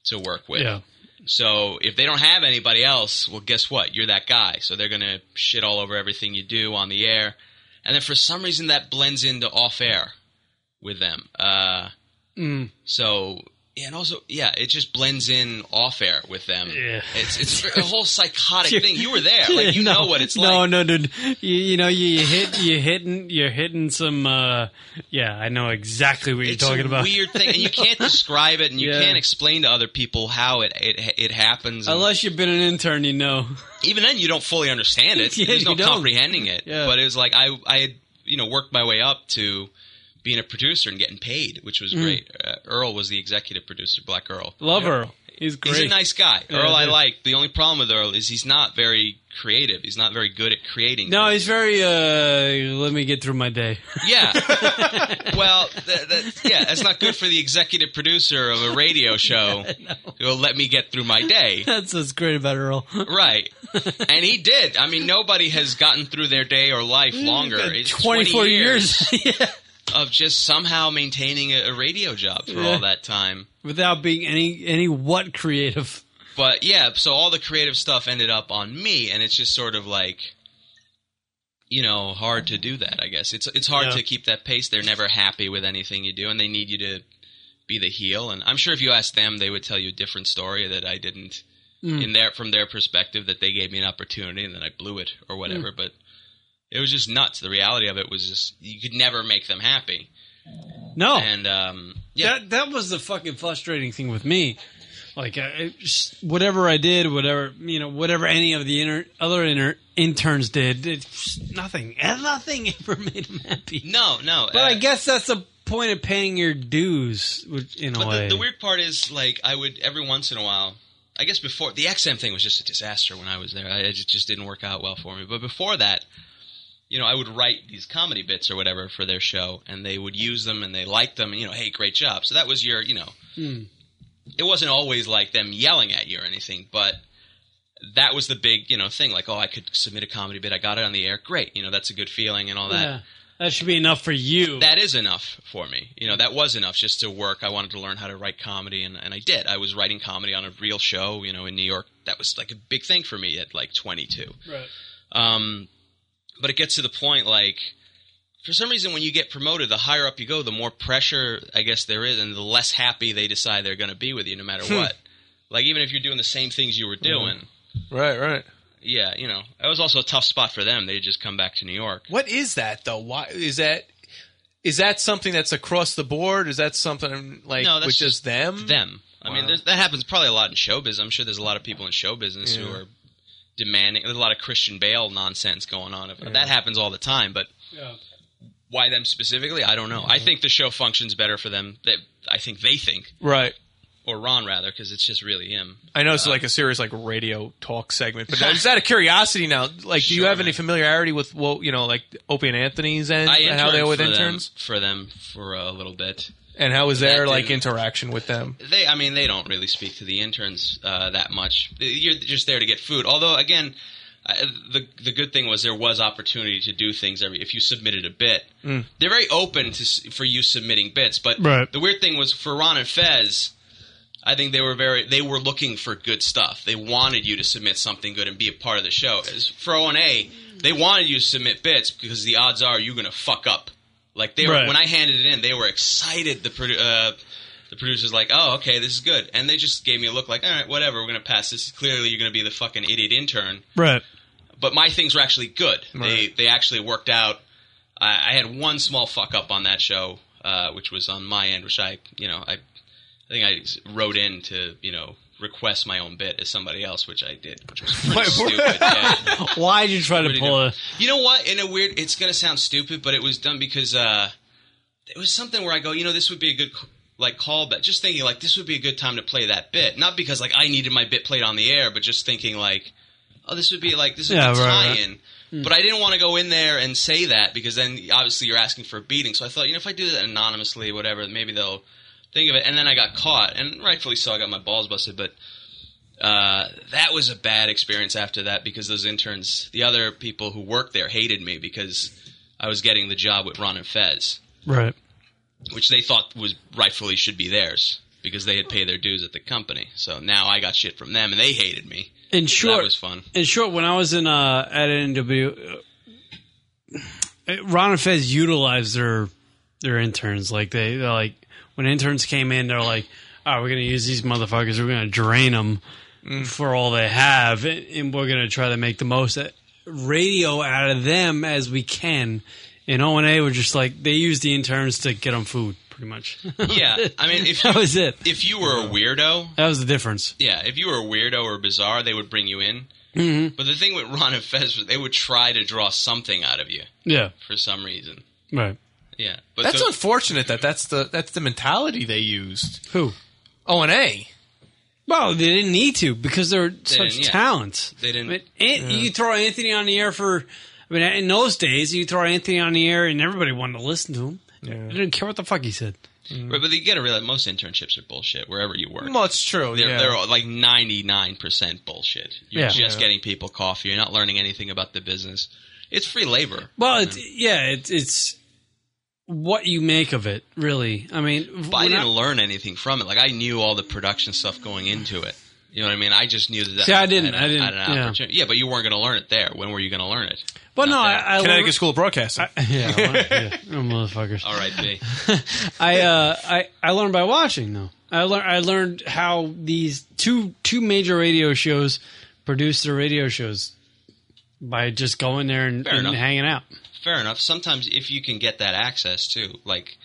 to work with.
Yeah.
So if they don't have anybody else, well, guess what? You're that guy. So they're gonna shit all over everything you do on the air, and then for some reason that blends into off air with them. Uh,
Mm.
so yeah, and also yeah, it just blends in off air with them.
Yeah.
It's it's a whole
<laughs>
psychotic thing. You were there, like you
No,
know what it's
no,
like.
No, dude. You, you know, you, you hit, you hitting, you're hitting some. uh Yeah, I know exactly what you're
it's
talking
a
about. <laughs>
weird thing, and you can't describe it, and you
Yeah.
can't explain to other people how it it it happens. and-
Unless you've been an intern, you know.
even then you don't fully understand
<laughs>
it.
Yeah,
There's no
you don't.
comprehending it.
Yeah.
But it was like I I had you know worked my way up to being a producer and getting paid, which was
Mm.
great. Uh, Earl was the executive producer, Black Earl.
Love
Yeah.
Earl. He's great.
He's a nice guy.
Yeah,
Earl I
dude.
like. The only problem with Earl is he's not very creative. He's not very good at creating.
No, he's very. uh Let me get through my day. <laughs>
Yeah. <laughs> well, that, that, yeah, that's not good for the executive producer of a
<laughs>
radio show who will let me get through my day.
That's what's great about Earl.
Right. And he did. I mean, nobody has gotten through their day or life longer. It's
24
20
Mm. Uh, years. <laughs>
of just somehow maintaining a, a radio job for
Yeah.
all that time.
without being any any what creative.
But yeah, so all the creative stuff ended up on me, and it's just sort of like, you know, hard to do that. I guess it's it's hard
Yeah.
to keep that pace. They're never happy with anything you do, and they need you to be the heel. And I'm sure if you asked them, they would tell you a different story that I didn't.
Mm.
In their from their perspective, that they gave me an opportunity and then I blew it or whatever.
Mm.
But it was just nuts. The reality of it was just you could never make them happy.
No.
And um,
That that was the fucking frustrating thing with me. Like I, I just- whatever I did, whatever you know, whatever any of the inter, other inter, interns did, it's nothing. And nothing <laughs> ever made him happy.
No, no.
But I guess that's the point of paying your dues, which, in a
But
way.
the, the weird part is, like, I would every once in a while. I guess before the XM thing was just a disaster when I was there. I, it just- just didn't work out well for me. But before that, you know, I would write these comedy bits or whatever for their show, and they would use them and they liked them, and you know, hey, great job. So that was your, you know,
Hmm.
it wasn't always like them yelling at you or anything, but that was the big, you know, thing. Like, oh, I could submit a comedy bit. I got it on the air. Great, you know, that's a good feeling and all that.
Yeah. That should be enough for you.
That is enough for me. You know, that was enough just to work. I wanted to learn how to write comedy, and, and I did. I was writing comedy on a real show, you know, in New York. That was like a big thing for me at like 22.
Right.
Um, but it gets to the point like for some reason when you get promoted, the higher up you go, the more pressure I guess there is, and the less happy they decide they're going to be with you no matter
Hmm.
what. Like even if you're doing the same things you were doing,
Right, right.
yeah, you know, that was also a tough spot for them. They had just come back to New York.
What is that though? Why is that? Is that something that's across the board? Is that something like
No, that's
with just
just
them?
Them. I mean,
Wow.
there's, that happens probably a lot in show business. I'm sure there's a lot of people in show business who
Yeah.
are demanding. There's a lot of Christian Bale nonsense going on.
Yeah.
That happens all the time, but
Yeah.
why them specifically? I don't know. I think the show functions better for them. That I think they think,
right.
or Ron rather, because it's just really him.
I know it's like a serious like radio talk segment, <laughs> but is that a curiosity now? Like, do you have any familiarity with well, you know, like Opie and Anthony's and
I
and how they
interned
are with
for
interns?
them, for them for a little bit.
And how was their
That
like
didn't-
interaction with them?
They, I mean, they don't really speak to the interns uh, that much. You're just there to get food. Although, again, I, the the good thing was there was opportunity to do things every if you submitted a bit.
Mm.
They're very open to s- for you submitting bits, but
Right.
the weird thing was for Ron and Fez. I think they were very they were looking for good stuff. They wanted you to submit something good and be a part of the show. As for O and A, they wanted you to submit bits because the odds are you're going to fuck up. Like they were,
Right.
when I handed it in, they were excited. The produ- uh, the producer's like, "Oh, okay, this is good," and they just gave me a look like, "All right, whatever, we're going to pass this. Clearly, you're going to be the fucking idiot intern."
Right.
But my things were actually good.
Right.
They they actually worked out. I, I had one small fuck up on that show, uh, which was on my end, which I you know I I think I s- wrote in to you know request my own bit as somebody else, which I did, which
<laughs>
was pretty stupid. yeah.
Why'd you try to pull a.
You know what? In a weird, it's gonna sound stupid, but it was done because uh, it was something where I go, you know, this would be a good like callback. Just thinking like this would be a good time to play that bit, not because like I needed my bit played on the air, but just thinking like, oh, this would be like this would
Yeah,
be a
right, right.
tie-in.
Hmm.
But I didn't want to go in there and say that because then obviously you're asking for a beating. So I thought, you know, if I do that anonymously, whatever, maybe they'll think of it. And then I got caught, and rightfully so, I got my balls busted. But uh, that was a bad experience after that because those interns, the other people who worked there, hated me because I was getting the job with Ron and Fez,
Right.
which they thought was rightfully should be theirs because they had paid their dues at the company. So now I got shit from them, and they hated me.
In short,
that was
<laughs>
fun.
In short, when I was in uh, at NW, uh, Ron and Fez utilized their their interns. Like they they're like when interns came in, they're like, "All right, we're gonna use these motherfuckers. We're gonna drain them
Mm.
for all they have, and, and we're gonna try to make the most uh, radio out of them as we can." And O and A were just like they used the interns to get them food, pretty much. <laughs>
Yeah, I mean, if
that
you,
was it.
If you were a weirdo,
That was the difference.
yeah, if you were a weirdo or bizarre, they would bring you in.
hmm
But the thing with Ron and Fez was they would try to draw something out of you
Yeah.
for some reason.
Right.
Yeah, but
that's
the-
unfortunate that that's the that's the mentality they used.
Who?
O and A.
Well, they didn't need to because they're such
didn't, yeah.
talents.
They didn't.
But Ant- you throw Anthony on the air for. I mean, in those days, you throw Anthony on the air, and everybody wanted to listen to him. They didn't care what the fuck he said.
Right, but you got to realize most internships are bullshit wherever you work.
Well, it's true,
They're,
yeah.
they're all, like ninety nine percent bullshit. You're
Yeah.
just
Yeah.
getting people coffee. You're not learning anything about the business. It's free labor.
Well, it's, yeah, it's it's what you make of it, really. I mean,
But I
when
didn't learn anything from it. Like I knew all the production stuff going into it. You know what I mean? I just knew that.
See, I didn't.
had a-
I didn't,
had an
yeah.
opportunity. Yeah, but you weren't going to learn it there. When were you going to learn it?
But no, I, I
Connecticut School of Broadcasting. <laughs>
yeah, well, yeah, you motherfuckers.
All right, B.
<laughs> I uh, I I learned by watching though. I learned I learned how these two two major radio shows produce their radio shows by just going there and,
Fair
and
enough.
hanging out.
Fair enough. Sometimes if you can get that access too, like,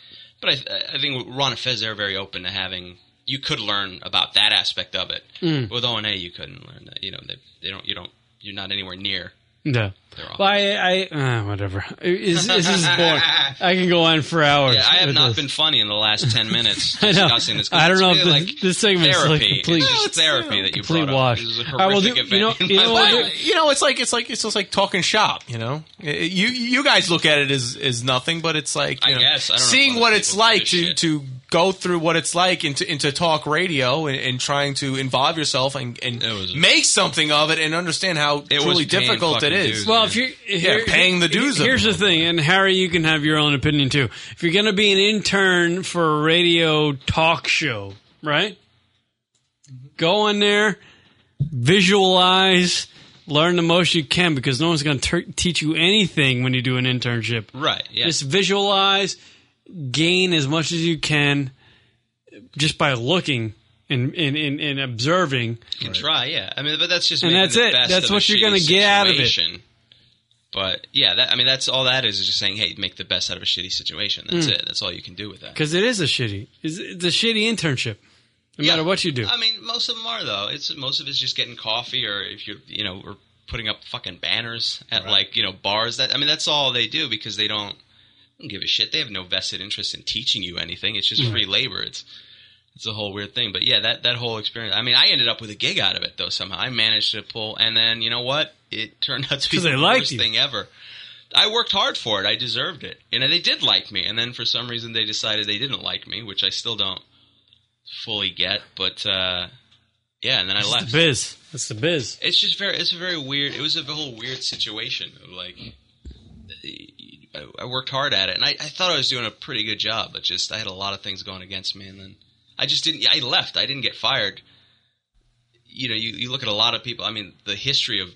but I, I think Ron and Fez they're very open to having. You could learn about that aspect of it.
Mm.
With O and A, you couldn't learn that. You know, they, they don't. You don't. You're not anywhere near.
No,
They're
well, I, I uh, whatever. Is this is
<laughs>
boring? I can go on for hours.
Yeah, I have
with
not
this.
been funny in the last ten minutes
Oh, <laughs> I know.
discussing this. 'cause
I don't
it's
know if
really
this, <laughs> this segment is like
therapy.
complete.
It's just therapy that you
complete
brought up.
wash.
This is
<laughs>
a
All right, well,
horrific
do-
event
you know,
in
you
my <laughs>
know
life.
what?
Well, you know, it's like it's like it's just like talking shop. You know, I- I- you you guys look at it as as nothing, but it's like you
I
know,
guess. I don't know if
seeing
other
what it's like to to go through what it's like into into talk radio and, and trying to involve yourself and and make something of it and understand how
was
truly
paying
difficult it
fucking
is.
Well, if you're
yeah, paying the dues. of
Here's
it.
the thing, and Harry, you can have your own opinion too. If you're going to be an intern for a radio talk show, right? Go in there, visualize, learn the most you can, because no one's going to teach you anything when you do an internship.
Right. Yeah.
Just visualize, gain as much as you can, just by looking and and, and, and observing.
You can try, yeah. I mean, but that's just
And
making
that's
the
it.
best
That's
of a
what you're gonna
shitty
get out of it.
situation. But yeah, that, I mean, that's all that is is just saying, hey, make the best out of a shitty situation. That's
Mm.
it. That's all you can do with that.
Because it is a shitty, it's, it's a shitty internship. No matter what you do,
I mean, most of them are though. It's most of it's just getting coffee, or if you're, you know, or putting up fucking banners at like you know bars. That I mean, that's all they do because they don't, they don't give a shit. They have no vested interest in teaching you anything. It's just
Right.
free labor. It's it's a whole weird thing. But yeah, that that whole experience. I mean, I ended up with a gig out of it though. Somehow I managed to pull, and then you know what? It turned out to be
'Cause they
the
liked
worst
you.
thing ever. I worked hard for it. I deserved it. And they did like me. And then for some reason they decided they didn't like me, which I still don't fully get. But uh, yeah, and then I
That's
left.
the biz. That's
<laughs>
the biz.
It's just very. It's a very weird. It was a whole weird situation. Of like, I, I worked hard at it, and I, I thought I was doing a pretty good job, but just I had a lot of things going against me, and then I just didn't. I left. I didn't get fired. You know, you, you look at a lot of people. I mean, the history of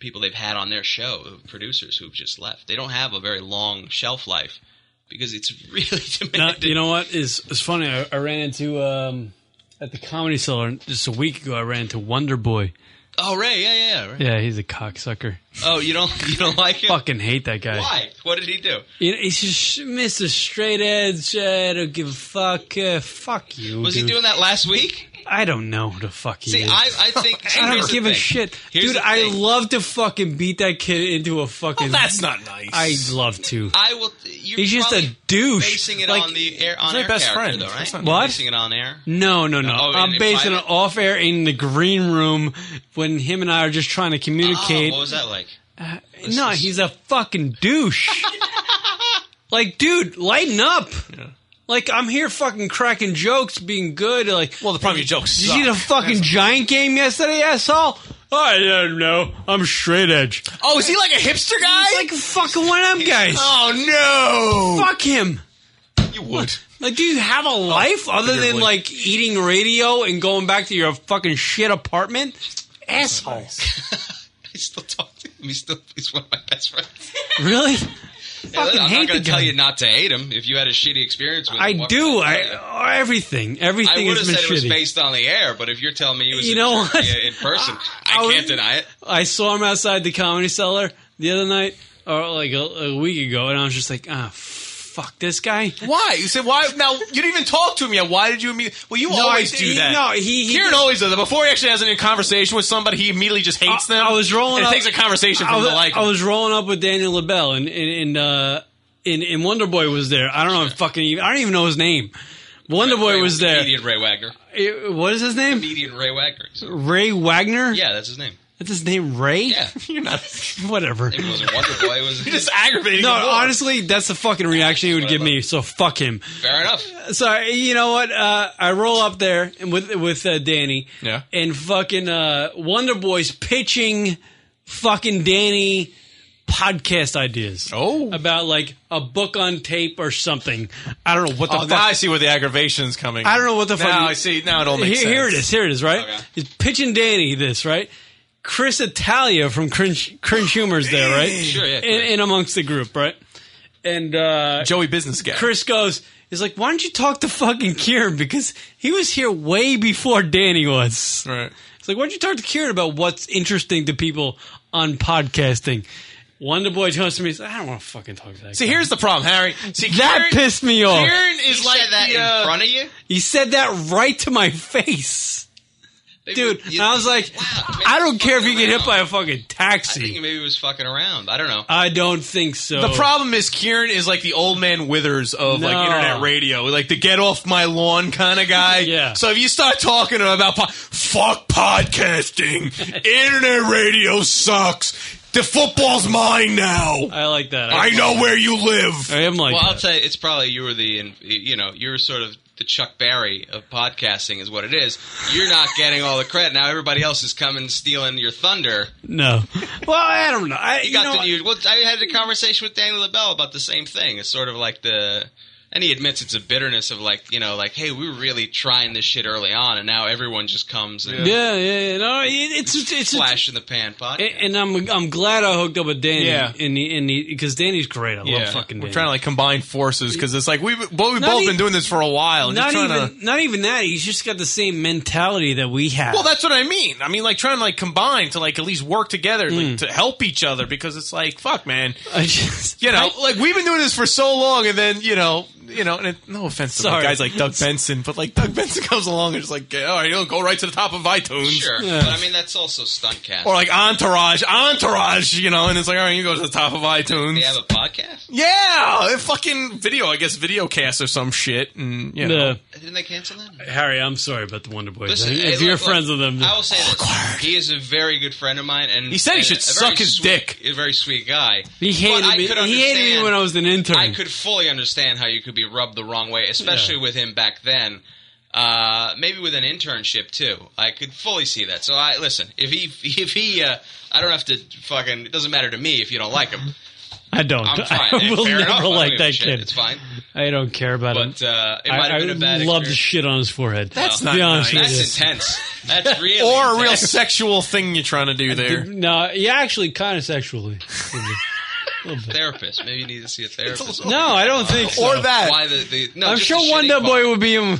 people they've had on their show, producers who've just left. They don't have a very long shelf life because it's <laughs> really
Now,
demanded.
you know what is it's funny. I, I ran into um, at the comedy cellar just a week ago. I ran into Wonder Boy.
Oh, Ray, yeah, yeah, yeah. Ray.
Yeah, he's a cocksucker.
Oh, you don't you don't like him?
Fucking hate that guy.
Why? What did he do?
You know, he's just Mr. Straight Edge. I don't give a fuck. Uh, fuck you.
Was
dude.
he doing that last week?
I don't know who the fuck he
See,
is.
I, I think see,
<laughs> I
here's
don't
the
give a
thing.
shit,
Here's
dude.
the
I
thing.
love to fucking beat that kid into a fucking.
Well, that's not nice.
I love to.
I will. You're
He's just a
probably
douche.
Basing it
Like,
on the air,
he's
on
my
air
best
character,
friend.
though, right?
That's not-
You're
What?
Basing it on air.
No, no, no.
Oh, in-
I'm
in
basing
private?
it off air in the green room when him and I are just trying to communicate.
Oh, what was that like?
Uh, no, he's a fucking
<laughs>
douche. like, dude, lighten up. Like, I'm here fucking cracking jokes, being good. Like, well, the problem
your jokes
Did you see the fucking giant game yesterday, asshole? I don't know. I'm straight edge.
Oh, is he like a hipster guy?
He's like fucking one of them guys.
<laughs>
Oh, no.
Fuck him.
You would.
Like, do you have a
Oh,
life other than
clearly.
like eating radio and going back to your fucking shit apartment? Asshole.
<laughs> I still talk to him. He's still he's one of my best friends.
<laughs> Really?
Yeah,
Fucking
I'm
hate
not
the
going to tell
guy.
you not to hate him if you had a shitty experience with him.
I
what can
do.
tell
I uh,
you?
everything.
I
Everything
would
has
have
been
said it was
shitty.
based on the air, but if you're telling me you was
You
a
know
jerk
what?
in person, I,
<laughs> I
can't
would-
deny it.
I saw him outside the comedy cellar the other night, or like a, a week ago, and I was just like, ah, fuck this guy.
Why? You said why? Now you didn't even talk to him yet. Why did you? Imme- well, you
No,
always
I-
do
he-
that.
no, he- he-
Kieran always does that. Before he actually has any conversation with somebody, he immediately just hates them.
I was rolling.
And
up,
it takes a conversation
I
from
was,
the like.
I was rolling up with Daniel Labelle, and and and, uh, and, and Wonder Boy was there. I don't know. if Fucking. Even, I don't even know his name. Wonder Boy was there.
Comedian Ray Wagner.
It- what is his name?
Comedian Ray Wagner.
Ray Wagner.
Yeah, that's his name.
That's his name, Ray.
Yeah.
<laughs> You're not. Whatever.
It wasn't Wonder
<laughs>
Boy. It was
just aggravating.
No,
him more.
honestly, that's the fucking reaction he would give me. So fuck him.
Fair enough.
So you know what? Uh, I roll up there and with with uh, Danny.
Yeah.
And fucking uh, Wonder Boy's pitching fucking Danny podcast ideas. Oh, about like a book on tape or something. I don't know what the
oh,
fuck.
now I see where the aggravation's coming.
I don't know what the fuck.
Now
you-
I see. Now it all makes
here, Here it
sense.
is. Here it is. Right. He's pitching Danny this. Right. Chris Italia from Cringe, Cringe Humor's there. Right.
Sure, yeah,
In, in amongst the group. Right. And uh,
Joey Business Guy.
Chris goes. He's like, why don't you talk to fucking Kieran because he was here way before Danny was.
Right.
It's like, why don't you talk to Kieran about what's interesting to people on podcasting? Wonder Boy turns to me. He's like, I don't want to fucking talk to that.
See,
guy."
here's the problem, Harry. See,
That
Kieran-
pissed me off.
Kieran is like
that
the,
in
uh,
front of you?
He said that right to my face. Dude, and I was like, I don't care if you get hit by a fucking
I think
taxi.
maybe he was fucking around. I don't know.
I don't think so.
The problem is Kieran is like the old man Withers of
No.
like internet radio, like the get off my lawn kind of <laughs> guy.
Yeah.
So if you start talking to him about po- fuck podcasting, <laughs> internet radio sucks. The football's mine now.
I like that.
I know where you live.
I am like
well, I'll
that.
tell you, it's probably you were the, in- you know, you're sort of the Chuck Berry of podcasting, is what it is. You're not getting all the credit now. Everybody else is coming stealing your thunder.
No. Well, I don't know. I,
you,
you
got
know,
the new. Well, I had a conversation with Danny LaBelle about the same thing. It's sort of like the. And he admits it's a bitterness of like, you know, like, hey, we were really trying this shit early on, and now everyone just comes and
Yeah, yeah, yeah. No, it, it's it's, it's
flash in the pan pot.
And, and I'm I'm glad I hooked up with Danny.
Yeah.
In the in the because Danny's great. I love fucking.
We're
Danny.
trying to like combine forces because it's like we've, well, we've
Not
both
e-
been doing this for a while. and
not
just trying to,
even not even that. He's just got the same mentality that we have.
Well, that's what I mean. I mean, like trying to like combine to like at least work together, like to help each other because it's like fuck, man.
I just
you know, like we've been doing this for so long, and then you know, you know, and it, no offense to like,
Sorry.
guys like Doug Benson, but like Doug Benson <laughs> comes along and just like, all right, you'll go right to the top of iTunes,
Sure, but I mean that's also stunt cast.
or like Entourage, Entourage, you know, and it's like, all right, you go to the top of iTunes.
they have a podcast.
yeah, a fucking video, I guess, videocast or some shit, and you know,
Didn't they cancel that?
Harry, I'm sorry about the Wonder Boys.
Listen, hey,
if
look,
you're
look,
friends with them,
I will say this: he is a very good friend of mine, and
He said he
and
should
a
suck
very
his
sweet-
dick.
A very sweet guy.
He hated
But I
me-
could
he hated me
understand-
when I was an intern.
I could fully understand how you could be rubbed the wrong way, especially with him back then. Uh, maybe with an internship too. I could fully see that. So I listen. If he, if he, uh, I don't have to fucking. It doesn't matter to me if you don't like him.
I don't.
I'm
Oh, <laughs> I
fine.
will
Fair
never
enough. I don't
like
give a
that
shit.
kid.
It's fine.
I don't care about
But,
him.
uh, it
I-
might have
I
been a bad
love
experience.
to shit on his forehead.
That's
To
not
be honest
nice.
with you.
That's intense.
<laughs>
That's really
or a real
intense.
sexual thing you're trying to do there.
No, yeah, actually, kind
<laughs>
of sexually.
<laughs> therapist. Maybe you need to see a therapist.
No, I don't think so.
Or that. Why the, the, no,
I'm
just
sure
the shitty
Wonder
part.
Boy will be in.
You're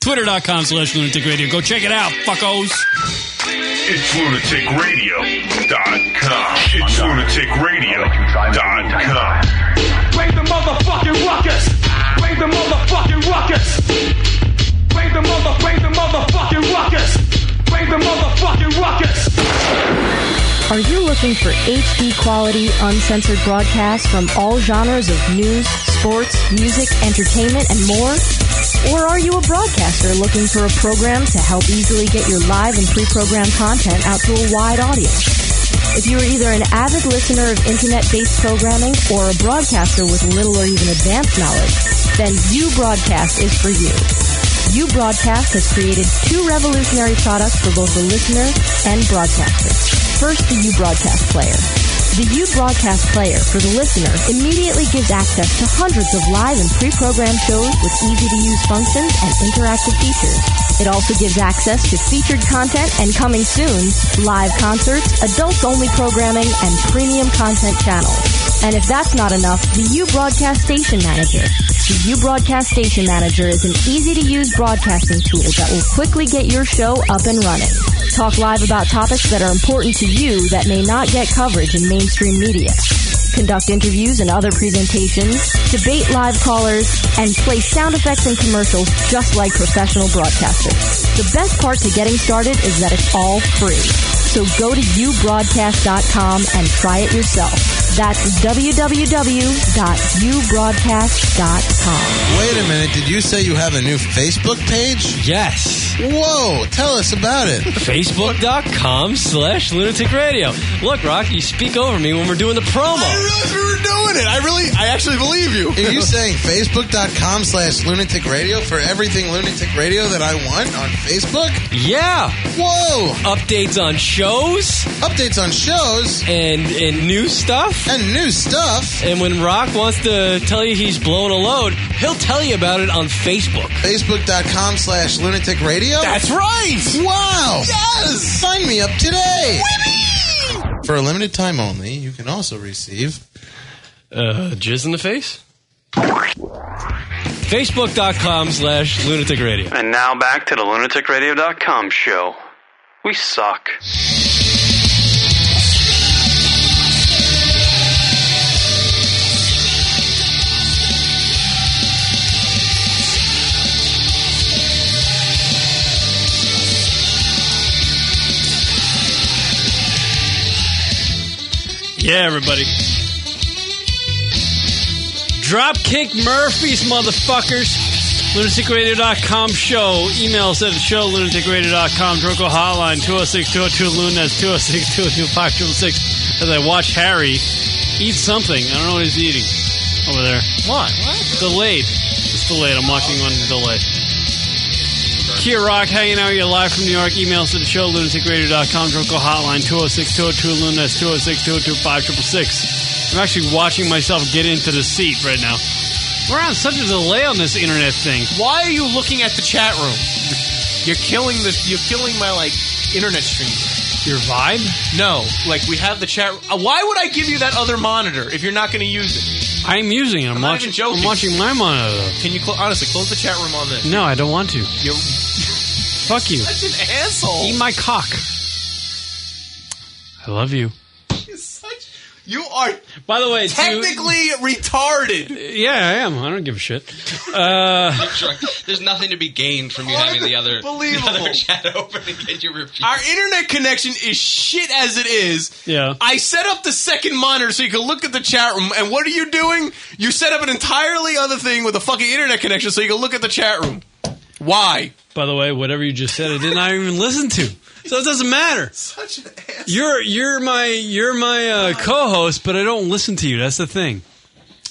Twitter.com slash lunatic radio. Go check it out, fuckos.
It's lunaticradio.com. It's lunaticradio.com.
Wave the motherfucking ruckus! Wave the motherfucking ruckus! Wave the mother, wave the motherfucking ruckus! Wave the motherfucking ruckus!
Are you looking for HD quality, uncensored broadcasts from all genres of news, sports, music, entertainment, and more? Or are you a broadcaster looking for a program to help easily get your live and pre-programmed content out to a wide audience? If you are either an avid listener of internet-based programming or a broadcaster with little or even advanced knowledge, then You Broadcast is for you. You Broadcast has created two revolutionary products for both the listener and broadcaster. First, the U Broadcast Player. The U Broadcast Player for the listener immediately gives access to hundreds of live and pre-programmed shows with easy-to-use functions and interactive features. It also gives access to featured content and coming soon, live concerts, adults-only programming, and premium content channels. And if that's not enough, the U Broadcast Station Manager. The U Broadcast Station Manager is an easy-to-use broadcasting tool that will quickly get your show up and running. Talk live about topics that are important to you that may not get coverage in mainstream media. Conduct interviews and other presentations, debate live callers, and play sound effects and commercials just like professional broadcasters. The best part to getting started is that it's all free. So go to ubroadcast.com and try it yourself. That's www.ubroadcast.com.
Wait a minute. Did you say you have a new Facebook page?
Yes.
Whoa. Tell us
<laughs>
about it.
Facebook.com slash lunatic radio. Look, Rock, you speak over me when we're doing the promo.
we were doing it. I really, I actually believe you. Are <laughs> you saying Facebook.com slash lunatic radio for everything lunatic radio that I want on Facebook?
Yeah.
Whoa.
Updates on shows.
Updates on shows.
And and new stuff.
And new stuff.
And when Rock wants to tell you he's blown a load, he'll tell you about it on Facebook.
Facebook.com slash lunatic radio?
That's right.
Wow. Yes. Sign me up today. For a limited time only, you can also receive.
Uh, jizz in the face? Facebook.com slash lunatic radio.
And now back to the lunaticradio.com show. We suck.
Yeah, everybody. Dropkick Murphys, motherfuckers. LunaticRadio.com show. Email us at the show, lunaticradio.com. Droko hotline, 206 202 Lunas, 206 202 5666. As I watch Harry eat something. I don't know what he's eating over there. What? What? Delayed. It's delayed. I'm watching on delay. Kia Rock hanging out with you live from New York. Emails to the show, lunaticradio.com, Droko hotline, 206 202 Lunas, 206 202 5666. I'm actually watching myself get into the seat right now. We're on such a delay on this internet thing.
Why are you looking at the chat room? You're killing the. You're killing my like internet stream.
Your vibe?
No, like we have the chat. uh, Why would I give you that other monitor if you're not going to use it?
I'm using it. I'm,
I'm not
watching,
even joking.
I'm watching my monitor. though.
Can you cl- honestly close the chat room on this?
No, I don't want to.
You're
Fuck you.
such an asshole.
Eat my cock. I love you.
You're such. You are.
By the way, to-
technically retarded.
Yeah, I am. I don't give a shit. Uh,
Drunk. There's nothing to be gained from you having the other, the
Unbelievable.
other chat open and get your review.
Our internet connection is shit as it is.
Yeah.
I set up the second monitor so you can look at the chat room, and what are you doing? You set up an entirely other thing with a fucking internet connection so you can look at the chat room. Why?
By the way, whatever you just said, I did not even listen to, so it doesn't matter.
Such an ass.
You're you're my you're my uh, co-host, but I don't listen to you. That's the thing.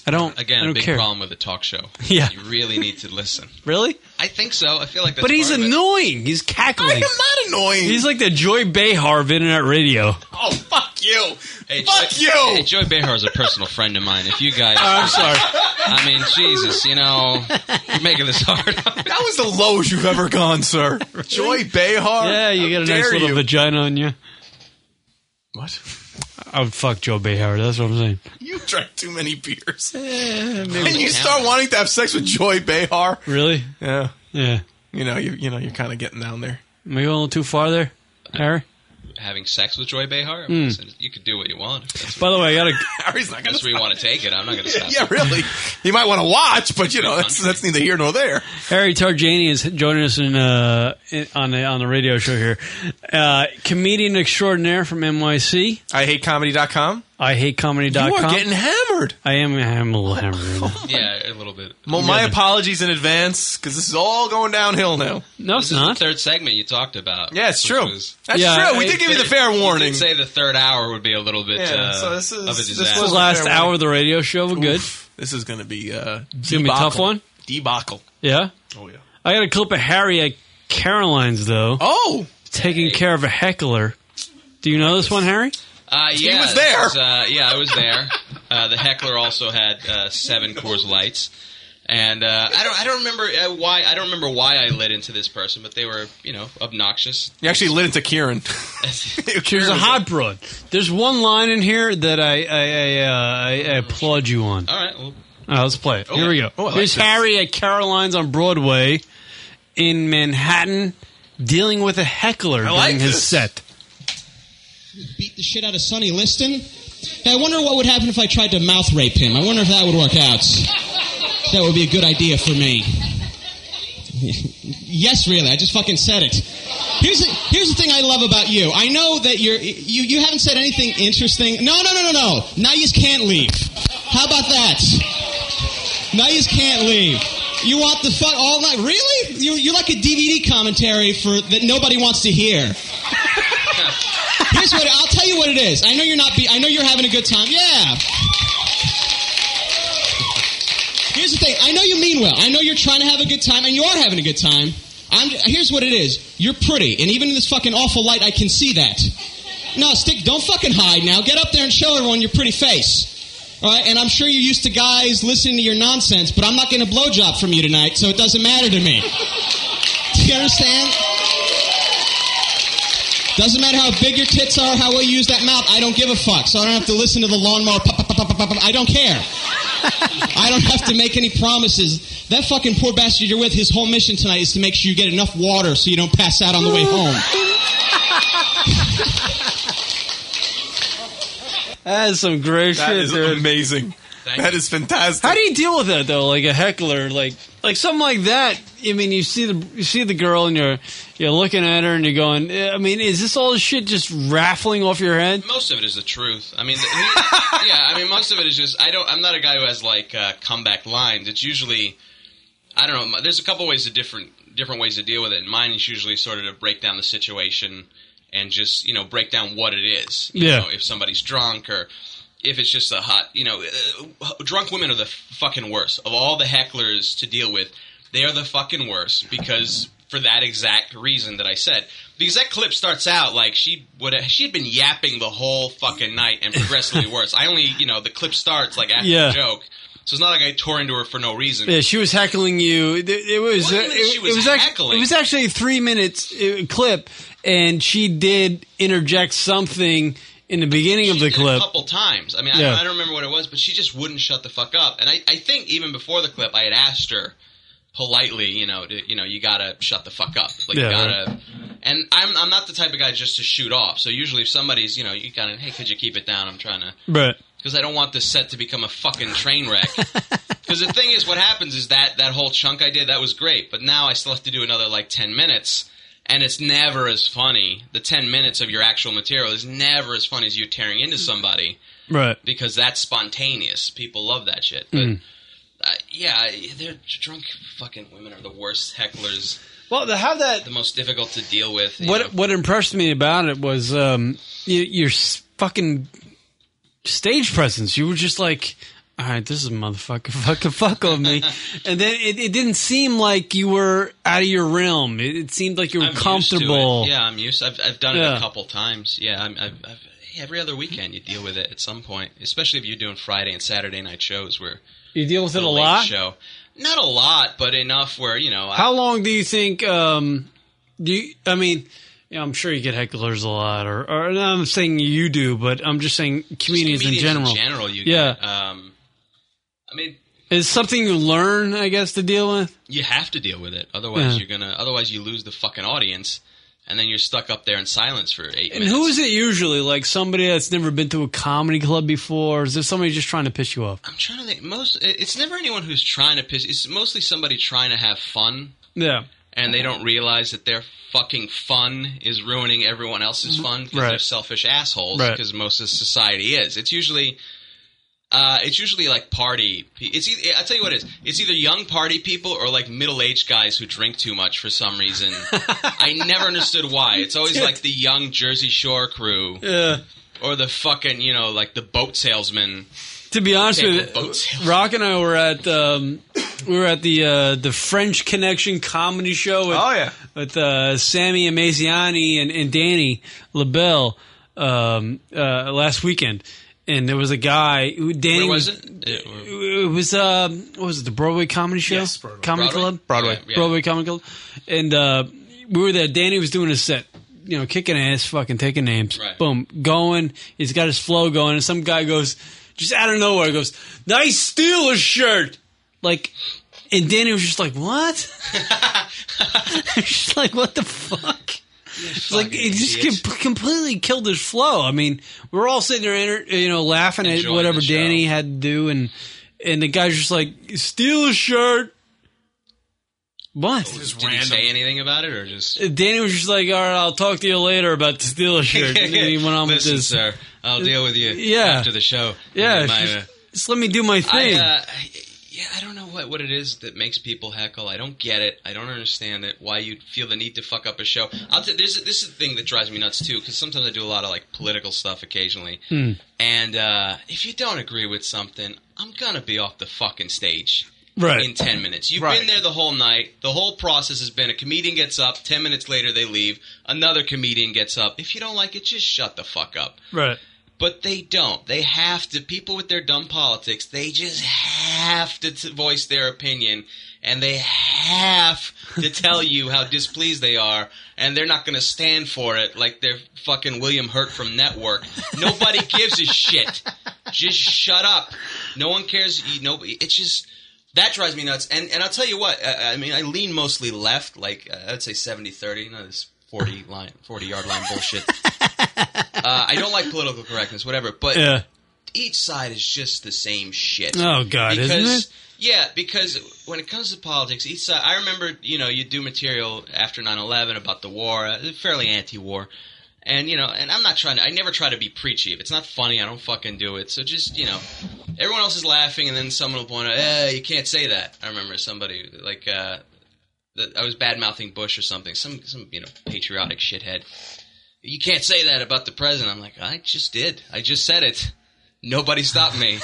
I don't. I
Again, a
don't
big
care.
problem with a talk show.
Yeah.
You really need to listen.
Really?
I think so. I feel like that's
But he's
part of it.
annoying. He's cackling.
I am not
annoying.
He's like the Joy Behar of internet radio.
Oh, fuck you.
Hey,
fuck
Joy,
you.
Hey, Joy Behar is a personal friend of mine. If you guys.
Oh, I'm sorry.
I mean, Jesus, you know, you're making this hard.
That was the lowest you've ever gone, sir. Joy Behar.
Yeah, you
How
got a nice
dare
little
you.
vagina on you.
What?
I would fuck Joe Behar. That's what I'm saying.
You drank too many beers.
Eh,
and you start wanting to have sex with Joy Behar.
Really?
Yeah.
Yeah.
You know, you you know, you're kind of getting down there.
Am I going a little too far there, Harry?
Having sex with Joy Behar? I
Hmm.
mean, listen, You could do what you want. If that's
By the way, I got a.
<laughs> Harry's not going
that's where you want to take it. I'm
<laughs>
not going to stop.
Yeah, really. You might want to watch, but you know, that's, that's neither here nor there.
Harry Tarjani is joining us in, uh, in- on the on the radio show here. Uh, comedian extraordinaire from NYC.
I hate comedy.com.
I hate comedy.com.
You are getting hammered.
I am, I am a little hammered. right now.
Yeah, <laughs> a little bit.
Well, my apologies in advance because this is all going downhill now.
No,
This
it's
is
not.
the third segment you talked about.
Yeah, it's
which
true.
was-
That's
Yeah,
true. We
I-
did give you the fair
You did
warning.
say the third hour would be a little bit
Yeah,
uh,
so this is-
of a
this
disaster.
The
was-
last
Fair
hour
warning.
of the radio show was good.
Oof, This is going to be uh,
It's gonna be a tough
debacle.
one.
Debacle.
Yeah.
Oh yeah.
I got a clip of Harry at Caroline's though.
Oh,
Taking care of a heckler. Do you know this one, Harry?
Uh,
He
yeah,
was there.
it uh, yeah, I was there. <laughs> Uh, the heckler also had uh, seven Coors Lights, and uh, I don't I don't remember uh, why I don't remember why I lit into this person, but they were you know obnoxious.
You actually lit into Kieran.
<laughs> There's a hot broad. There's one line in here that I I, I, uh, I, I applaud you on.
All right, well,
All right, let's play it. Here we go.
Oh, I like
Here's
this.
Harry at Caroline's on Broadway in Manhattan dealing with a heckler
I
during
like
his
this.
set.
beat the shit out of Sonny Liston. Hey, I wonder what would happen if I tried to mouth rape him. I wonder if that would work out. That would be a good idea for me. yes, really. I just fucking said it. Here's the, here's the thing I love about you. I know that you're you you haven't said anything interesting. No, no, no, no, no. Now you can't leave. How about that? Now you can't leave. You want the fuck all night? Really? You, you're like a DVD commentary for that nobody wants to hear. Here's what I'll tell you what it is. I know you're not. Be, I know you're having a good time. Yeah. Here's the thing. I know you mean well. I know you're trying to have a good time, and you are having a good time. I'm. Here's what it is. You're pretty, and even in this fucking awful light, I can see that. No, stick. Don't fucking hide now. Get up there and show everyone your pretty face. All right, and I'm sure you're used to guys listening to your nonsense, but I'm not getting a blowjob from you tonight, so it doesn't matter to me. Do you understand? Doesn't matter how big your tits are, how well you use that mouth. I don't give a fuck. So I don't have to listen to the lawnmower. Pop, pop, pop, pop, pop, pop. I don't care. I don't have to make any promises. That fucking poor bastard you're with, his whole mission tonight is to make sure you get enough water so you don't pass out on the way home.
That is some great
That
shit,
is
dude.
amazing. That is fantastic.
How do you deal with that though? Like a heckler, like like something like that. I mean, you see the you see the girl and you're you're looking at her and you're going. eh, I mean, is this all this shit just raffling off your head?
Most of it is the truth. I mean, the- he- yeah. I mean, most of it is just I don't. I'm not a guy who has like uh, comeback lines. It's usually, I don't know. There's a couple ways to different different ways to deal with it. And mine is usually sort of to break down the situation and just you know break down what it is. You
Yeah.
Know, if somebody's drunk or if it's just a hot, you know, uh, drunk women are the fucking worst of all the hecklers to deal with. They are the fucking worst because for that exact reason that I said. Because that clip starts out like she would she had been yapping the whole fucking night and progressively worse. I only you know the clip starts like after
Yeah.
the joke, so it's not like I tore into her for no reason.
Yeah, she was heckling you. It, it was
Well,
uh,
I mean,
it,
she was
it was act-
heckling.
it was actually a three minutes uh, clip, and she did interject something in the beginning of the
did it
clip.
a couple times. I mean, I,
Yeah.
don't, I don't remember what it was, but she just wouldn't shut the fuck up. And I, I think even before the clip, I had asked her politely, you know, to, you know, you gotta shut the fuck up, like
Yeah,
you gotta. And I'm I'm not the type of guy just to shoot off. So usually if somebody's, you know, you gotta, hey, could you keep it down? I'm trying to.
Right.
Because I don't want this set to become a fucking train wreck.
<laughs>
Because the thing is, what happens is that that whole chunk I did that was great, but now I still have to do another like ten minutes, and it's never as funny. The ten minutes of your actual material is never as funny as you tearing into somebody
Right.
because that's spontaneous. People love that shit. But
Mm.
uh, yeah, they're drunk. Fucking women are the worst hecklers.
Well, to have that
the most difficult to deal with. you
What
know.
what impressed me about it was um, your, your s- fucking stage presence. You were just like, all right, this is a motherfucker, <laughs> fucking fuck on
<laughs>
me. and then it, it didn't seem like you were out of your realm. It, it seemed like you were
I'm used to it.
comfortable.
Yeah, I'm used. I've I've done it
Yeah.
a couple times. Yeah, I'm, I've, I've, hey, every other weekend you deal with it at some point, especially if you're doing Friday and Saturday night shows where
You deal with it
the
a
late
lot.
Show, not a lot, but enough where you know. I-
How long do you think? Um, do you, I mean? You know, I'm sure you get hecklers a lot, or, or no, I'm saying you do, but I'm just saying comedians,
comedians
in general.
In general, you
yeah,
Get, um, I mean,
it's something you learn, I guess, to deal with.
you have to deal with it. Otherwise,
Yeah.
you're gonna. Otherwise, you lose the fucking audience, and then you're stuck up there in silence for eight
And
minutes.
who is it usually? Like somebody that's never been to a comedy club before? Or is there somebody just trying to piss you off?
I'm trying to think. Most. it- It's never anyone who's trying to piss. It's mostly somebody trying to have fun.
Yeah.
and they don't realize that their fucking fun is ruining everyone else's fun because
Mm-hmm. Right.
they're selfish assholes.
Right.
Because most of society is. It's usually, uh, it's usually like party. pe- It's either, I tell you what it is. It's either young party people or like middle aged guys who drink too much for some
<laughs>
reason. I never understood why. It's always like the young Jersey Shore crew.
Yeah.
Or the fucking, you know, like the boat salesman.
To be honest
Table
with
boat salesman.
you, Rock and I were at um, we were at the uh, the French Connection comedy show. With, oh yeah, with uh, Sammy Amaziani and, and Danny LaBelle. um, uh, last weekend, and there was a guy who Danny
Where was it? It-
it was um, what was it the Broadway Comedy Show?
Yes, Broadway.
Comedy
Broadway?
Club,
Broadway. Yeah, yeah.
Broadway Comedy Club, and uh, we were there. Danny was doing his set, you know, kicking ass, fucking taking names,
Right.
boom, going. He's got his flow going, and some guy goes just out of nowhere goes, "Nice Steelers shirt," like, and Danny was just like,
<laughs>
"What?" She's like, what the fuck? It's like it just com- completely killed his flow. I mean, we're all sitting there, inter- you know, laughing at
Enjoying
whatever
the show.
Danny had to do, and and the guy's just like, steal his shirt. What?
Did he say anything about it or just?
Danny was just like, all right, I'll talk to you later about the steal a shirt. And then he went on
Listen,
with this.
sir, I'll deal with you
Yeah.
after the show.
Yeah,
My,
just,
uh,
just let me do my thing.
I, uh, yeah, I don't know what, what it is that makes people heckle. I don't get it. I don't understand it. Why you feel the need to fuck up a show? I'll t- this, is- this is the thing that drives me nuts too. Because sometimes I do a lot of like political stuff occasionally,
Hmm.
and uh, if you don't agree with something, I'm gonna be off the fucking stage.
Right.
In 10 minutes. You've
Right.
been there the whole night. The whole process has been a comedian gets up, 10 minutes later they leave, another comedian gets up. If you don't like it, just shut the fuck up.
Right.
But they don't. They have to. People with their dumb politics, they just have to t- voice their opinion, and they have to tell you how displeased they are, and they're not going to stand for it like they're fucking William Hurt from Network. Nobody gives a shit. Just shut up. No one cares. You, nobody. It's just. That drives me nuts. And and I'll tell you what, I, I mean, I lean mostly left, like uh, I'd say 70 30, you know, this 40 line, 40 yard line bullshit. uh, I don't like political correctness, whatever, but
Yeah.
each side is just the same shit.
Oh, God,
because,
isn't it?
Yeah, because when it comes to politics, each side, I remember, you know, you do material after 9 11 about the war, uh, fairly anti war. And you know, and I'm not trying to. I never try to be preachy. If it's not funny, I don't fucking do it. So just you know, everyone else is laughing, and then someone will point out, "Eh, you can't say that." I remember somebody like uh, that I was bad mouthing Bush or something. Some some you know patriotic shithead. You can't say that about the president. I'm like, I just did. I just said it. Nobody
<laughs>
stopped me.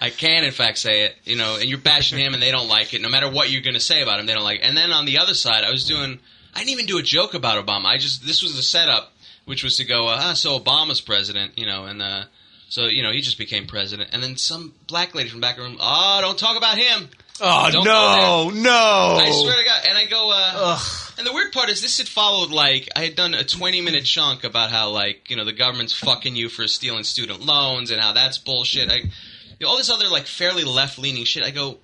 I can, in fact, say it. You know, and you're bashing him, and they don't like it. No matter what you're going to say about him, they don't like. it. And then on the other side, I was doing. I didn't even do a joke about Obama. I just this was the setup, which was to go, uh, ah, so Obama's president, you know, and uh, so you know he just became president. And then some black lady from back room, oh, don't talk about him.
Oh,
Don't go
no,
there."
no.
I swear to God. And I go, uh, and the weird part is this had followed, like, I had done a 20 minute chunk about how, like, you know, the government's fucking you for stealing student loans and how that's bullshit. I, you know, all this other, like, fairly left leaning shit. I go,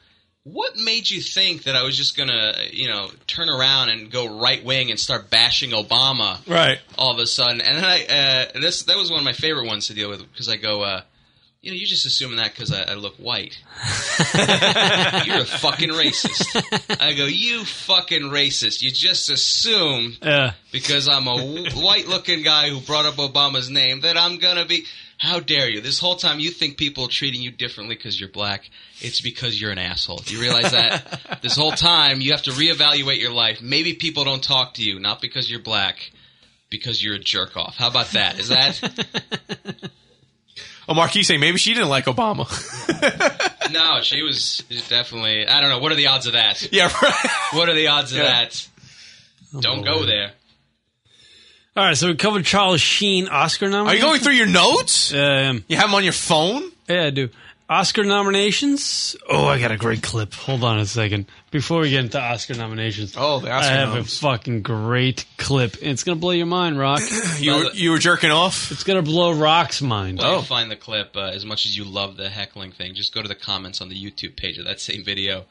what made you think that I was just gonna, you know, turn around and go right wing and start bashing Obama?
Right.
All of a sudden, and then I uh, this that was one of my favorite ones to deal with because I go, uh, you know, you're just assuming that because I, I look white. you're a fucking racist. I go, you fucking racist. You just assume
Yeah.
because I'm a <laughs> white looking guy who brought up Obama's name that I'm gonna be. How dare you? This whole time you think people are treating you differently because you're black. It's because you're an asshole. Do you realize that?
<laughs>
this whole time you have to reevaluate your life. Maybe people don't talk to you, not because you're black, because you're a jerk off. How about that? Is
<laughs>
that
Oh, Marquis say maybe she didn't like Obama.
No, she was she's definitely. I don't know. What are the odds of that?
Yeah, right.
What are the odds of
Yeah.
that? Don't go there.
All right, so we covered Charles Sheen Oscar
Are you
nominations.
going through your notes?
Yeah, I am.
You have them on your phone?
Yeah, I do. Oscar nominations. Oh, I got a great clip. Hold on a second. Before we get into Oscar nominations, oh, the
Oscar
I have
noms.
a fucking great clip. It's gonna blow your mind, Rock.
<laughs> You were, you were jerking off? Oh,
It's gonna blow Rock's mind.
Well, you find the clip. Uh, as much as you love the heckling thing, just go to the comments on the YouTube page of that same video,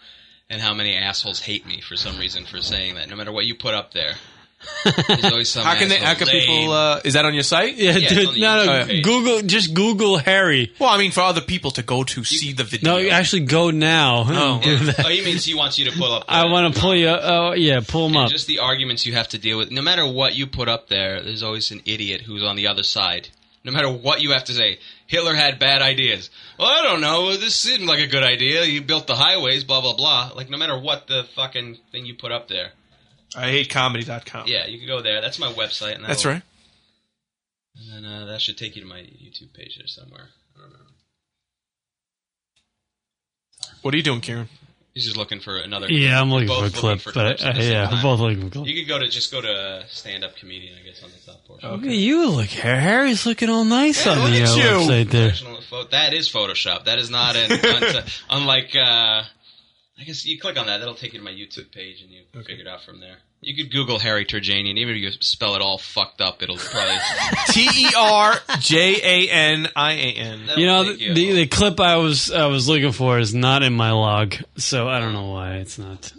and how many assholes hate me for some reason for saying that. No matter what you put up there,
<laughs>
there's always <laughs> some.
How can they?
asshole
How can
lame.
people? Uh, is that on your site?
Yeah, Yeah, it's dude, on the no, no, YouTube page.
Google just Google Harry.
Well, I mean, for other people to go to see the video.
No, you actually go now. and do
Yeah.
that.
oh, he means he wants you to pull up.
<laughs> I want to pull you. Oh, yeah, <laughs> pull him
And
up.
Just the arguments you have to deal with. No matter what you put up there, there's always an idiot who's on the other side. No matter what you have to say, Hitler had bad ideas. Well, I don't know. This seemed like a good idea. He built the highways, blah blah blah. Like no matter what the fucking thing you put up there.
I hate comedy.com.
Yeah, you can go there. Oh. That's my website. And
That's
that'll-
right.
And then uh, that should take you to my YouTube page or somewhere. I don't know.
What are you doing, Karen?
He's just looking for another.
Yeah, I'm looking
Both
for a clip, but I-
clips at
I-
the same
yeah, we're
time.
both looking for clips.
You could go to just go to stand up comedian, I guess, on the top portion.
Look at you, look Har- Harry's looking all nice
Yeah,
on
look
the
at
uh,
you.
website there.
Professional pho- That is Photoshop. That is not an <laughs> un- unlike. Uh, I guess you click on that. That'll take you to my YouTube page, and you figure it out from there. You could Google Harry Turjanian. Even if you spell it all fucked up, it'll probably.
<laughs> T E R J A N I A N.
You know the, the the clip I was I was looking for is not in my log, so I don't know why it's not.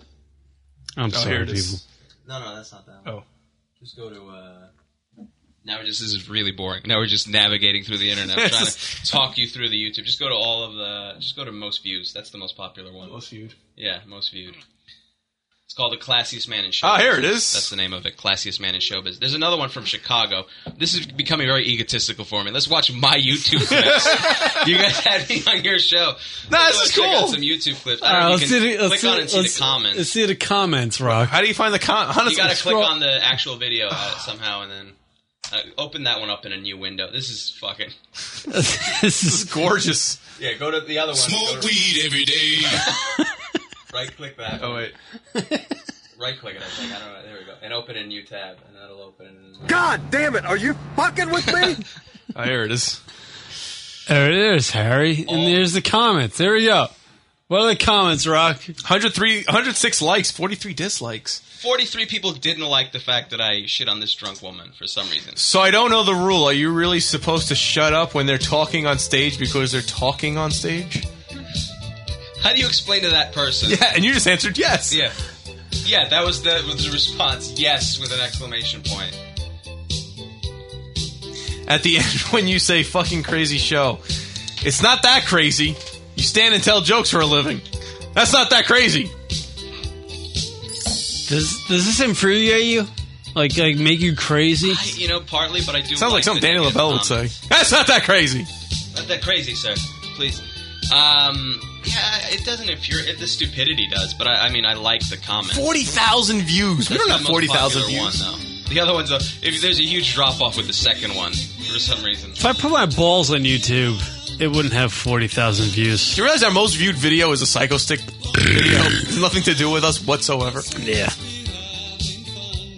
I'm
Oh,
sorry,
here it
people.
is. No, no, that's not that. One. Oh, just go to. Uh, now we're just. This is really boring. Now we're just navigating through the <laughs>
<laughs>
internet, I'm trying to talk you through the YouTube. Just go to all of the. Just go to most views. That's the most popular one. Most viewed. Yeah, most viewed. It's called the classiest man in showbiz.
Ah, here it is.
That's the name of it. Classiest man in showbiz. There's another one from Chicago. This is becoming very egotistical for me. Let's watch
<laughs>
my YouTube clips. you guys <laughs> had me on your show.
Nah, this
Let's
is
go check out
cool.
Some YouTube clips.
All
I
right,
don't know,
let's
you
see
can
the, let's
click
see,
on and see
let's-
the comments.
Let's see the comments, Rock.
How do you find the con?
you gotta click on the actual video uh, somehow, and then uh, open that one up in a new window. This is fucking.
<laughs>
this is
gorgeous.
Yeah, go to the other one.
Smoke weed every day.
<laughs> Right click that.
Oh wait.
<laughs> Right click it. I think I don't know. There we go. And open a new tab, and that'll open.
God damn it! Are you fucking with
<laughs>
me?
Oh, here it is.
There it is, Harry,
Oh.
and there's the comments. There we go. What are the comments, Rock?
103, 106 likes, 43 dislikes.
Forty-three people didn't like the fact that I shit on this drunk woman for some reason.
So I don't know the rule. Are you really supposed to shut up when they're talking on stage because they're talking on stage?
How do you explain to that person?
Yeah, and you just answered yes.
Yeah. Yeah, that was the, was the response. Yes, with an exclamation point.
At the end, <laughs> when you say fucking crazy show, it's not that crazy. You stand and tell jokes for a living. That's not that crazy.
Does does this infuriate you? Like like make you crazy?
I, you know, partly, but I do.
Sounds like
like
something Daniel LaBelle would say. That's not that crazy.
Not that crazy, sir. Please. Um, yeah, it doesn't infuriate. The stupidity does, but I, I mean, I like the comment.
40,000 views. We
That's
don't
the
have
most
40,000
popular
views.
One, though. The other one's a. If there's a huge drop off with the second one for some reason.
If I put my balls on YouTube, it wouldn't have forty thousand views.
Do you realize our most viewed video is a psycho stick
<clears throat>
video? It's nothing to do with us whatsoever.
Yeah.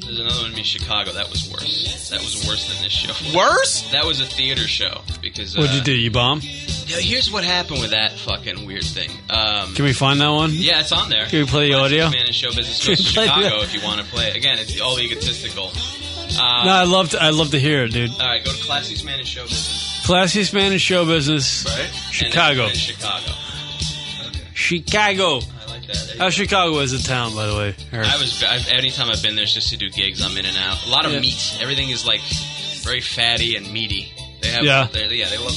There's another one in Chicago. That was worse. That was worse than this show.
Worse?
That was a theater show because. Uh,
What'd you do? You bomb?
Yeah, Here's what happened with that fucking weird thing. Um,
Can we find that one?
Yeah, it's on there.
Can we play the
Classic
audio?
Man and show business
Can we
goes to
play the-
Chicago if you want to play. it. Again, it's all egotistical. Um,
no, I love to, I love to hear it, dude.
All right, go to Classiest Man in Show Business.
Classiest man in show business,
Right?
Chicago.
And it's in Chicago. I
Chicago.
like that. There you
How Chicago is a town, by the way. Harry?
I was I've, anytime I've been there it's just to do gigs, I'm in and out. A lot of
Yeah.
meat. Everything is like very fatty and meaty. They have
Yeah.
they- yeah they love,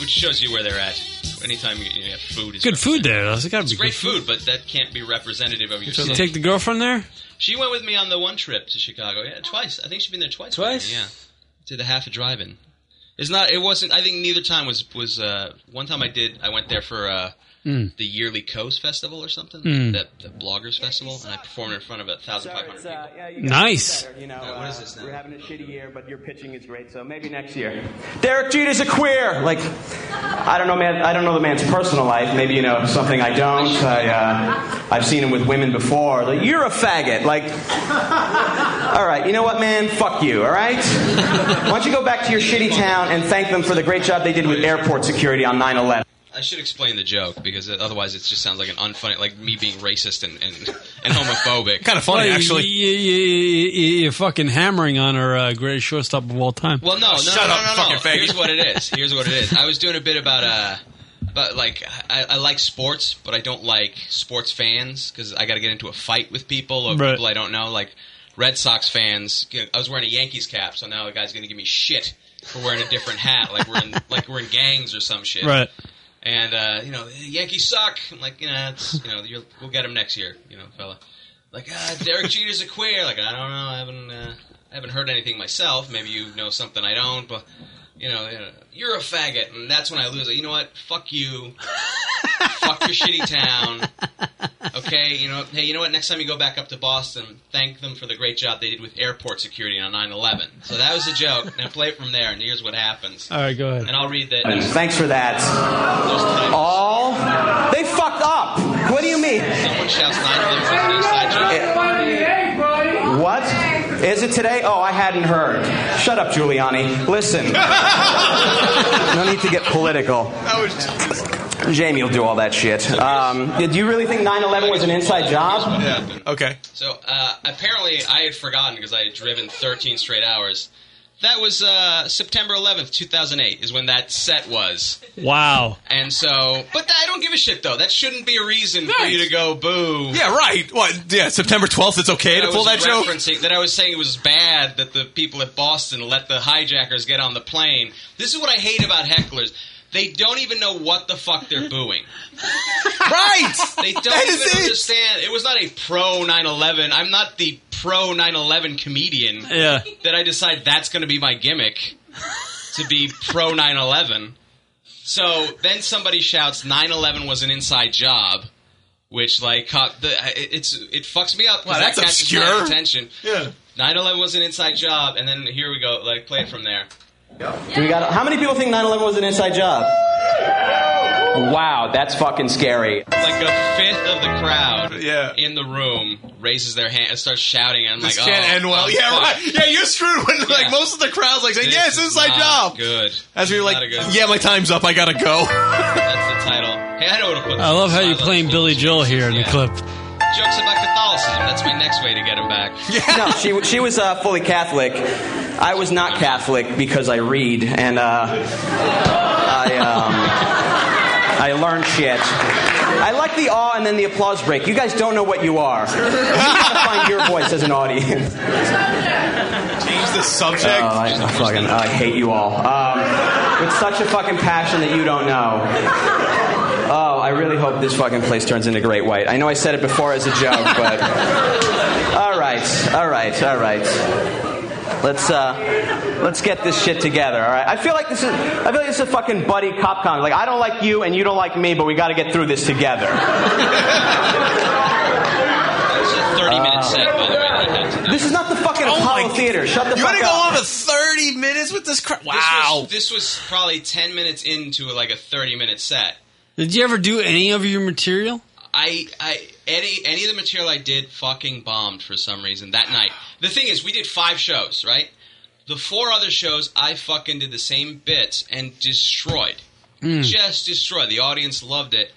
which shows you where they're at. Anytime you, you have food is
good food there. though. It's got to
It's
be
great
great.
food, but that can't be representative of your
Did you
city.
take the girlfriend there?
She went with me on the one trip to Chicago. Yeah, twice. I think she's been there twice. with
Twice?
me, Yeah. Did a half a drive-in. It's not. It wasn't. I think neither time was was. Uh, one time I did. I went there for uh,
Mm.
the yearly Coast Festival or something.
Mm.
That the bloggers festival, and I performed in front of a thousand five hundred people.
Nice.
uh, You know, what is this now? We're having a shitty year, but your pitching is great, so maybe next year. uh, Derek Jeter's a queer. Like, I don't know, man. I don't know the man's personal life. Maybe you know something I don't. I, uh, I've seen him with women before. Like, you're a faggot. Like, all right. You know what, man? Fuck you. All right. Why don't you go back to your shitty town and thank them for the great job they did with airport security on 9/11.
I should explain the joke because otherwise it just sounds like an unfunny, like me being racist and and, and homophobic.
Well, You, you, you, you- you're fucking hammering on our uh, greatest shortstop of all time.
Well, no, no,
shut
no,
up,
no,
fucking
no, no.
faggot.
Here's what it is. Here's what it is. I was doing a bit about uh, about like I, I like sports, but I don't like sports fans because I got to get into a fight with people or
Right.
people I don't know, like Red Sox fans. You know, I was wearing a Yankees cap, so now a guy's gonna give me shit for wearing a different hat, like we're in <laughs> like we're in gangs or some shit.
Right.
And uh, you know, Yankees suck. I'm <laughs> like, you know, it's, you know, you'll, we'll get him next year, you know, fella. Like, uh, Derek Jeter's a queer. Like, I don't know. I haven't, uh, I haven't heard anything myself. Maybe you know something I don't. But you know, you know, you're a faggot, and that's when I lose. Like, you know what? Fuck you. Fuck your shitty town. Okay, you know, hey, you know what? Next time you go back up to Boston, thank them for the great job they did with airport security on 9/11. So that was a joke. Now play it from there, and here's what happens.
All right, go ahead.
And I'll read that.
Thanks for that. All they fucked up. Who What do you mean?
Someone shouts nine eleven.
What? Is it today? Oh, I hadn't heard. Shut up, Giuliani. Listen. no need to get political. Jamie will do all that shit. Um, do you really think 9 11 was an inside job?
Yeah.
Okay.
So uh, apparently, I had forgotten because I had driven 13 straight hours. That was uh, September 11th, 2008, is when that set was.
Wow.
And so, but I don't give a shit though. That shouldn't be a reason for you to go boo.
Yeah, right. What? Yeah, September 12th, it's okay to
I
pull
was
that joke?
referencing- That I was saying it was bad that the people at Boston let the hijackers get on the plane. This is what I hate about hecklers. They don't even know what the fuck they're booing.
right!
They don't even understand. It was not a pro 9 11. I'm not the pro 9 11 comedian
Yeah.
that I decide that's going to be my gimmick to be pro 9 11. So then somebody shouts 9 11 was an inside job. Which like caught the it- it's it fucks me up. 'cause
Wow,
that
that's
catches
obscure.
My attention.
Yeah.
9/11 was an inside job, and then here we go. Like play it from there.
Do we got, how many people think 9 11 was an inside job? Wow, that's fucking scary.
Like a fifth of the crowd in the room raises their hand and starts shouting. And I'm
This
like,
can't
oh,
end well.
I'm
Yeah,
fucked.
right. Yeah, you're screwed when like most of the crowd's like saying,
This
"Yes,
is
it's my
not
job."
Good.
As we were
Not
like,
a good-
"Yeah, my time's up. I gotta go."
That's the title. Hey, I know what to put.
I love how you're playing Billy Joel here in the clip.
Jokes about Catholicism. That's my next way to get
<laughs>
him back.
no, she she was uh, fully Catholic. I was not Catholic because I read and uh, I um, I learned shit. I like the awe and then the applause break. You guys don't know what you are. You gotta find your voice as an audience.
Change the subject.
Oh, I, I fucking, I hate you all. Um, with such a fucking passion that you don't know. Oh, I really hope this fucking place turns into Great White. I know I said it before as a joke, but all right, all right, all right. Let's uh, let's get this shit together. All right. I feel like this is I feel like this is a fucking buddy cop con. Like I don't like you and you don't like me, but we got to get through this
<laughs>
together.
It's a 30 minute set, by the way. That I had tonight.
This is not the fucking Apollo Theater. Shut the
Oh You
fuck
gotta
up.
go on for thirty minutes with this crap. Wow.
This was, this was probably 10 minutes into like a 30 minute set.
Did you ever do any of your material?
I, I, any, any of the material I did fucking bombed for some reason that night. The thing is, we did five shows, right? The four other shows, I fucking did the same bits and destroyed.
Mm.
Just destroyed. The audience loved it.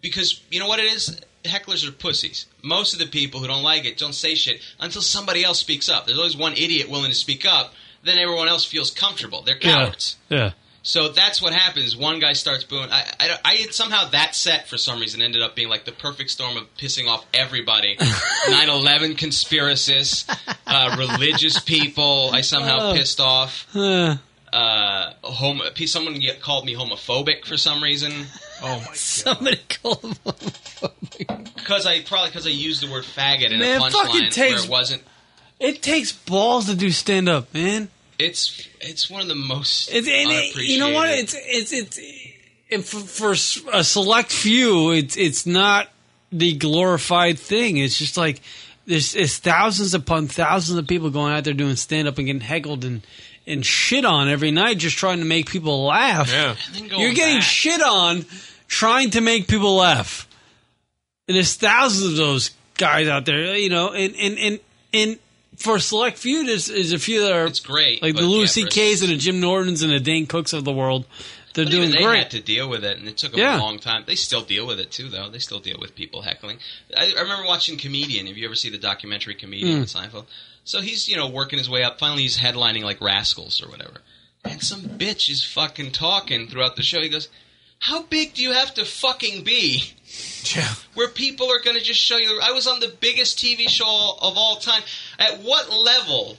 Because, you know what it is? Hecklers are pussies. Most of the people who don't like it don't say shit until somebody else speaks up. There's always one idiot willing to speak up, then everyone else feels comfortable. They're cowards.
Yeah.
So that's what happens. One guy starts booing. I, I, don't- I had somehow that set for some reason ended up being like the perfect storm of pissing off <laughs> everybody 9 11 conspiracists, uh, religious people. I somehow
Oh.
pissed off.
Uh,
Uh, home, someone get- called me homophobic for some reason. Oh my god!
Somebody called him
Because I probably because I used the word faggot in
Man,
a
fucking
punchline where
takes-
it wasn't.
It takes balls to do stand up, man.
It's it's one of the most.
It's, and it- you know what?
unappreciated-
It's it's it's and for, for s- a select few, it's it's not the glorified thing. It's just like there's it's thousands upon thousands of people going out there doing stand up and getting heckled and and shit on every night, just trying to make people laugh.
Yeah.
You're getting shit on trying to make people laugh. And there's thousands of those guys out there, you know, and and and and for a select few, there's, there's a few that are it's
great,
like the
but
Louis
yeah, for a
C.K.'s and the Jim Nortons and the Dane Cooks of the world. They're
But
doing
even they
great.
had to deal with it, and it took them
Yeah.
a long time. They still deal with it too, though. They still deal with people heckling. I, I remember watching Comedian. Have you ever seen the documentary
Hmm.
Comedian
Mm.
with Seinfeld? So he's you know working his way up. Finally, he's headlining like Rascals or whatever, and some bitch is fucking talking throughout the show. He goes, "How big do you have to fucking be?" Where people are going to just show you. I was on the biggest TV show of all time. At what level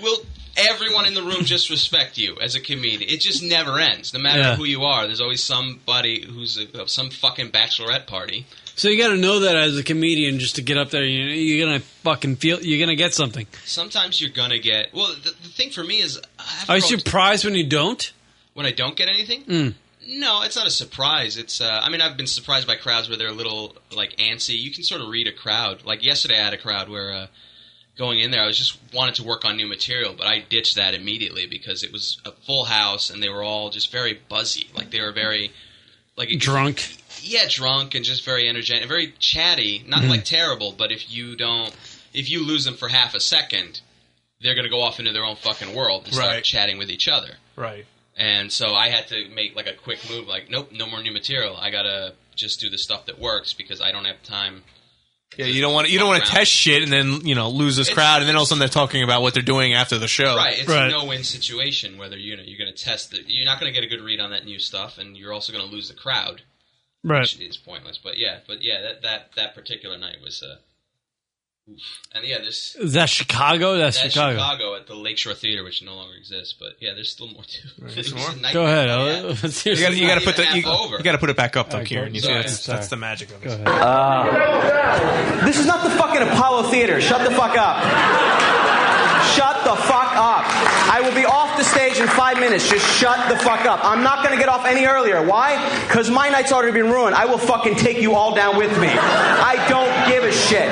will everyone in the room just respect you as a comedian? It just never ends. No matter
Yeah.
who you are, there's always somebody who's a, uh, some fucking bachelorette party.
So you got to know that as a comedian, just to get up there, you, you're gonna fucking feel, you're gonna get something.
Sometimes you're gonna get. Well, the, the thing for me is, I've
Are you
grown-
surprised when you don't?
when I don't get anything.
Mm.
No, it's not a surprise. It's uh, I mean I've been surprised by crowds where they're a little like antsy. You can sort of read a crowd. Like yesterday, I had a crowd where uh, going in there, I was just wanted to work on new material, but I ditched that immediately because it was a full house and they were all just very buzzy. Like they were very like
Drunk.
yeah, drunk and just very energetic, very chatty. Not
Mm-hmm.
Mhm.
like terrible, but if you don't, if you lose them for half a second, they're gonna go off into their own fucking world and start
Right.
chatting with each other.
Right.
And so I had to make like a quick move, like, nope, no more new material. I gotta just do the stuff that works because I don't have time.
Yeah, you don't want you don't want to test shit and then you know lose this crowd and then all of a sudden they're talking about what they're doing after the show.
Right, it's a no-win situation. Whether you know you're gonna test it, you're not gonna get a good read on that new stuff, and you're also gonna lose the crowd.
Right.
which is pointless. But yeah, but yeah, that that that particular night was. Uh, oof. And yeah, this
Is that Chicago? That's Chicago.
Chicago at the Lakeshore Theater, which no longer exists. But yeah, <laughs> there's still more to it. It was a nightmare.
Go ahead.
Oh,
Elliot. <laughs>
yeah.
You gotta, you gotta
Not
put the
even
you,
half over.
you gotta put it back up though,
Okay,
Kieran. You see,
sorry,
that's,
sorry.
that's the magic of it.
Uh, this is not the fucking Apollo Theater. Shut the fuck up. Shut the fuck up. I will be off the stage in five minutes. Just shut the fuck up. I'm not gonna get off any earlier. Why? Because my night's already been ruined. I will fucking take you all down with me. I don't give a shit.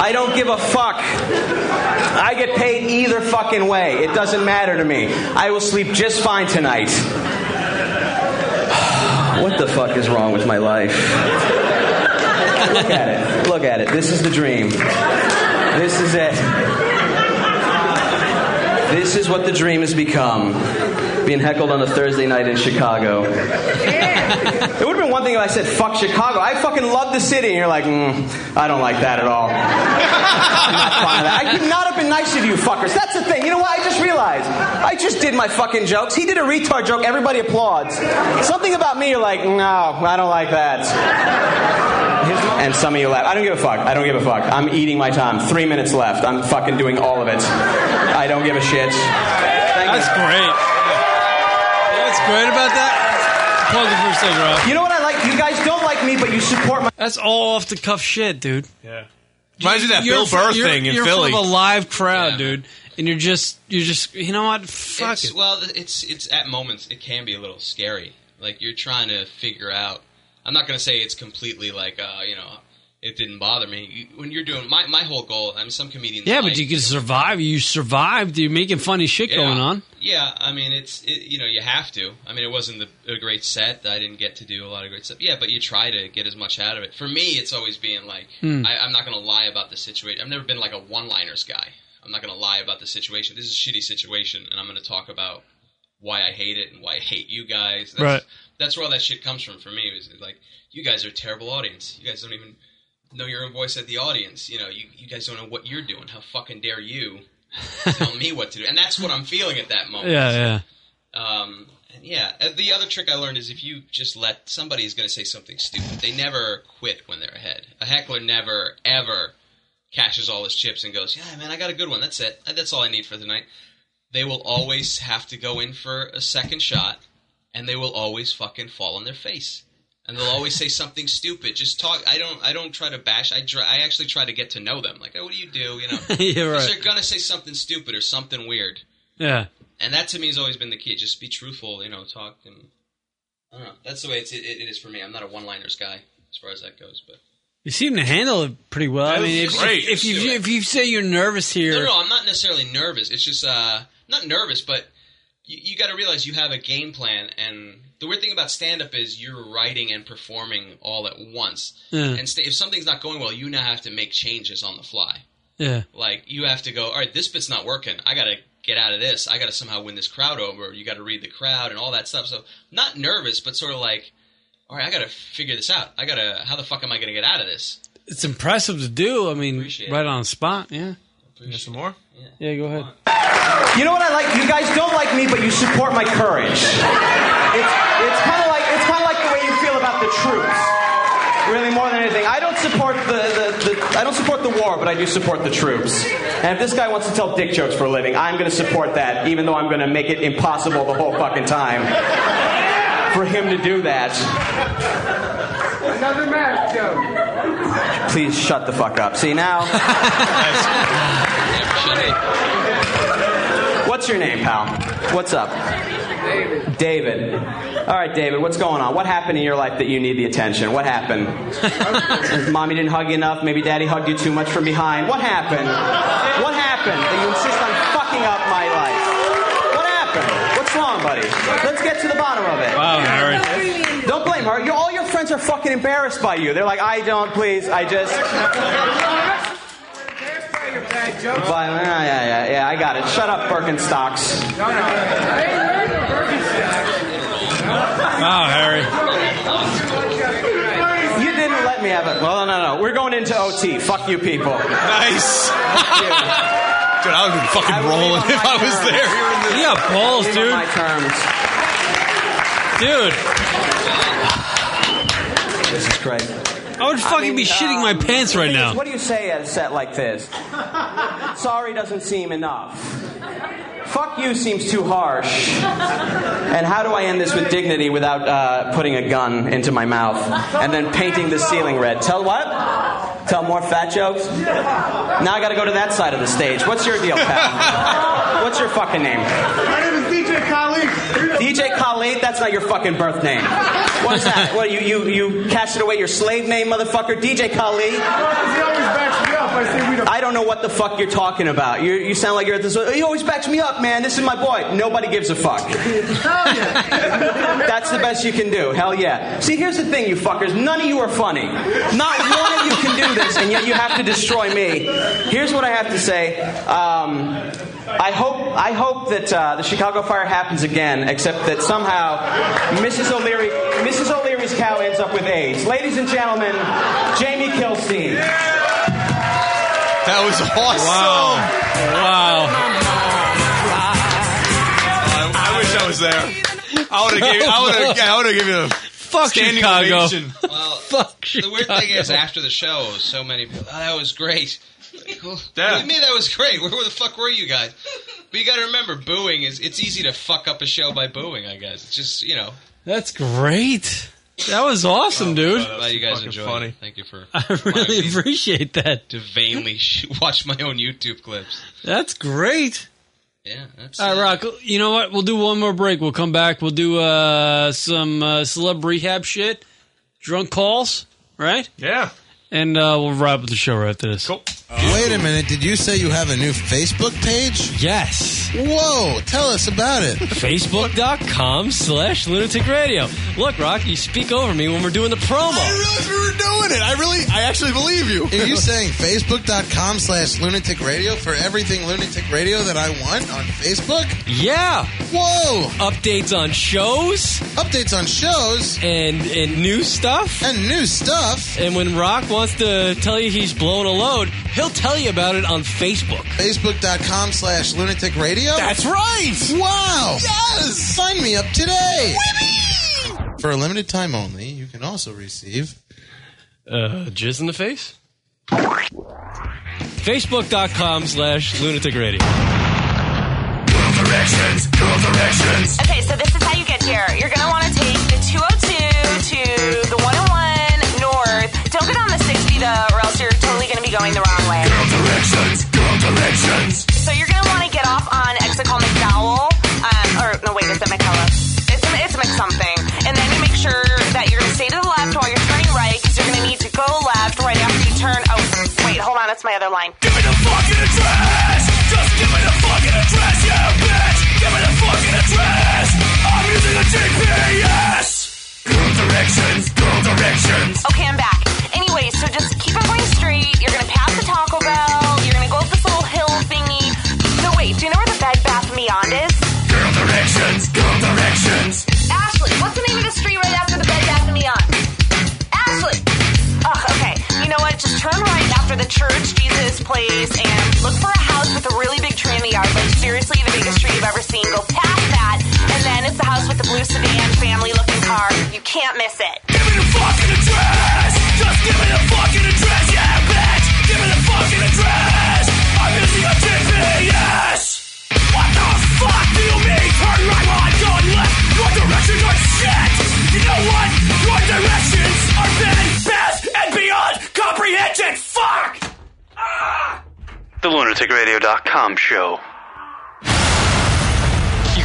I don't give a fuck. I get paid either fucking way. It doesn't matter to me. I will sleep just fine tonight. <sighs> What the fuck is wrong with my life? Look at it. Look at it. This is the dream. This is it. This is what the dream has become. Being heckled on a Thursday night in Chicago. It would have been one thing if I said, fuck Chicago. I fucking love the city. And you're like, mm, I don't like that at all. I'm not fond
<laughs>
of that. I could not have been nice to you fuckers. That's the thing. You know what? I just realized. I just did my fucking jokes. He did a retard joke. Everybody applauds. Something about me, you're like, no, I don't like that. And some of you laugh. I don't give a fuck. I don't give a fuck. I'm eating my time. Three minutes left. I'm fucking doing all of it. I don't give a shit. That's
great.
That's great about that. Plug the first thing, Rob. You know what I like? You guys don't like me, but you support my.
That's all off the cuff shit, dude.
Yeah. Reminds me of that
You're
Bill Burr
in front- you're-
thing in
you're
Philly.
in front of a live crowd, dude, and you're just you're just you know what? Fuck
it's,
it.
Well, it's it's at moments it can be a little scary. Like you're trying to figure out. I'm not going to say it's completely like uh, you know it didn't bother me You- when you're doing my my whole goal. I mean, some comedians.
Yeah,
like-
but you can survive. You survived. You're making funny shit
Yeah.
going on.
Yeah, I mean it's it, you know you have to. I mean it wasn't the, a great set. I didn't get to do a lot of great stuff. Yeah, but you try to get as much out of it. For me, it's always being like
Hmm.
I, I'm not going to lie about the situation. I've never been like a one-liners guy. I'm not going to lie about the situation. This is a shitty situation, and I'm going to talk about why I hate it and why I hate you guys. That's,
Right.
That's where all that shit comes from for me. Is like you guys are a terrible audience. You guys don't even know your own voice at the audience. You know, you, you guys don't know what you're doing. How fucking dare you tell me what to do? And that's what I'm feeling at that moment.
Yeah, yeah.
Um, and yeah. uh, The other trick I learned is if you just let somebody is going to say something stupid, they never quit when they're ahead. A heckler never ever cashes all his chips and goes, "Yeah, man, I got a good one. That's it. That's all I need for the night." They will always have to go in for a second shot, and they will always fucking fall on their face. And they'll always say something stupid. Just talk. I don't. I don't try to bash. I try, I actually try to get to know them. Like, oh, what do you do?
<laughs>
You know,
Yeah, right.
Because they're gonna say something stupid or something weird
Yeah.
and that to me has always been the key. Just be truthful, you know, talk and I don't know. That's the way it's, it, it is for me. I'm not a one-liners guy as far as that goes, but
You seem to handle it pretty well. I
That
mean,
was
if,
great.
if you if you say you're nervous here,
no, no, I'm not necessarily nervous. It's just uh, not nervous, but you, you got to realize you have a game plan. And the weird thing about stand-up is you're writing and performing all at once.
Yeah.
And st- if something's not going well, you now have to make changes on the fly.
yeah,
Like you have to go. All right, this bit's not working. I gotta get out of this. I gotta somehow win this crowd over. You gotta read the crowd and all that stuff. So not nervous, but sort of like, all right, I gotta figure this out. I gotta. How the fuck am I gonna get out of this?
it's impressive to do. I mean, right on the spot. Yeah.
some more.
Yeah.
go ahead.
You know what I like? You guys don't like me, but you support my courage. It's, it's kind of like it's kind of like the way you feel about the troops. Really, more than anything, I don't support the, the, the I don't support the war, but I do support the troops. And if this guy wants to tell dick jokes for a living, I'm going to support that, even though I'm going to make it impossible the whole fucking time for him to do that.
Another mask joke.
Please shut the fuck up. See now. What's your name, pal? What's up? David. David. All right, David, what's going on? What happened in your life that you need the attention? What happened? Mommy didn't hug you enough. Maybe daddy hugged you too much from behind. What happened? What happened that you insist on fucking up my life? What happened? What's wrong?
on, buddy. Let's get to the bottom of it.
Wow,
Harry. Don't blame her. Your all your friends are fucking embarrassed by you. They're like, I don't, please. I just. But, yeah, yeah, yeah, yeah, I got it. Shut up, Birkenstocks.
Wow, Harry.
You didn't let me have it. Well, no, no. We're going into OT. Fuck you people. Nice.
Dude, I would have been fucking rolling if I was there.
Yeah, balls, dude. My terms.
Dude.
This is great.
I would fucking be shitting my pants right now.
What do you say at a set like this? <laughs> Sorry doesn't seem enough. Fuck you seems too harsh. And how do I end this with dignity without uh, putting a gun into my mouth and then painting the ceiling red? Tell what? Tell more fat jokes? Now I gotta go to that side of the stage. What's your deal, Pat? What's your fucking name?
My name is DJ Khalid.
DJ Khalid, that's not your fucking birth name. What is that? What, you, you, you cashed away your slave name, motherfucker? DJ Khalid? I don't know what the fuck you're talking about. You, you sound like you're at this. He always backs me up, man. This is my boy. Nobody gives a fuck. That's the best you can do. Hell yeah. See, here's the thing, you fuckers. None of you are funny. Not one of you can do this, and yet you have to destroy me. Here's what I have to say. Um, I hope I hope that uh, the Chicago Fire happens again, except that somehow Mrs. O'Leary Mrs. O'Leary's cow ends up with AIDS. Ladies and gentlemen, Jamie Kilstein.
That was awesome. Wow. I, I wish I was there. I would have gave. I would have. I would have given a
Fuck
standing
Chicago.
ovation.
<laughs>
Well, the weird thing is, after the show, so many people, oh, that was great. Like, well, What do you mean that was great? Where, where the fuck were you guys? But you got to remember, booing is, it's easy to fuck up a show by booing, I guess. It's just, you know.
That's great. That was awesome, dude.
glad you guys enjoyed it. Thank you for
<laughs> I really appreciate that.
to vainly sh- watch my own YouTube clips.
That's great.
Yeah, that's
All right, Rock. You know what? We'll do one more break. We'll come back. We'll do uh, some uh, celeb rehab shit, drunk calls, right?
Yeah.
And uh, we'll wrap up the show right after this. Cool.
Wait a minute. Did you say you have a new Facebook page?
Yes.
Whoa. Tell us
<laughs>
about it.
Facebook.com slash lunatic radio. Look, Rock, you speak over me when we're doing the promo.
we were doing it. I really, I actually believe you. Are <laughs> you saying facebook.com slash lunatic radio for everything lunatic radio that I want on Facebook?
Yeah.
Whoa.
Updates on shows.
Updates on shows.
And and new stuff.
And new stuff.
And when Rock wants to tell you he's blown a load, he'll tell you about it on Facebook.
Facebook.com slash lunatic radio?
That's right.
Wow. Yes. Sign me up today. For a limited time only, you can also receive.
Uh, jizz in the face? Facebook.com slash lunatic radio.
Directions, cool directions.
Okay, so this is how you get here. You're going to want to take the 202 to the 101 north. Don't get on the 60 though, or else you're totally going to be going the wrong way.
Directions, cool directions.
So you're going to want to get off on exit called McDowell. Um, or, no, wait, is it McCullough? It's, it's something. And then you make sure that you're going to stay to the left while you're turning right, because you're going to need to go left right after you turn. Oh, wait, hold on, that's my other line.
Give me the fucking address. Just give me the fucking address, you bitch. Give me the fucking address. I'm using a GPS. Cool directions, cool directions.
Okay, I'm back. Anyway, so just keep on going straight. You're gonna pass the Taco Bell. You're gonna go up this little hill thingy. No, wait. Do you know where the Bed Bath and Beyond is?
Cool directions, cool directions.
Ashley, what's the name of the street right after the Bed Bath and Beyond? Ashley. Ugh. Okay. You know what? Just turn right after the Church Jesus place and look for a house with a really big tree in the yard. Like seriously, the biggest tree you've ever seen. Go past that, and then it's the house with the blue sedan, family-looking car. You can't miss it.
Fucking address. Just give me the fucking address, yeah, bitch. Give me the fucking address. I'm using a GPS. What the fuck do you mean? Turn right while I'm going left. Your directions are shit. You know what? Your directions are bad, best, and beyond comprehension. Fuck.
The lunaticradio.com show.
You
You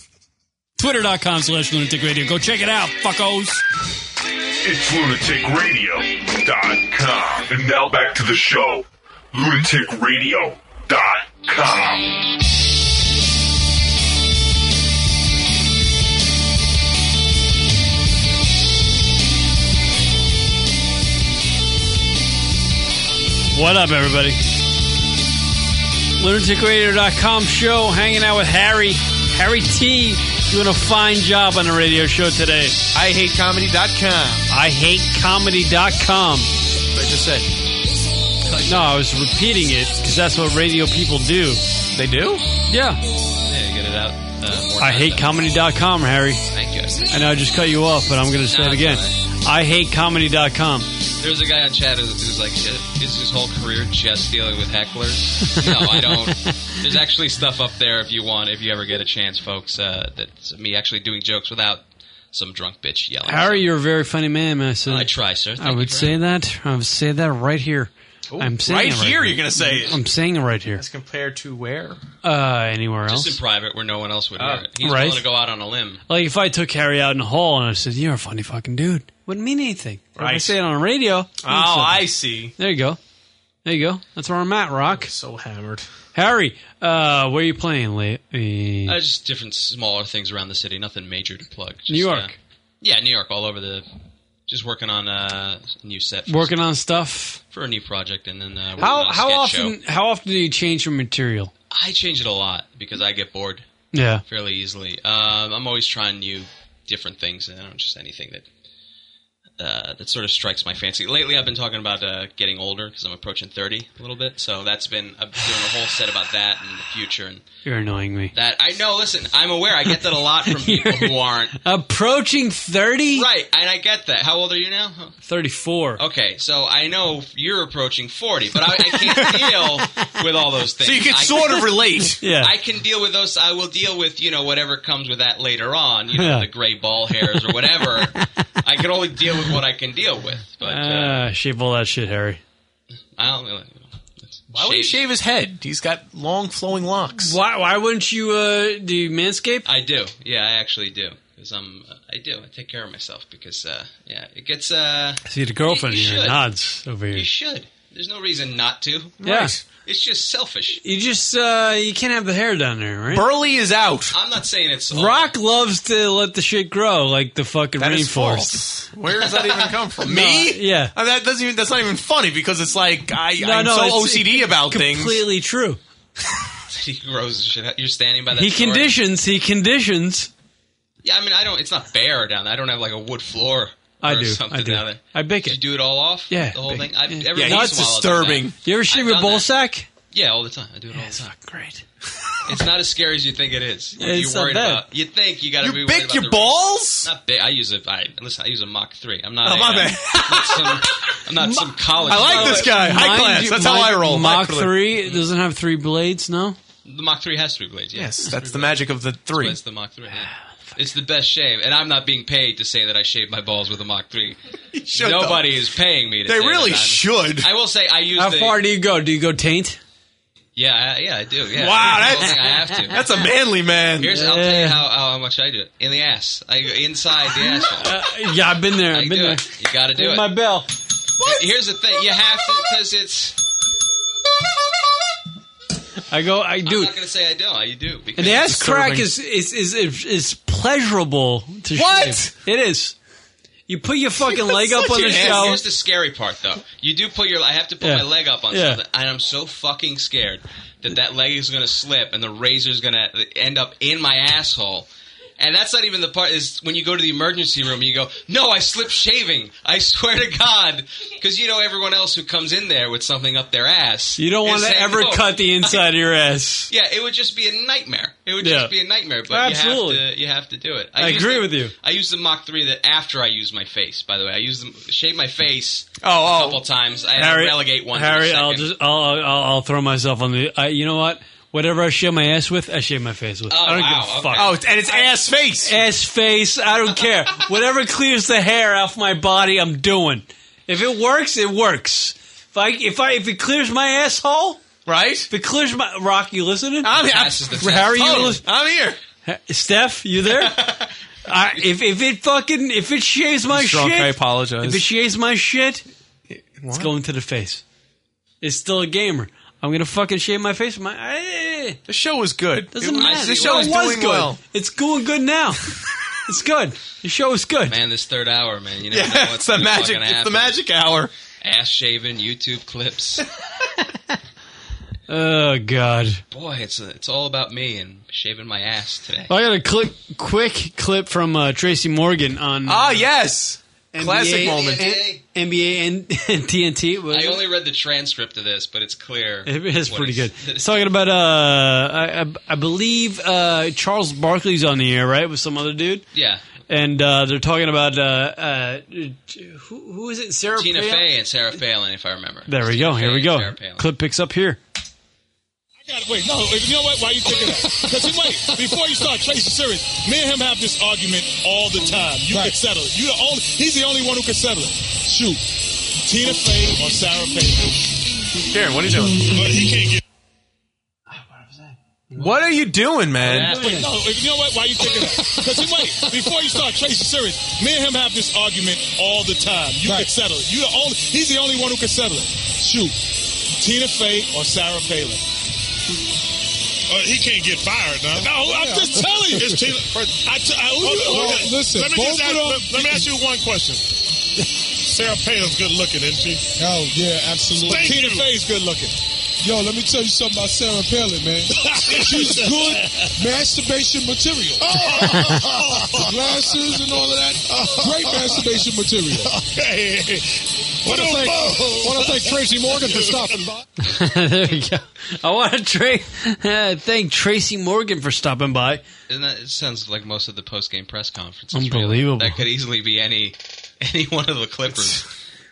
Twitter.com slash lunatic radio. Go check it out, fuckos.
It's lunaticradio.com. And now back to the show. Lunaticradio.com.
What up, everybody? LunaticRadio.com show, hanging out with Harry. Harry T doing a fine job on the radio show today. I hate comedy.com. I hate comedy.com. I just said. No, I was repeating it because that's what radio people do. They do?
Yeah,
Yeah.
you get it out. Uh, more
I hate comedy.com, Harry.
Thank you.
I know I just cut you off, but I'm going to say
Nah,
it again. I hate comedy.com.
There's a guy on chat who's- who's like, "Yeah, is his whole career just dealing with hecklers? No, I
<laughs>
don't. There's actually stuff up there if you want, if you ever get a chance, folks. Uh, that's me actually doing jokes without some drunk bitch yelling.
Harry, you're a very funny man, man. I, said-
I try, sir. Thank
I
you
would
very
say that. I would say that right here. I'm saying
right
it
here you're gonna say it.
I'm saying it right here.
As compared to where?
Uh, anywhere
Just
else?
in private where no one else would hear it. He's
Oh, Right.
willing to go out on a limb.
like if I took Harry out in the hall and I said, "You're a funny fucking dude," wouldn't mean anything. But If I
Right.
say it on the radio. it means
Oh,
something.
I see.
There you go. There you go. That's where I'm at, Rock. So hammered. Harry, uh, where are you playing lately?
Uh, just different smaller things around the city. Nothing major to plug. Just,
New York.
uh, yeah, New York, all over the. Just working on uh, a new set. For
Working on stuff.
for a new project, and then uh, working on
How
a
how
sketch
often
show.
how often do you change your material?
I change it a lot because I get bored.
Yeah.
fairly easily. Um, I'm always trying new, different things, and I don't just anything that uh, that sort of strikes my fancy. Lately, I've been talking about uh, getting older because I'm approaching 30 a little bit. So that's been I've been doing a whole set about that and the future and
You're annoying me.
that. I know. Listen, I'm aware. I get that a lot
<laughs>
from people who aren't
Approaching thirty.
right, and I get that. How old are you now? Huh.
Thirty-four.
Okay, so I know you're approaching 40, but I, I
<laughs>
can't deal with all those things.
So you can
I-
sort
<laughs>
of relate. Yeah.
I can deal with those. I will deal with, you know, whatever comes with that later on, you know,
Yeah.
the gray ball hairs or whatever.
<laughs>
I can only deal with what I can deal with. But
Ah,
uh,
shave all that shit, Harry.
I don't know.
Why would he shave his head? He's got long flowing locks.
Why why wouldn't you uh, do manscape?
I do. Yeah, I actually do. Because I'm, I do. I take care of myself because, uh, yeah, it gets, uh,
See the girlfriend
You- you
here
should.
nods over here.
you should. There's no reason not to.
Yeah. Right.
It's just selfish. <laughs>
You just uh you can't have the hair down there, right?
Burley is out. I'm not saying it's all-
Rock loves to let the shit grow like the fucking
That is
rainforest.
Where does that even come from?
No,
Me?
yeah.
Uh, that doesn't even. That's not even funny because it's like I,
No,
I'm
no,
so
it's-
OCD
it's
about things.
completely true.
he grows the shit out. You're standing by that.
He
door.
conditions. He conditions.
Yeah, I mean, I don't. It's not bare down there. I don't have like a wood floor.
I
or
do,
Something
I do.
down there.
I bake
it. You do it all off.
Yeah,
the whole thing.
bake it.
I,
Yeah.
every
Yeah,
once
that's
in a while I'll do that.
disturbing. You ever shave
I've
your
done
ball
that.
sack?
Yeah, all the time. I do it all the time.
great.
<laughs> It's not as scary as you think it is. You-
It's
You're
not
worried
bad.
about. You think you got to be.
bake
worried about
your
the-
balls?
Not big. I use a. I, listen, I use a Mach three. I'm not.
Oh,
a,
my
uh,
bad.
not some, I'm
<laughs>
not some college.
I like this guy. High
Mind
class.
you-
That's how
mind-
I roll.
Mach
High class.
three it doesn't have three blades. No.
The Mach three has three blades. yeah.
Yes, that's the magic of the three.
It's the Mach 3. yeah. It's the best shave, and I'm not being paid to say that I shaved my balls with a Mach
<laughs>
3.
should, though.
Nobody is paying me. To
They
say that
really
I'm-
should.
I will say I use
How
the.
far do you go? Do you go taint?
yeah, I- yeah, I do. Yeah.
Wow,
I
that's-
think I have to.
that's a manly man.
Here's I'll tell
Yeah.
you how, how much I do it in the ass. I go inside
<laughs>
the asshole.
Yeah, I've been there. I've been
do
there.
it. You got to do
Ring
it.
My bell.
Here's the thing: you have to because it's.
I go. I do.
I'm not gonna say I don't. I do. Because
And the ass crack is is, is is is pleasurable to
What?
shave. It is. You put
<laughs>
your fucking leg up on the
Here's-
show.
Here's the scary part, though. You do put your. I have to put
Yeah.
my leg up on
Yeah.
something, and I'm so fucking scared that that leg is gonna slip, and the razor's gonna end up in my asshole. And that's not even the part. Is when you go to the emergency room, you go, "No, I slipped shaving. I swear to God," because you know everyone else who comes in there with something up their ass.
You don't
is
want to
saying,
ever
"No."
cut the inside of your ass.
Yeah, it would just be a nightmare. It would
Yeah.
just be a nightmare. But
Absolutely.
you have to you have to do it.
I
used
agree
the-
with you.
I used the Mach three that after I used my face. By the way, I used them shave my face
oh.
a couple times. <laughs> I had
Harry,
to relegate one.
Harry,
to the
I'll
second.
just I'll, I'll I'll throw myself on the. I, you know what? Whatever I shave my ass with, I shave my face with.
Oh,
I don't
wow,
give a
okay.
fuck.
Oh,
and it's ass face.
Ass face. I don't care. Whatever clears the hair off my body, I'm doing. If it works, it works. If I if I if it clears my asshole,
right?
If it clears my rock, you listening?
I'm here.
Harry, you lis-
I'm here.
Steph,
<laughs>
you there? I, if if it fucking if it shaves my
He's drunk,
shit,
I apologize.
If it shaves my shit, it's going to the face. It's still a gamer. I'm gonna fucking shave my face. with My eh,
the show was good.
Doesn't
It-
matter.
the show is
It was
doing
good.
well.
It's going good now.
<laughs>
it's good. The show is good.
Man, this third hour, man. You never know
Yeah,
what's
it's the
gonna
magic.
fucking
It's the
happen.
magic hour.
Ass shaving, YouTube clips. <laughs>
Oh god.
Boy, it's it's all about me and shaving my ass today.
Oh, I got a clip, quick clip from uh, Tracy Morgan on.
Ah,
uh,
yes.
Classic moment.
N- NBA and TNT.
I only read the transcript of this, but it's clear.
<laughs> It is
what
pretty good.
it's- <laughs>
It's talking about uh, I, I, I believe uh, Charles Barkley's on the air, right, with some other dude.
Yeah.
And uh, they're talking about uh, uh, who, who is it? Sarah
Tina
Palin?
Fey and Sarah Palin, if I remember.
there we go. Here we go. Clip picks up here. <laughs>
God, wait, no, you know what? Why are you thinking that? Because it might, before you start Tracy serious, me and him have this argument all the time. You can settle it. You the only, he's the only one who can settle it. Shoot. Tina Fey or Sarah Palin.
Karen, what are you doing?
But he can't get.
What are you doing, man?
Wait, no, you know what? Why are you thinking that? Because it might, before you start Tracy serious, me and him have this argument all the time. You can settle it. You the only, he's the only one who can settle it. Shoot. Tina Fey or Sarah Palin. Uh, he can't get fired now. No, I'm
Yeah.
just telling you. It's Tina. I t- I-
Hold on, hold on. Listen,
let me
both
just ask,
of them-
let, let me ask you one question. Sarah Palin's good looking, isn't she?
Oh yeah, absolutely.
Thank Tina you. Fey's good looking.
Yo, let me tell you something about Sarah Palin,
<laughs>
man. She's good masturbation material.
Oh.
Glasses and all of that. Great masturbation material.
What
Want to
a
thank,
fool.
wanna thank Tracy Morgan for stopping by.
there we go. I want to tra- <laughs> uh, thank Tracy Morgan for stopping by.
Isn't that, it sounds like most of the post game press conferences.
Unbelievable.
That could easily be any <laughs> any one of the
<laughs>
Clippers.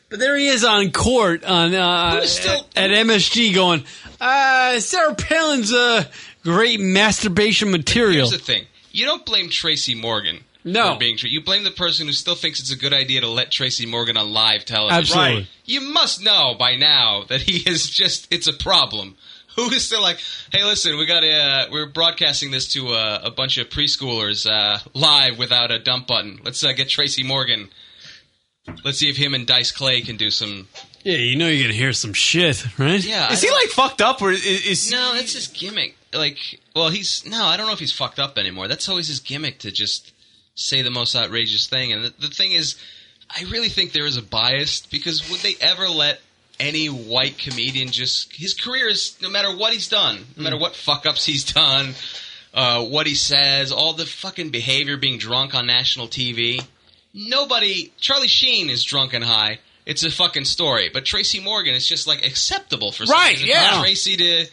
But there he is on court on uh,
Who's still-
at, at MSG going, uh, Sarah Palin's uh, great masturbation material.
Here's the thing: you don't blame Tracy Morgan.
No.
for being tra- you blame the person who still thinks it's a good idea to let Tracy Morgan on live television.
Absolutely. Right.
You must know by now that he is just—it's a problem. <laughs> Who is still like, hey, listen, we got to—we're broadcasting this to uh, a bunch of preschoolers uh, live without a dump button. Let's uh, get Tracy Morgan. Let's see if him and Dice Clay can do some.
Yeah, you know you're gonna hear some shit, right?
Yeah,
Is he like fucked up or is, is
no? That's his gimmick. Like, well, he's no. I don't know if he's fucked up anymore. That's always his gimmick to just say the most outrageous thing. And the, the thing is, I really think there is a bias because would they ever let any white comedian just his career is no matter what he's done, no
Mm.
matter what fuck ups he's done, uh, what he says, all the fucking behavior, being drunk on national TV. Nobody, Charlie Sheen is drunk and high. It's a fucking story. But Tracy Morgan is just like acceptable for some
Right,
reason.
yeah.
For Tracy to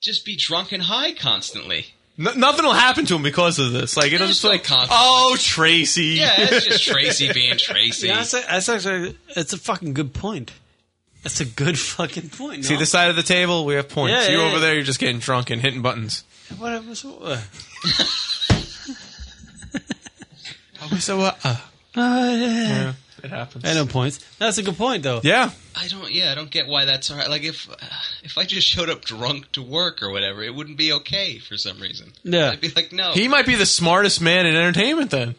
just be drunk and high constantly.
N- nothing will happen to him because of this? Like it'll
There's
just
no
be like,
consequence.
oh Tracy.
Yeah, that's
<laughs>
just Tracy being Tracy.
Yeah, that's, that's actually that's a fucking good point. That's a good fucking point.
See
no?
this side of the table, we have points.
Yeah,
you
yeah,
over
yeah.
there, you're just getting drunk and hitting buttons.
What, what's- uh,
So uh, uh,
yeah.
it happens.
I know points. That's a good point, though.
Yeah.
I don't. Yeah, I don't get why that's all right. Like if uh, if I just showed up drunk to work or whatever, it wouldn't be okay for some reason.
Yeah.
I'd be like, no.
He might be the smartest man in entertainment. Then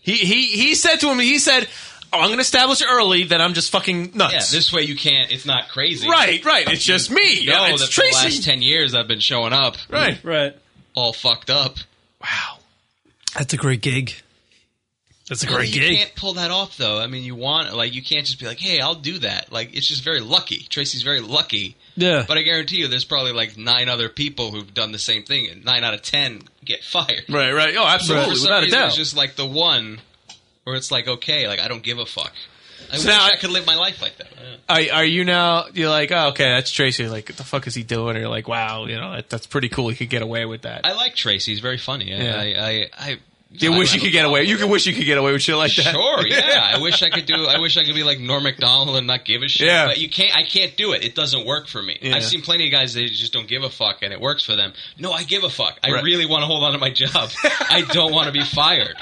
he he he said to him, he said, oh, "I'm going to establish early that I'm just fucking nuts."
Yeah, this way you can't. It's not crazy.
Right, right, it's just me.
You know
Yeah, it's
that
Tracy.
for the last ten years I've been showing up.
Right.
right.
All fucked up.
That's a great gig.
That's a
Yeah,
great
you
gig.
can't pull that off though. I mean, you want like you can't just be like, "Hey, I'll do that." Like it's just very lucky. Tracy's very lucky.
Yeah.
But I guarantee you, there's probably like nine other people who've done the same thing, and nine out of ten get fired.
Right, right. Oh, absolutely,
For some
without a
reason,
doubt.
It's just like the one where it's like, okay, like I don't give a fuck. I
So
wish
now
I
I-
could live my life like that. Yeah.
Are, are you now? You're like, oh, okay, that's Tracy. Like, what the fuck is he doing? Or you're like, wow, you know, that, that's pretty cool. He could get away with that.
I like Tracy. He's very funny. I,
Yeah.
I, I, I
You
I
wish you
don't
could get away. You could wish you could get away with shit like that.
<laughs>
<laughs>
Sure, yeah. I wish I could do. I wish I could be like Norm Macdonald and not give a shit.
Yeah.
But you can't. I can't do it. It doesn't work for me.
Yeah.
I've seen plenty of guys that just don't give a fuck, and it works for them. No, I give a fuck. I
Right.
really want to hold on to my job. I don't want to be fired.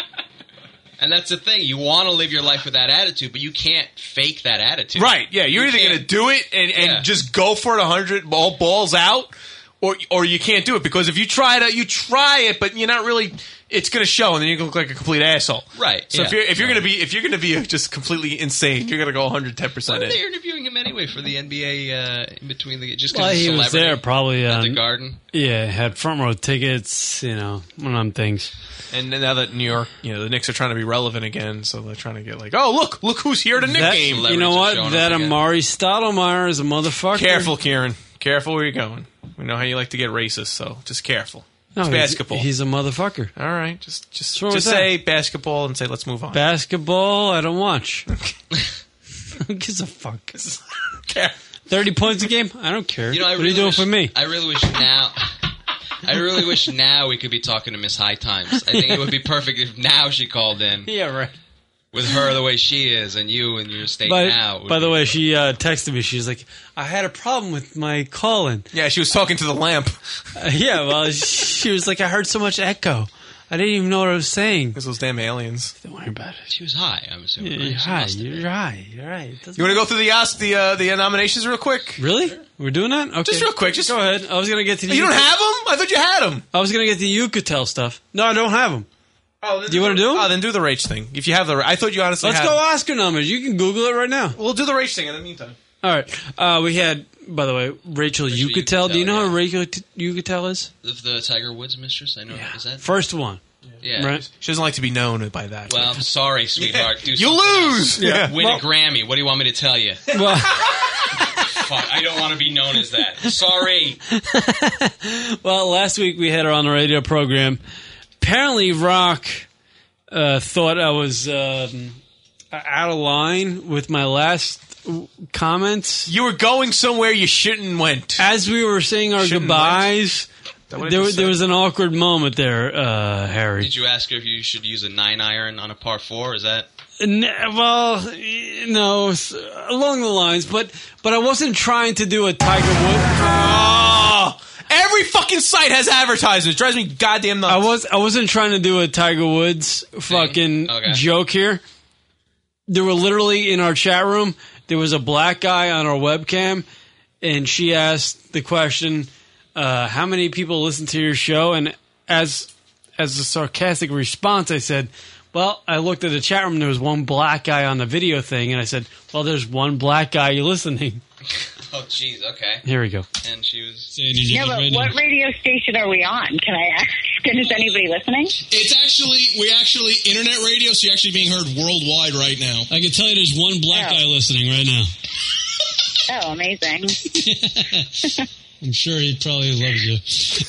And that's the thing. You want to live your life with that attitude, but you can't fake that attitude.
Right? Yeah. You're
You
either gonna
can't-
do it and, and
Yeah.
just go for it, hundred all balls out, or or you can't do it because if you try to, you try it, but you're not really. It's gonna show, and then you look like a complete asshole.
Right,
So if
yeah.
you're if you're gonna be if you're gonna be just completely insane, you're gonna go 110 percent in.
They're interviewing him anyway for the NBA uh, in between the just because
Well, he was
celebrity
there probably
at
um,
the Garden.
Yeah, had front row tickets. You know, one of them things.
And now that New York, you know, the Knicks are trying to be relevant again, so they're trying to get like, oh, look, look who's here to Knicks
That-
game.
You know what? That Amari Stoudemire is a motherfucker.
Careful, Kieran. Careful where you're going. We know how you like to get racist, so just careful.
No,
it's
he's-
basketball.
He's a motherfucker.
All right, just just
wrong
just
with that?
say basketball and say let's move on.
Basketball, I
<laughs>
don't watch. Who gives a fuck? Thirty points a game? I don't care.
You know, I
what
really
are you doing
wish,
for me?
I really wish now. I really wish now we could be talking to Miss High Times. I think it would be perfect if now she called in.
<laughs> Yeah, right.
With her the way she is, and you in your state
By,
now. would
by the
be-
way, she uh, texted me. She's like, I had a problem with my calling.
Yeah, she was talking to the
<laughs>
lamp.
yeah, well, she was like, I heard so much echo. I didn't even know what I was saying.
Because those damn aliens.
Don't worry about it.
She was high. I'm assuming.
Yeah,
right?
you're
She
high.
must have been.
You're high. You're right.
You want to go through the os- the uh, the nominations real quick?
Really? We're doing that? Okay.
Just real quick. Just Oh,
go ahead. I was gonna get to. The Oh.
You don't
Yucat-
have them? I thought you had them.
I was gonna get the Yucatel stuff. No, I don't have them. Oh, do you want to do? 'em?
Oh, then do the rage thing. If you have the, ra- I thought you honestly.
Let's
had
go
'em.
Oscar numbers. You can Google it right now.
We'll do the rage thing in the meantime.
All right. Uh, we had, by the way, Rachel, Yucatel. Do you know how Rachel T- Yucatel is?
Of the Tiger Woods mistress. I know. Is that
First one.
Yeah.
Right.
She doesn't like to be known by that.
Well, I'm sorry, sweetheart. Do
You
something else.
lose! Yeah.
Win
Well-
a Grammy. What do you want me to tell you?
Well,
Fuck, I don't want to be known as that. Sorry.
<laughs> well, last week we had her on the radio program. Apparently, Rock uh, thought I was um, out of line with my last w- comments.
You were going somewhere you shouldn't went.
As we were saying our
Shouldn't
goodbyes,
That what I
there,
just
was- there
said?
was an awkward moment there, uh, Harry.
Did you ask her if you should use a nine iron on a par four? Is that?
N- well, y- no, s- along the lines, but but I wasn't trying to do a Tiger Woods.
Oh, Every fucking site has advertisements. Drives me goddamn nuts.
I was I wasn't trying to do a Tiger Woods fucking
Okay.
joke here. There were literally in our chat room. There was a black guy on our webcam, and she asked the question, uh, "How many people listen to your show?" And as as a sarcastic response, I said, "Well, I looked at the chat room. There was one black guy on the video thing, and I said, well, there's one black guy you listening.' <laughs>
Oh, jeez. Okay.
Here we go.
And she was
Yeah, but what radio station are we on? Can I ask? <laughs> And is anybody listening?
It's actually we actually internet radio, so you're actually being heard worldwide right now.
I can tell you there's one black guy listening right now.
Oh, amazing.
I'm sure he probably loves you.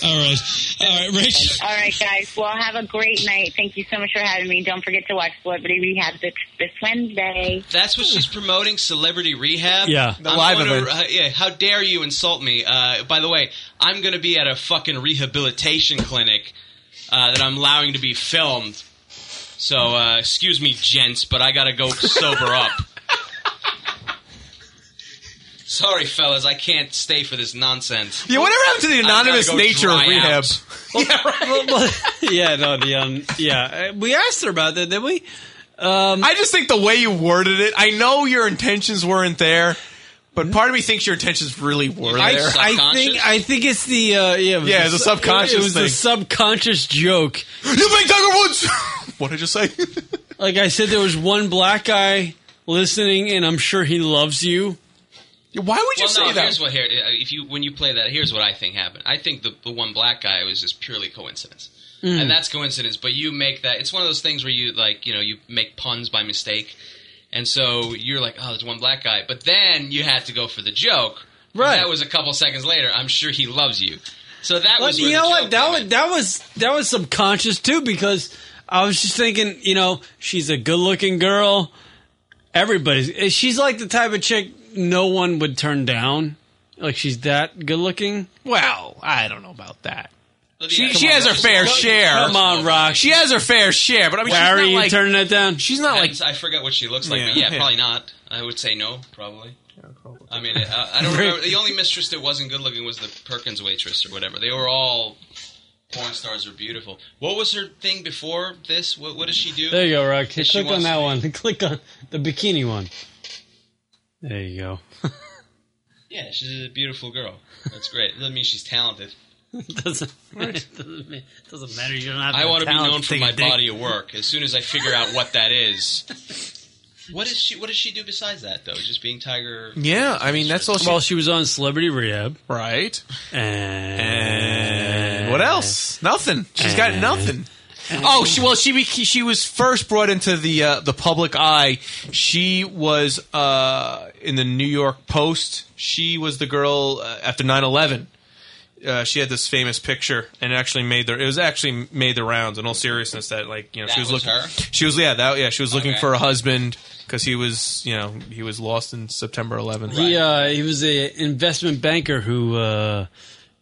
All right. All right, Rachel.
All right, guys. Well, have a great night. Thank you so much for having me. Don't forget to watch Celebrity Rehab this, this Wednesday.
That's what she's promoting, Celebrity Rehab.
Yeah.
The
I'm
live
gonna-
event.
uh, yeah, how dare you insult me? Uh, by the way, I'm going to be at a fucking rehabilitation clinic uh, that I'm allowing to be filmed. So, uh, excuse me, gents, but I got to go sober up. <laughs> Sorry, fellas, I can't stay for this nonsense.
Yeah, whatever happened to the
I've gotta
anonymous
go
nature of
dry <laughs>
rehab?
out.
<laughs>
yeah, no, the um, yeah, Uh, we asked her about that, didn't we? Um,
I just think the way you worded it, I know your intentions weren't there, but part of me thinks your intentions really were
I,
there.
I think I think it's the uh, yeah, it was
Yeah,
the
it's a
sub-
subconscious
It was the
thing.
subconscious joke.
You think Tiger Woods? what did you say? <laughs>
Like I said, there was one black guy listening, and I'm sure he loves you.
Why would you
well,
say
no,
that?
Here's what here uh, if you when you play that. Here's what I think happened. I think the, the one black guy was just purely coincidence,
Mm.
and that's coincidence. But you make that. It's one of those things where you like you know you make puns by mistake, and so you're like, oh, there's one black guy. But then you had to go for the joke. Right. That was a couple seconds later. I'm sure he loves you. So that
Well,
was where
you
the
know
joke
what? That was that was that was subconscious too because I was just thinking, you know, she's a good-looking girl. Everybody's she's like the type of chick no one would turn down. Like she's that good-looking.
Well, I don't know about that. She,
Come
she
on,
has her
Rock.
fair
Come-
share.
come on, Rock.
She has her fair share, but I mean,
Why
she's
are
not
you
like,
turning that down?
She's not like.
Depends. I forget what she looks like,
Yeah,
but yeah,
yeah.
probably not. I would say no, probably. I mean, I, I
<laughs>
don't remember. The only mistress that wasn't good looking was the Perkins waitress or whatever. They were all porn stars. Were beautiful. What was her thing before this? What, what does she do?
There you go, Rock.
That she
Click on
wants
that
to be-
one. <laughs> Click on the bikini one. There you
<laughs>
go.
Yeah, she's a beautiful girl. That's great. Doesn't mean she's talented.
<laughs> doesn't, doesn't, mean- doesn't matter. You don't have.
I
the
want to be
talent
known for
take
my
a dick.
body of work. As soon as I figure out what that is,
<laughs>
what is she? What does she do besides that though? Just being Tiger.
Yeah, I mean that's all. She,
well, she was on Celebrity Rehab,
right?
And,
what
Eh.
else? Nothing. She's got
And-
nothing. Oh, she well she bec- she was first brought into the uh, the public eye. She was uh, in the New York Post. She was the girl uh, after 9/11. Uh, she had this famous picture, and it actually made the it was actually made the rounds. In all seriousness, that like you know she
That
was,
was
looking.
her?
She was yeah that yeah she was looking
Okay.
for a husband because he was you know he was lost in September 11th.
He uh, he was an investment banker who uh,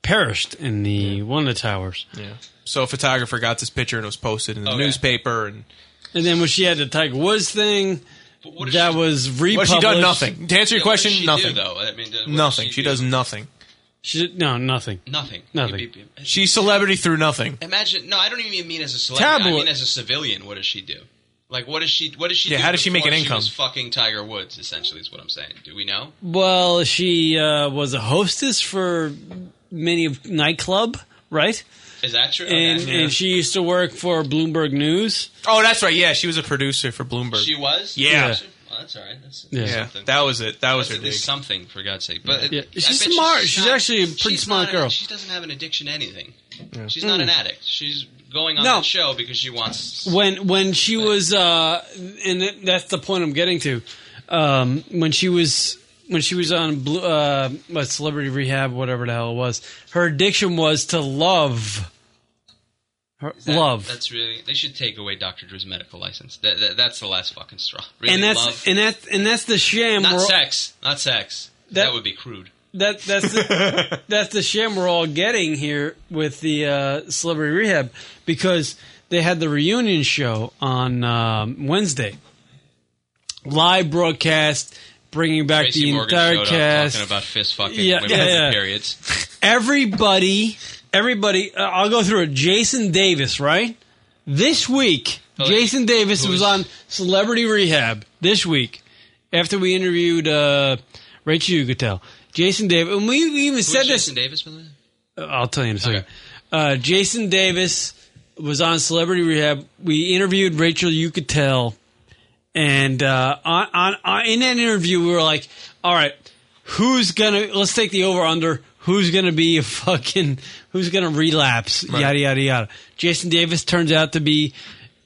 perished in the one of the towers.
Yeah. So a photographer got this picture and it was posted in the newspaper and
And then when she had the Tiger Woods thing, that was
Well,
republished.
she done nothing. To answer your
Yeah, what
question,
does she do,
nothing.
though? I mean, what does
nothing.
she
She, does nothing.
She no Uh, nothing.
Nothing.
Nothing.
She's celebrity through nothing.
Imagine. No, I don't even mean as a celebrity. I
Tabloid.
mean as a civilian. What does she do? Like, what does she? What does she?
Yeah,
do
how does she make an
before
income?
was fucking Tiger Woods. Essentially, is what I'm saying. Do we know?
Well, she uh, was a hostess for many of nightclub, right?
Is that true?
And
Okay. Yeah.
and she used to work for Bloomberg News.
Oh, that's right. Yeah, she was a producer for Bloomberg.
She was.
Yeah. Yeah.
Well, that's all right. That's
Yeah.
something.
That was it. That was
That's
her
at least
dig.
something for God's sake. But
Yeah.
it- I
She's
bet you
smart. She's
not-
actually a pretty
she's
smart
not an-
girl.
she doesn't have an addiction to anything. She's
Mm.
not an addict. She's going on
No.
that show because she wants.
when when she was uh and th- that's the point I'm getting to um when she was when she was on Blue, uh what celebrity rehab whatever the hell it was her addiction was to love her,
that.
love
That's really. They should take away Dr. Drew's medical license. That, that, that's the last fucking straw. Really,
and that's
love.
and that and that's the sham
not
we're,
sex. Not sex. That, would be crude.
that that's the, that's the sham we're all getting here with the uh celebrity rehab because they had the reunion show on um, Wednesday live broadcast bringing back
Tracy
the
Morgan
entire
showed up
cast
talking about fist fucking
Yeah,
women
yeah,
with
yeah.
periods.
everybody, everybody. Uh, I'll go through it. Jason Davis, right? This week, Jason Davis was on Celebrity Rehab. This week, after we interviewed uh, Rachel Ugatel, Jason Davis, and we, we even
Who's
said this.
Jason Davis, by the way?
Uh, I'll tell you in a second. Uh, Jason Davis was on Celebrity Rehab. We interviewed Rachel Ucatel, and uh, on, on, on in that interview, we were like, "All right, who's gonna? Let's take the over under. Who's gonna be a fucking? Who's gonna relapse? Yada yada yada." Jason Davis turns out to be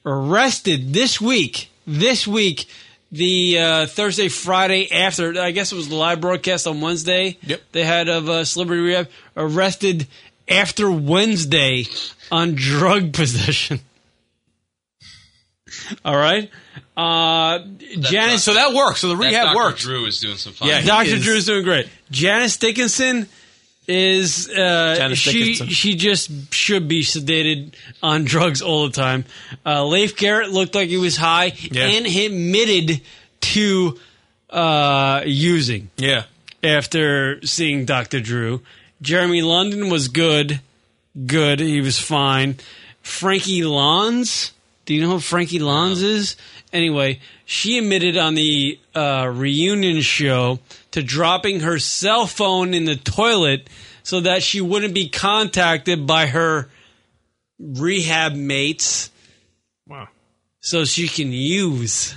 arrested this week. This week. The uh, Thursday, Friday after, I guess it was the live broadcast on Wednesday. Yep. They had of uh, Celebrity Rehab arrested after Wednesday on drug <laughs> possession. All right. Uh, Janice.
So that works. So the
That Dr. Drew is doing some fine.
Dr. Drew's doing great. Janice Dickinson is uh,
Janice
she
Dickinson.
she just should be sedated on drugs all the time. Uh, Leif Garrett looked like he was high
Yeah.
and he admitted to uh, using.
Yeah.
After seeing Dr. Drew, Jeremy London was good. Good. He was fine. Frankie Lons. Do you know who Frankie Lons is? Anyway, she admitted on the uh, reunion show to dropping her cell phone in the toilet so that she wouldn't be contacted by her rehab mates.
Wow.
So she can use.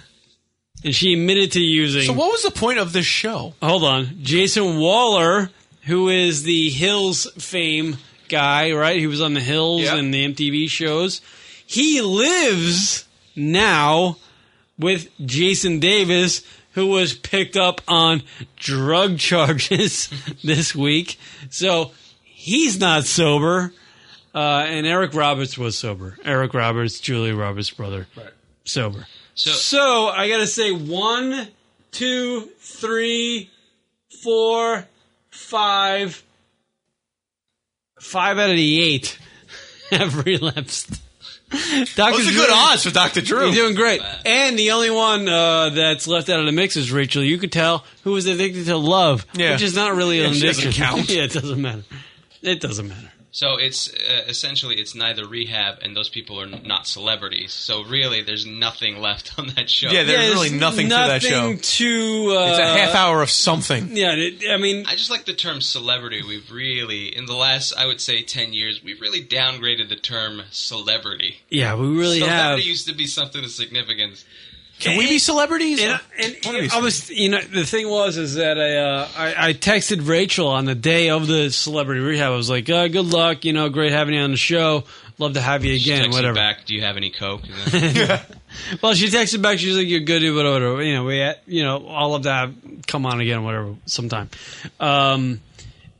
and she admitted to using. So, what was the point of this show? Hold on, Jason Waller, who is the Hills fame guy, right? He was on the Hills and the MTV shows. He lives now with Jason Davis, who was picked up on drug <laughs> charges this week. So he's not sober. Uh, and Eric Roberts was sober. Eric Roberts, Julia Roberts' brother, sober. So, I got to say one, two, three, four, five, five out of the eight <laughs> have relapsed. Dr.
Those are good odds for Dr. Drew.
You're doing great. And the only one uh, that's left out of the mix is Rachel. You could tell who was addicted to love,
Yeah.
which is not really
Yeah,
an
she doesn't
addiction.
count.
<laughs> yeah, it doesn't matter. It doesn't matter.
So it's uh, essentially it's neither rehab and those people are not celebrities. So really, there's nothing left on that show.
nothing To, uh,
it's a half hour of something.
Yeah, I mean,
I just like the term celebrity. We've really, in the last, I would say, ten years, we've really downgraded the term celebrity.
Yeah, we really have.
Celebrity used to be something of significance.
Can we be celebrities? And, and- and I was, you know, the thing was is that I, uh, I I texted Rachel on the day of the celebrity rehab. I was like, uh, "Good luck, you know, great having you on the show. Love to have you
Text
again,
you
whatever."
Back, do you have any
<laughs>
coke? <laughs> And then-
Well, she texted back. She's like, "You're good, dude, whatever, whatever. You know, we, had- you know, all of that. Come on again, whatever, sometime." Um,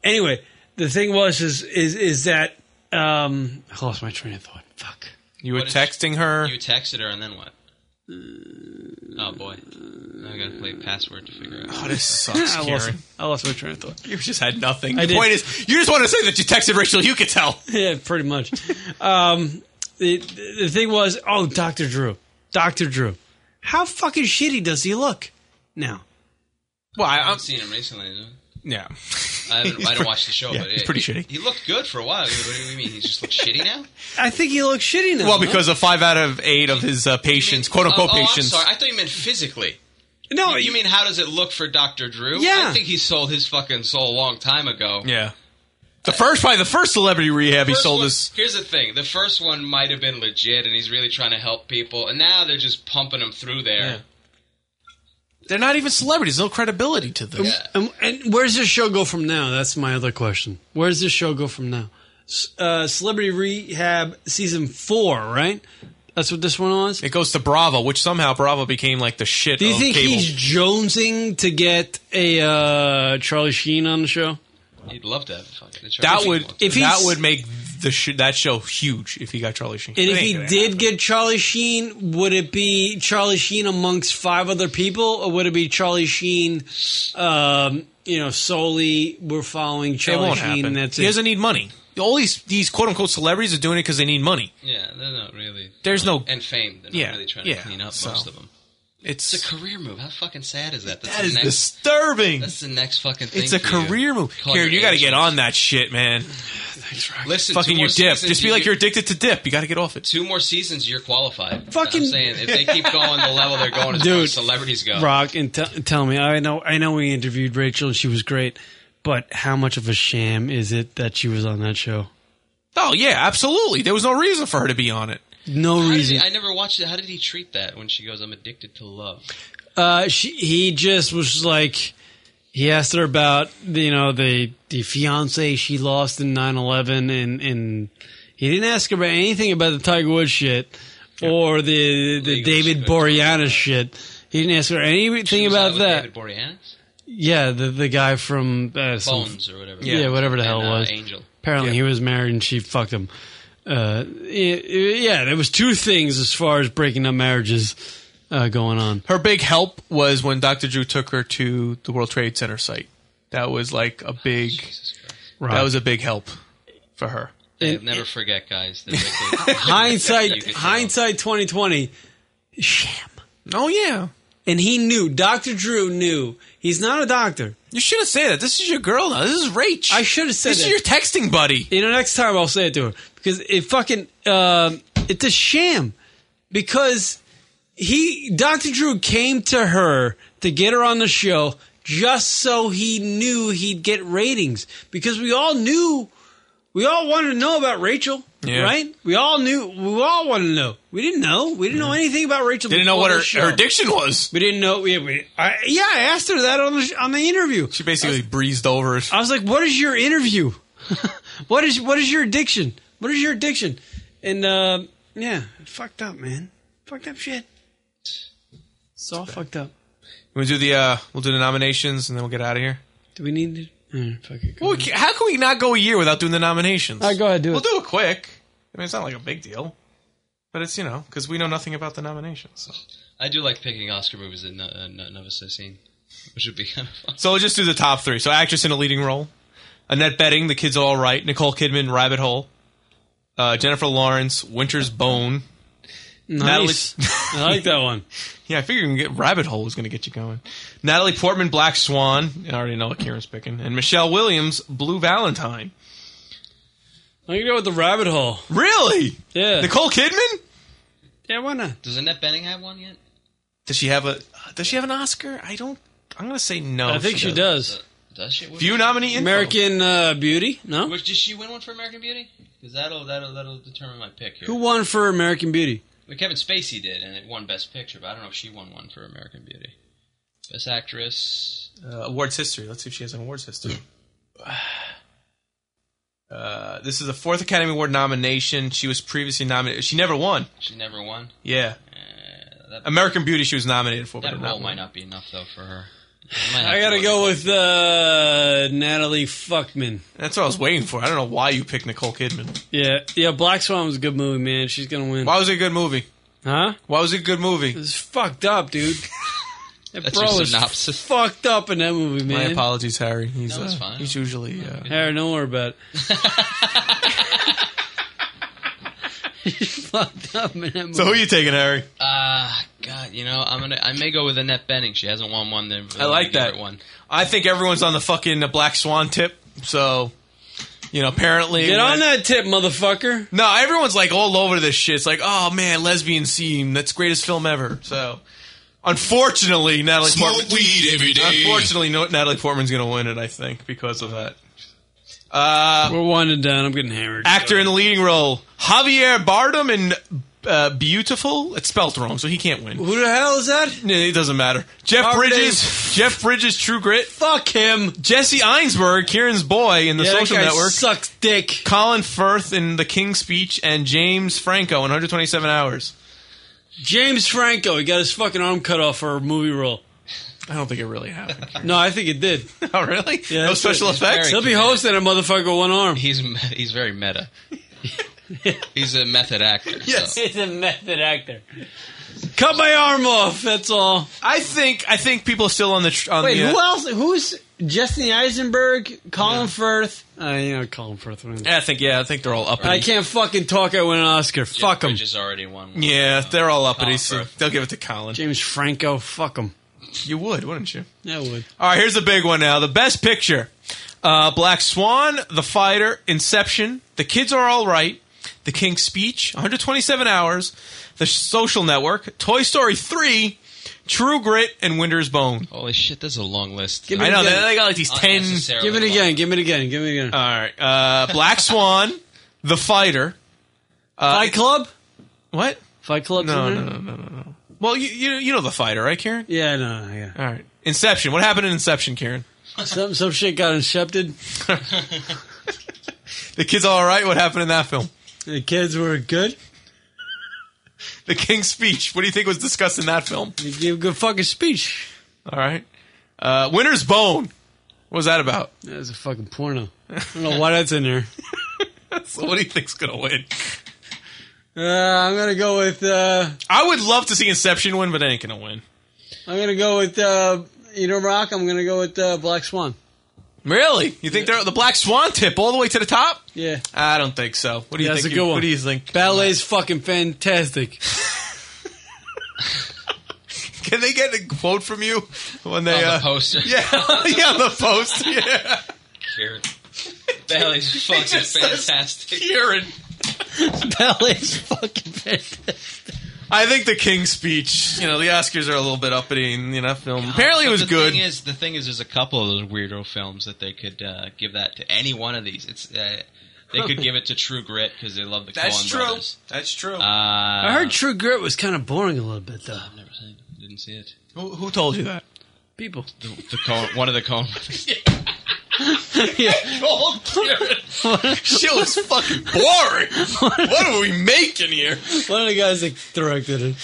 anyway, the thing was is is is that um, I lost my train of thought. Fuck.
You were texting her.
You texted her, and then what? Oh boy, now I gotta play password to figure out.
Oh, this sucks,
<laughs> I lost,
Karen.
I lost my train of thought.
You just had nothing.
I
the
did.
point is, you just want to say that you texted Rachel. You could tell.
<laughs> yeah, pretty much. Um, the the thing was, oh, Doctor Drew, Doctor Drew, how fucking shitty does he look now?
Well, I,
haven't seen him recently.
Yeah.
I, haven't,
He's
I
pre-
don't watch the
<laughs>
show,
yeah,
but
he's
it-
pretty
he-
shitty.
He looked good for a while. What do you mean? He just looks shitty now.
I think he looks shitty now.
Well, because of five out of eight of his uh, patients, <laughs> quote unquote
oh, oh,
patients.
I'm sorry. I thought you meant physically.
No,
you, you mean how does it look for Doctor Drew?
Yeah.
I think he sold his fucking soul a long time ago.
Yeah. The first, probably the first celebrity rehab he
First
sold
one-
us.
Here's the thing: the first one might have been legit, and he's really trying to help people. And now they're just pumping him through there.
They're not even celebrities. No credibility to them.
And, and where's this show go from now? That's my other question. Where's this show go from now? S- Uh, Celebrity Rehab season four, right? That's what this one was.
It goes to Bravo, which somehow Bravo became like the shit.
Do you
of
think
cable.
he's jonesing to get a uh, Charlie Sheen on the show?
He'd love to have fucking.
that would
if
that
he's-
would make the sh- that show huge if he got Charlie Sheen.
And
It
if
ain't
he
gonna
did get Charlie Sheen, would it be Charlie Sheen amongst five other people, or would it be Charlie Sheen? Um, you know, solely we're following
It
Charlie
won't
Sheen,
happen.
and that's
he
it.
doesn't need money. All these these quote unquote celebrities are doing it because they need money.
Yeah, they're not really.
There's no-
and fame. They're not
yeah,
really trying
yeah,
to clean up
so.
most of them.
It's,
a career move. How fucking sad is that? That's
That
the
is
next,
disturbing.
That's the next fucking thing.
It's a
for you.
career move.
Call
Here,
your
you got to get
agent.
on that shit, man.
Listen,
fucking
two
your
more
dip.
seasons,
Just be
you-
like you're addicted to dip. You got to get off it.
Two more seasons, you're qualified.
Fucking-
I'm saying if they keep going the level they're going, as far
Dude,
as celebrities go.
Rock and t- tell me. I know. I know. We interviewed Rachel, and she was great. But how much of a sham is it that she was on that show?
Oh yeah, absolutely. There was no reason for her to be on it.
No
How did
reason.
he- I never watched it. How did he treat that when she goes, "I'm addicted to love"?
Uh, she, he just was like, he asked her about, you know, the, the fiance she lost in 9-11 and, and he didn't ask her about anything about the Tiger Woods shit or the, the David Boreanaz shit. He didn't ask her anything
Was
about
with
that.
David Boreanaz?
Yeah, the, the guy from uh, some-
Bones or whatever.
Yeah,
Yeah.
whatever the hell
And,
it
uh,
was.
Angel.
Apparently, he was married and she fucked him. Uh, y- yeah, there was two things as far as breaking up marriages uh, going on.
Her big help was when Dr. Drew took her to the World Trade Center site. That was like a big.
Right.
That was a big help for her.
They never forget, guys.
<laughs>
They're like, they- <laughs> You
hindsight
could-
hindsight 2020 sham
oh yeah
and he knew dr drew knew he's not a doctor
you shouldn't say that this is your girl now this is rach
i should have said
This is
that.
your texting buddy
you know next time i'll say it to her because it fucking um it's a sham because he dr drew came to her to get her on the show just so he knew he'd get ratings because we all knew we all wanted to know about rachel
Yeah.
Right? We all knew. We all wanted to know. We didn't know. We didn't know anything about Rachel.
Mm-hmm. Didn't know
before
what her-
this show.
her addiction was.
We didn't know. We, we, I, yeah, I asked her that on the sh- on the interview. She
basically breezed over it.
I was like, "What is your interview? <laughs> what is what is your addiction? What is your addiction?" And uh, yeah, fucked up, man. Fucked up shit. It's all fucked up.
We'll do the uh, we'll do the nominations and then we'll get out of here.
Do we need to? Mm, fuck it.
Well, we ca- how can we not go a year without doing the nominations?
All right, go ahead, do
we'll
it.
do it quick. I mean, it's not like a big deal, but it's you know because we know nothing about the nominations. So.
I do like picking Oscar movies that no- uh, no- none of us have seen, which would be kind of fun.
So we'll just do the top three. So actress in a leading role, Annette Bedding, The Kids Are All Right, Nicole Kidman, Rabbit Hole, uh, Jennifer Lawrence, Winter's Bone.
Nice. <laughs> I like that one.
<laughs> Yeah, I figured we can get Rabbit Hole was going to get you going. Natalie Portman, Black Swan. I already know what Kieran's picking, and Michelle Williams, Blue Valentine.
I'm gonna go with the rabbit hole.
Really?
Yeah.
Nicole Kidman?
Yeah, why not?
Does Annette Benning have one yet?
Does she have a? Does she have an Oscar? I don't. I'm going to say no.
I think she does.
Does she?
View nominee info.
American uh, Beauty. No,
Which did she win one for American Beauty? Because that'll that'll that'll determine my pick here.
who won for American Beauty?
Well, Kevin Spacey did, and it won Best Picture, but I don't know if she won one for American Beauty. Best Actress.
Uh, awards history. Let's see if she has an awards history. <sighs> Uh, this is the fourth Academy Award nomination. She was previously nominated. She never won.
She never won.
Yeah.
uh, that-
American Beauty. She was nominated for.
That
but
role
not
might not be enough though for her.
I gotta go with uh, Natalie Fuckman.
That's what I was waiting for. I don't know why you picked Nicole Kidman.
Yeah, yeah. Black Swan was a good movie, man. She's gonna win.
Why was it a good movie?
Huh?
Why was it a good movie?
It's fucked
<laughs>
up, dude. that
That's
bro
your
is
synopsis.
fucked up in that movie,
My
man.
apologies, Harry. He's,
No, it's
uh,
fine.
He's usually. Uh,
Harry, don't worry about
<laughs>
it. <laughs> He's fucked up in that movie.
so who you taking, Harry?
Ah, God, you know, I'm gonna, I may go with Annette Benning. She hasn't won one. Then
I like
give
that
it
one. I think everyone's on the fucking uh, Black Swan tip. So, you know, apparently,
Get on
when-
that tip, motherfucker.
No, Uh, everyone's like all over this shit. It's like, oh man, lesbian scene. That's greatest film ever. So, unfortunately, Natalie
Smoke
Portman.
weed every day.
Unfortunately, no, Natalie Portman's gonna win it. I think because of that. Uh,
We're winding down. I'm getting hammered.
Actor in the leading role: Javier Bardem in uh, Beautiful. It's spelled wrong, so he can't win.
Who the hell is that?
It doesn't matter. Jeff
Bardem.
Bridges. Jeff Bridges, True Grit. Fuck him. Jesse Einsberg, Kieran's boy in The
Yeah, that
Social
guy
Network.
Sucks dick.
Colin Firth in The King's Speech and James Franco in 127 Hours.
James Franco. He got his fucking arm cut off for a movie role.
I don't think it really happened.
No, I think it did.
<laughs> oh, really?
Yeah,
No
that's
special
it.
effects?
He'll be hosting a motherfucker with one arm.
He's he's very
<laughs>
meta. He's a method actor.
Yes,
so.
he's a method actor. Cut my arm off. That's all.
I think I think people are still on the tr- on
Wait,
the, uh,
who else? Who's Jesse Eisenberg? Colin Firth? Uh, you know, Colin Firth. wins.
Yeah, I think yeah, I think they're all up.
I can't fucking talk. I win an Oscar. Fuck him.
Bridges already won. one.
Yeah, they're all up.
Colin
So they'll give it to Colin.
James Franco. Fuck him.
You would, wouldn't you?
Yeah, I would.
All right, here's the big one now. The best picture: uh, Black Swan, The Fighter, Inception, The Kids Are All Right, The King's Speech, 127 Hours, The Social Network, Toy Story 3, True Grit, and Winter's Bone.
Holy shit, that's a long list.
Give me the game.
Unnecessarily
Give it
long.
again. Give it again. Give it again.
All right, uh, Black Swan, The Fighter, uh,
Fight Club.
What?
Fight Club.
No, no, no, no, no, no. Well, you, you you know the fighter, right, Karen?
Yeah, no, yeah.
All right. Inception. What happened in Inception, Karen?
Some some shit got incepted.
<laughs> The kids all right? What happened in that film?
The kids were good.
The King's Speech. What do you think was discussed in that film?
They gave a good fucking speech.
All right. Uh, Winter's Bone. What was that about? <laughs>
That was a fucking <laughs> porno. I don't know why that's in there.
So what do you think's gonna win?
<laughs> Uh, I'm gonna go with. Uh,
I would love to see Inception win, but it ain't gonna win.
I'm gonna go with. Uh, you know, Rock. I'm gonna go with uh, Black Swan.
Really? You think they're the Black Swan tip all the way to the top?
Yeah.
I don't think so. What do you
That's
think?
a
you,
good one.
What do you think?
Ballet's fucking fantastic.
Can they get a quote from you when they
On the
uh,
poster.
<laughs> Yeah, yeah, the poster. Yeah.
Karen.
<laughs>
<laughs>
Bailey's fucking fantastic.
Karen.
Ballet's fucking fantastic.
I think the King's Speech. You know, the Oscars are a little bit uppity in you know, film. Apparently, it
But
was
the
good.
Thing is, the thing is, there's a couple of those weirdo films that they could uh, give that to any one of these. It's uh, They could give it to True Grit because they love the
That's
Coen
true.
brothers.
That's true.
Uh, I
I heard True Grit was kind of boring a little bit, though. I've
never seen it. Didn't see it.
Who, who told you that?
People.
The, the Coen, one of the Coen
<laughs> Shit was fucking boring. what are we making here?
One of the guys that directed it.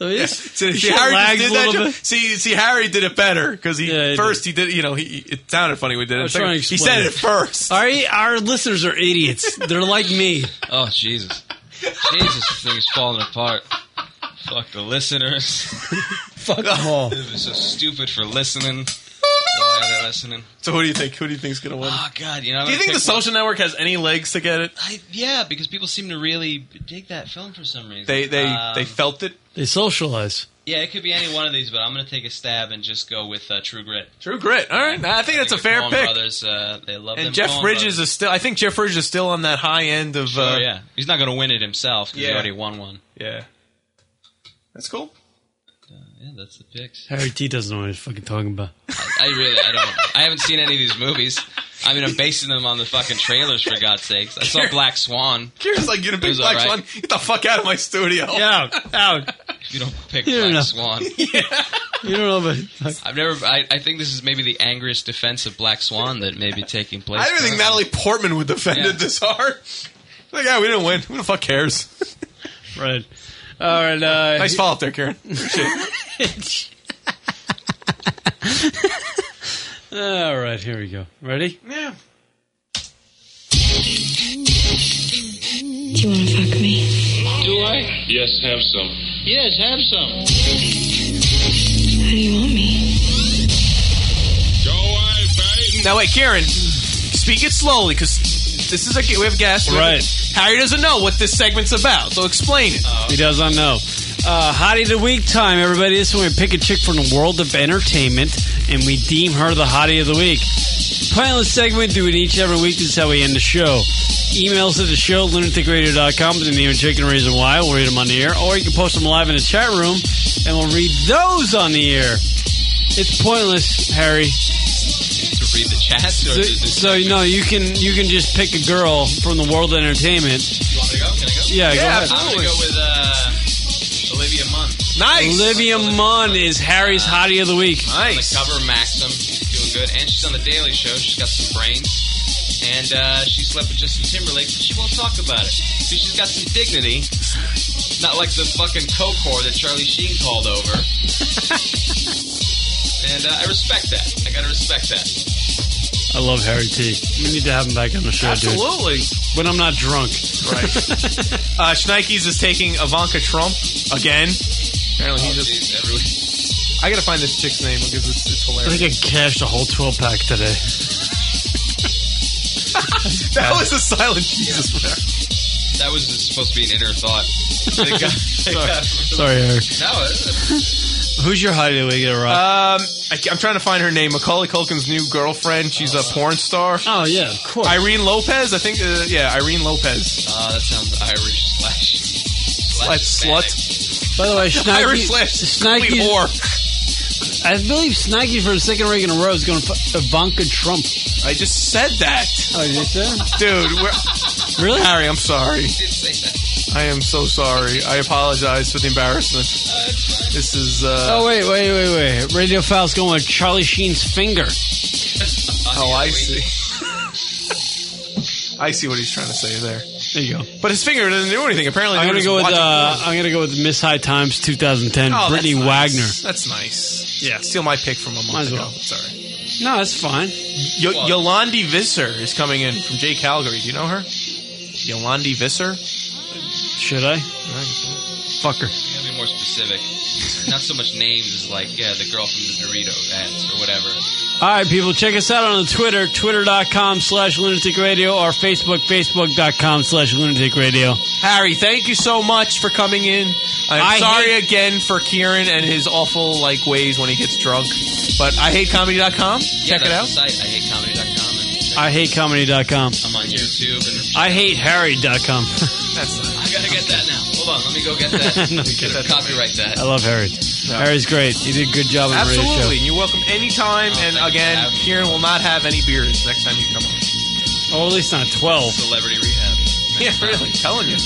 I mean, this
<laughs> See, see,
shit
Harry just
lags
did
a
that.
little
jo-
bit.
See, see, Harry did it better because he
Yeah, he
first he did. You know, he it sounded funny. We did it.
I was
Second,
trying to
he
explain.
said it first.
Our, our listeners are idiots. They're like
<laughs>
me.
Oh Jesus! Jesus, the thing's falling apart. Fuck
<laughs>
the listeners.
Fuck them all.
It was so stupid for
<laughs>
listening. Why are they listening?
So, who do you think? Who do you think's gonna win?
Oh God, you know. I'm
do you
gonna
think the
pick one.
social network has any legs to get it?
I, yeah, because people seem to really dig that film for some reason.
They they
Um,
they felt it.
They socialize.
Yeah, it could be any one of these, but I'm going to take a stab and just go with uh, True Grit.
True Grit. All right, I think that's a
the
fair
Coen
pick.
Brothers, uh, they love them
And Jeff
Coen
Bridges
brothers.
is still. I think Jeff Bridges is still on that high end of. uh,
Sure, yeah, he's not going to win it himself because
Yeah.
he already won one.
Yeah, that's cool.
Uh, Yeah, that's the
<laughs>
picks.
Harry T doesn't know what he's fucking talking about.
I really, I don't. I haven't seen any of these movies. I mean, I'm basing them on the fucking trailers for God's sakes. I saw Black Swan.
Kira's like, you're a
It
big
was
black
all
swan.
right.
Get the fuck out of my
<laughs>
studio.
Get
out, out.
You don't pick
You don't
Black
know.
Swan.
<laughs> You don't know, but
I've never. I, I think this is maybe the angriest defense of Black Swan that may be taking place.
I don't think
currently.
Natalie Portman would defend
Yeah.
it this hard. Like, yeah, we didn't win. Who the fuck cares? <laughs>
right. All right. Uh,
nice follow up there,
<laughs>
Karen.
<laughs> all right, here we go. Ready?
Yeah.
Do you want to fuck me?
Do I?
Yes, have some.
Yes, have some.
How do you want me?
Now wait, Karen, speak it slowly because this is a we have guests. We have-
Right.
Harry doesn't know what this segment's about, so explain it.
He doesn't know. Uh, hottie of the week time, everybody. This is when we pick a chick from the world of entertainment and we deem her the hottie of the week. Pilot segment, do it each and every week. This is how we end the show. Emails to the show, lunaticradio.com, with the name and chick and reason why. We'll read them on the air. Or you can post them live in the chat room and we'll read those on the air. It's pointless, Harry.
to read the chat. Or
So,
is this-
so no, you can you can just pick a girl from the world of entertainment.
you want me to go? Can I go?
Yeah, go ahead.
I'm going to go with uh, Olivia Munn.
Olivia Munn is Harry's hottie of the week.
Nice. On the cover, Maxim, doing good, and she's on the Daily Show. She's got some brains, and uh, she slept with Justin Timberlake, but she won't talk about it. See, she's got some dignity, not like the fucking coke whore that Charlie Sheen called
<laughs>
over. and uh, I respect that. I gotta respect that.
I love Harry T. We need to have him back on the show,
Absolutely.
dude. When I'm not drunk.
Right. <laughs> uh, Schneikes is taking Ivanka Trump again.
Oh,
Apparently, he's just. I gotta find this chick's name because it's, it's
<laughs> I
hilarious.
think I cashed a whole 12 pack today.
<laughs> that was a silent Jesus.
That was just supposed to be an inner
<laughs>
thought. They got- they got-
Sorry, Eric.
No, it's-
Who's your hottie of the week, Rock?
Um, I, am trying to find her name. Macaulay Culkin's new girlfriend. She's a porn star.
Uh. Oh yeah, of course.
Irene Lopez. I think. Uh, yeah, Irene Lopez.
Ah, that sounds Irish <laughs> slash.
Slut. slut.
By
<laughs>
the way,
Irish
Schneike,
slash complete
Schneike-
whore.
I believe Snike for the second week in a row is going to Ivanka Trump.
I just said that.
Oh, you did that?
Dude, we're.
Really?
Harry, I'm sorry.
that.
I am so sorry. I apologize for the embarrassment. This is. Uh,
oh wait, wait, wait, wait. Radio Fouls going with Charlie Sheen's finger.
Oh, I see. <laughs> I see what he's trying to say there.
There you go.
But his finger doesn't do anything. Apparently,
I'm
they were
gonna
just
go with
watching
uh,
porn.
I'm gonna go with Miss High Times 2010,
Oh, that's
Brittany
nice.
Wagner.
That's nice. Yeah, steal my pick from a month
Might as
ago.
well.
Sorry.
No, that's fine.
Yo- Yolandi Visser is coming in from J Calgary. Do you know her? Yolandi Visser.
Should I? Fucker.
You gotta be more specific. Not so much names as like, yeah, the girl from the Dorito ads or whatever.
All right, people, check us out on the Twitter, twitter.com slash lunatic radio, or Facebook, facebook.com slash lunatic radio.
Harry, thank you so much for coming in. I'm
I
sorry again for Kieran and his awful like ways when he gets drunk. But I hate comedy.com.
Yeah,
Check
that's
it out.
The site. I hate comedy.com. And
I hate comedy.com.
I'm on YouTube and
I hate harry.com.
I gotta get that now. Hold on, let me go get <laughs> that.
<laughs> No,
get that copyright that.
<laughs> I love Harry. Harry's great. He did a good job on the
Absolutely.
radio
Oh,
And you're welcome anytime. and again, Kieran will not have any beers next time you come on.
show. Or at least not 12.
Celebrity rehab.
<laughs> Yeah, really. Telling you.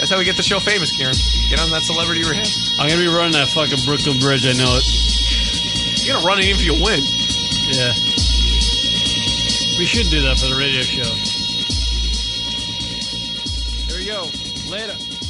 That's how we get the show famous, Karen. Get on that celebrity rehab.
I'm going to be running that fucking Brooklyn Bridge. I know it.
You're gonna run it even if you win.
Yeah. We should do that for the radio show.
Here we go. Later.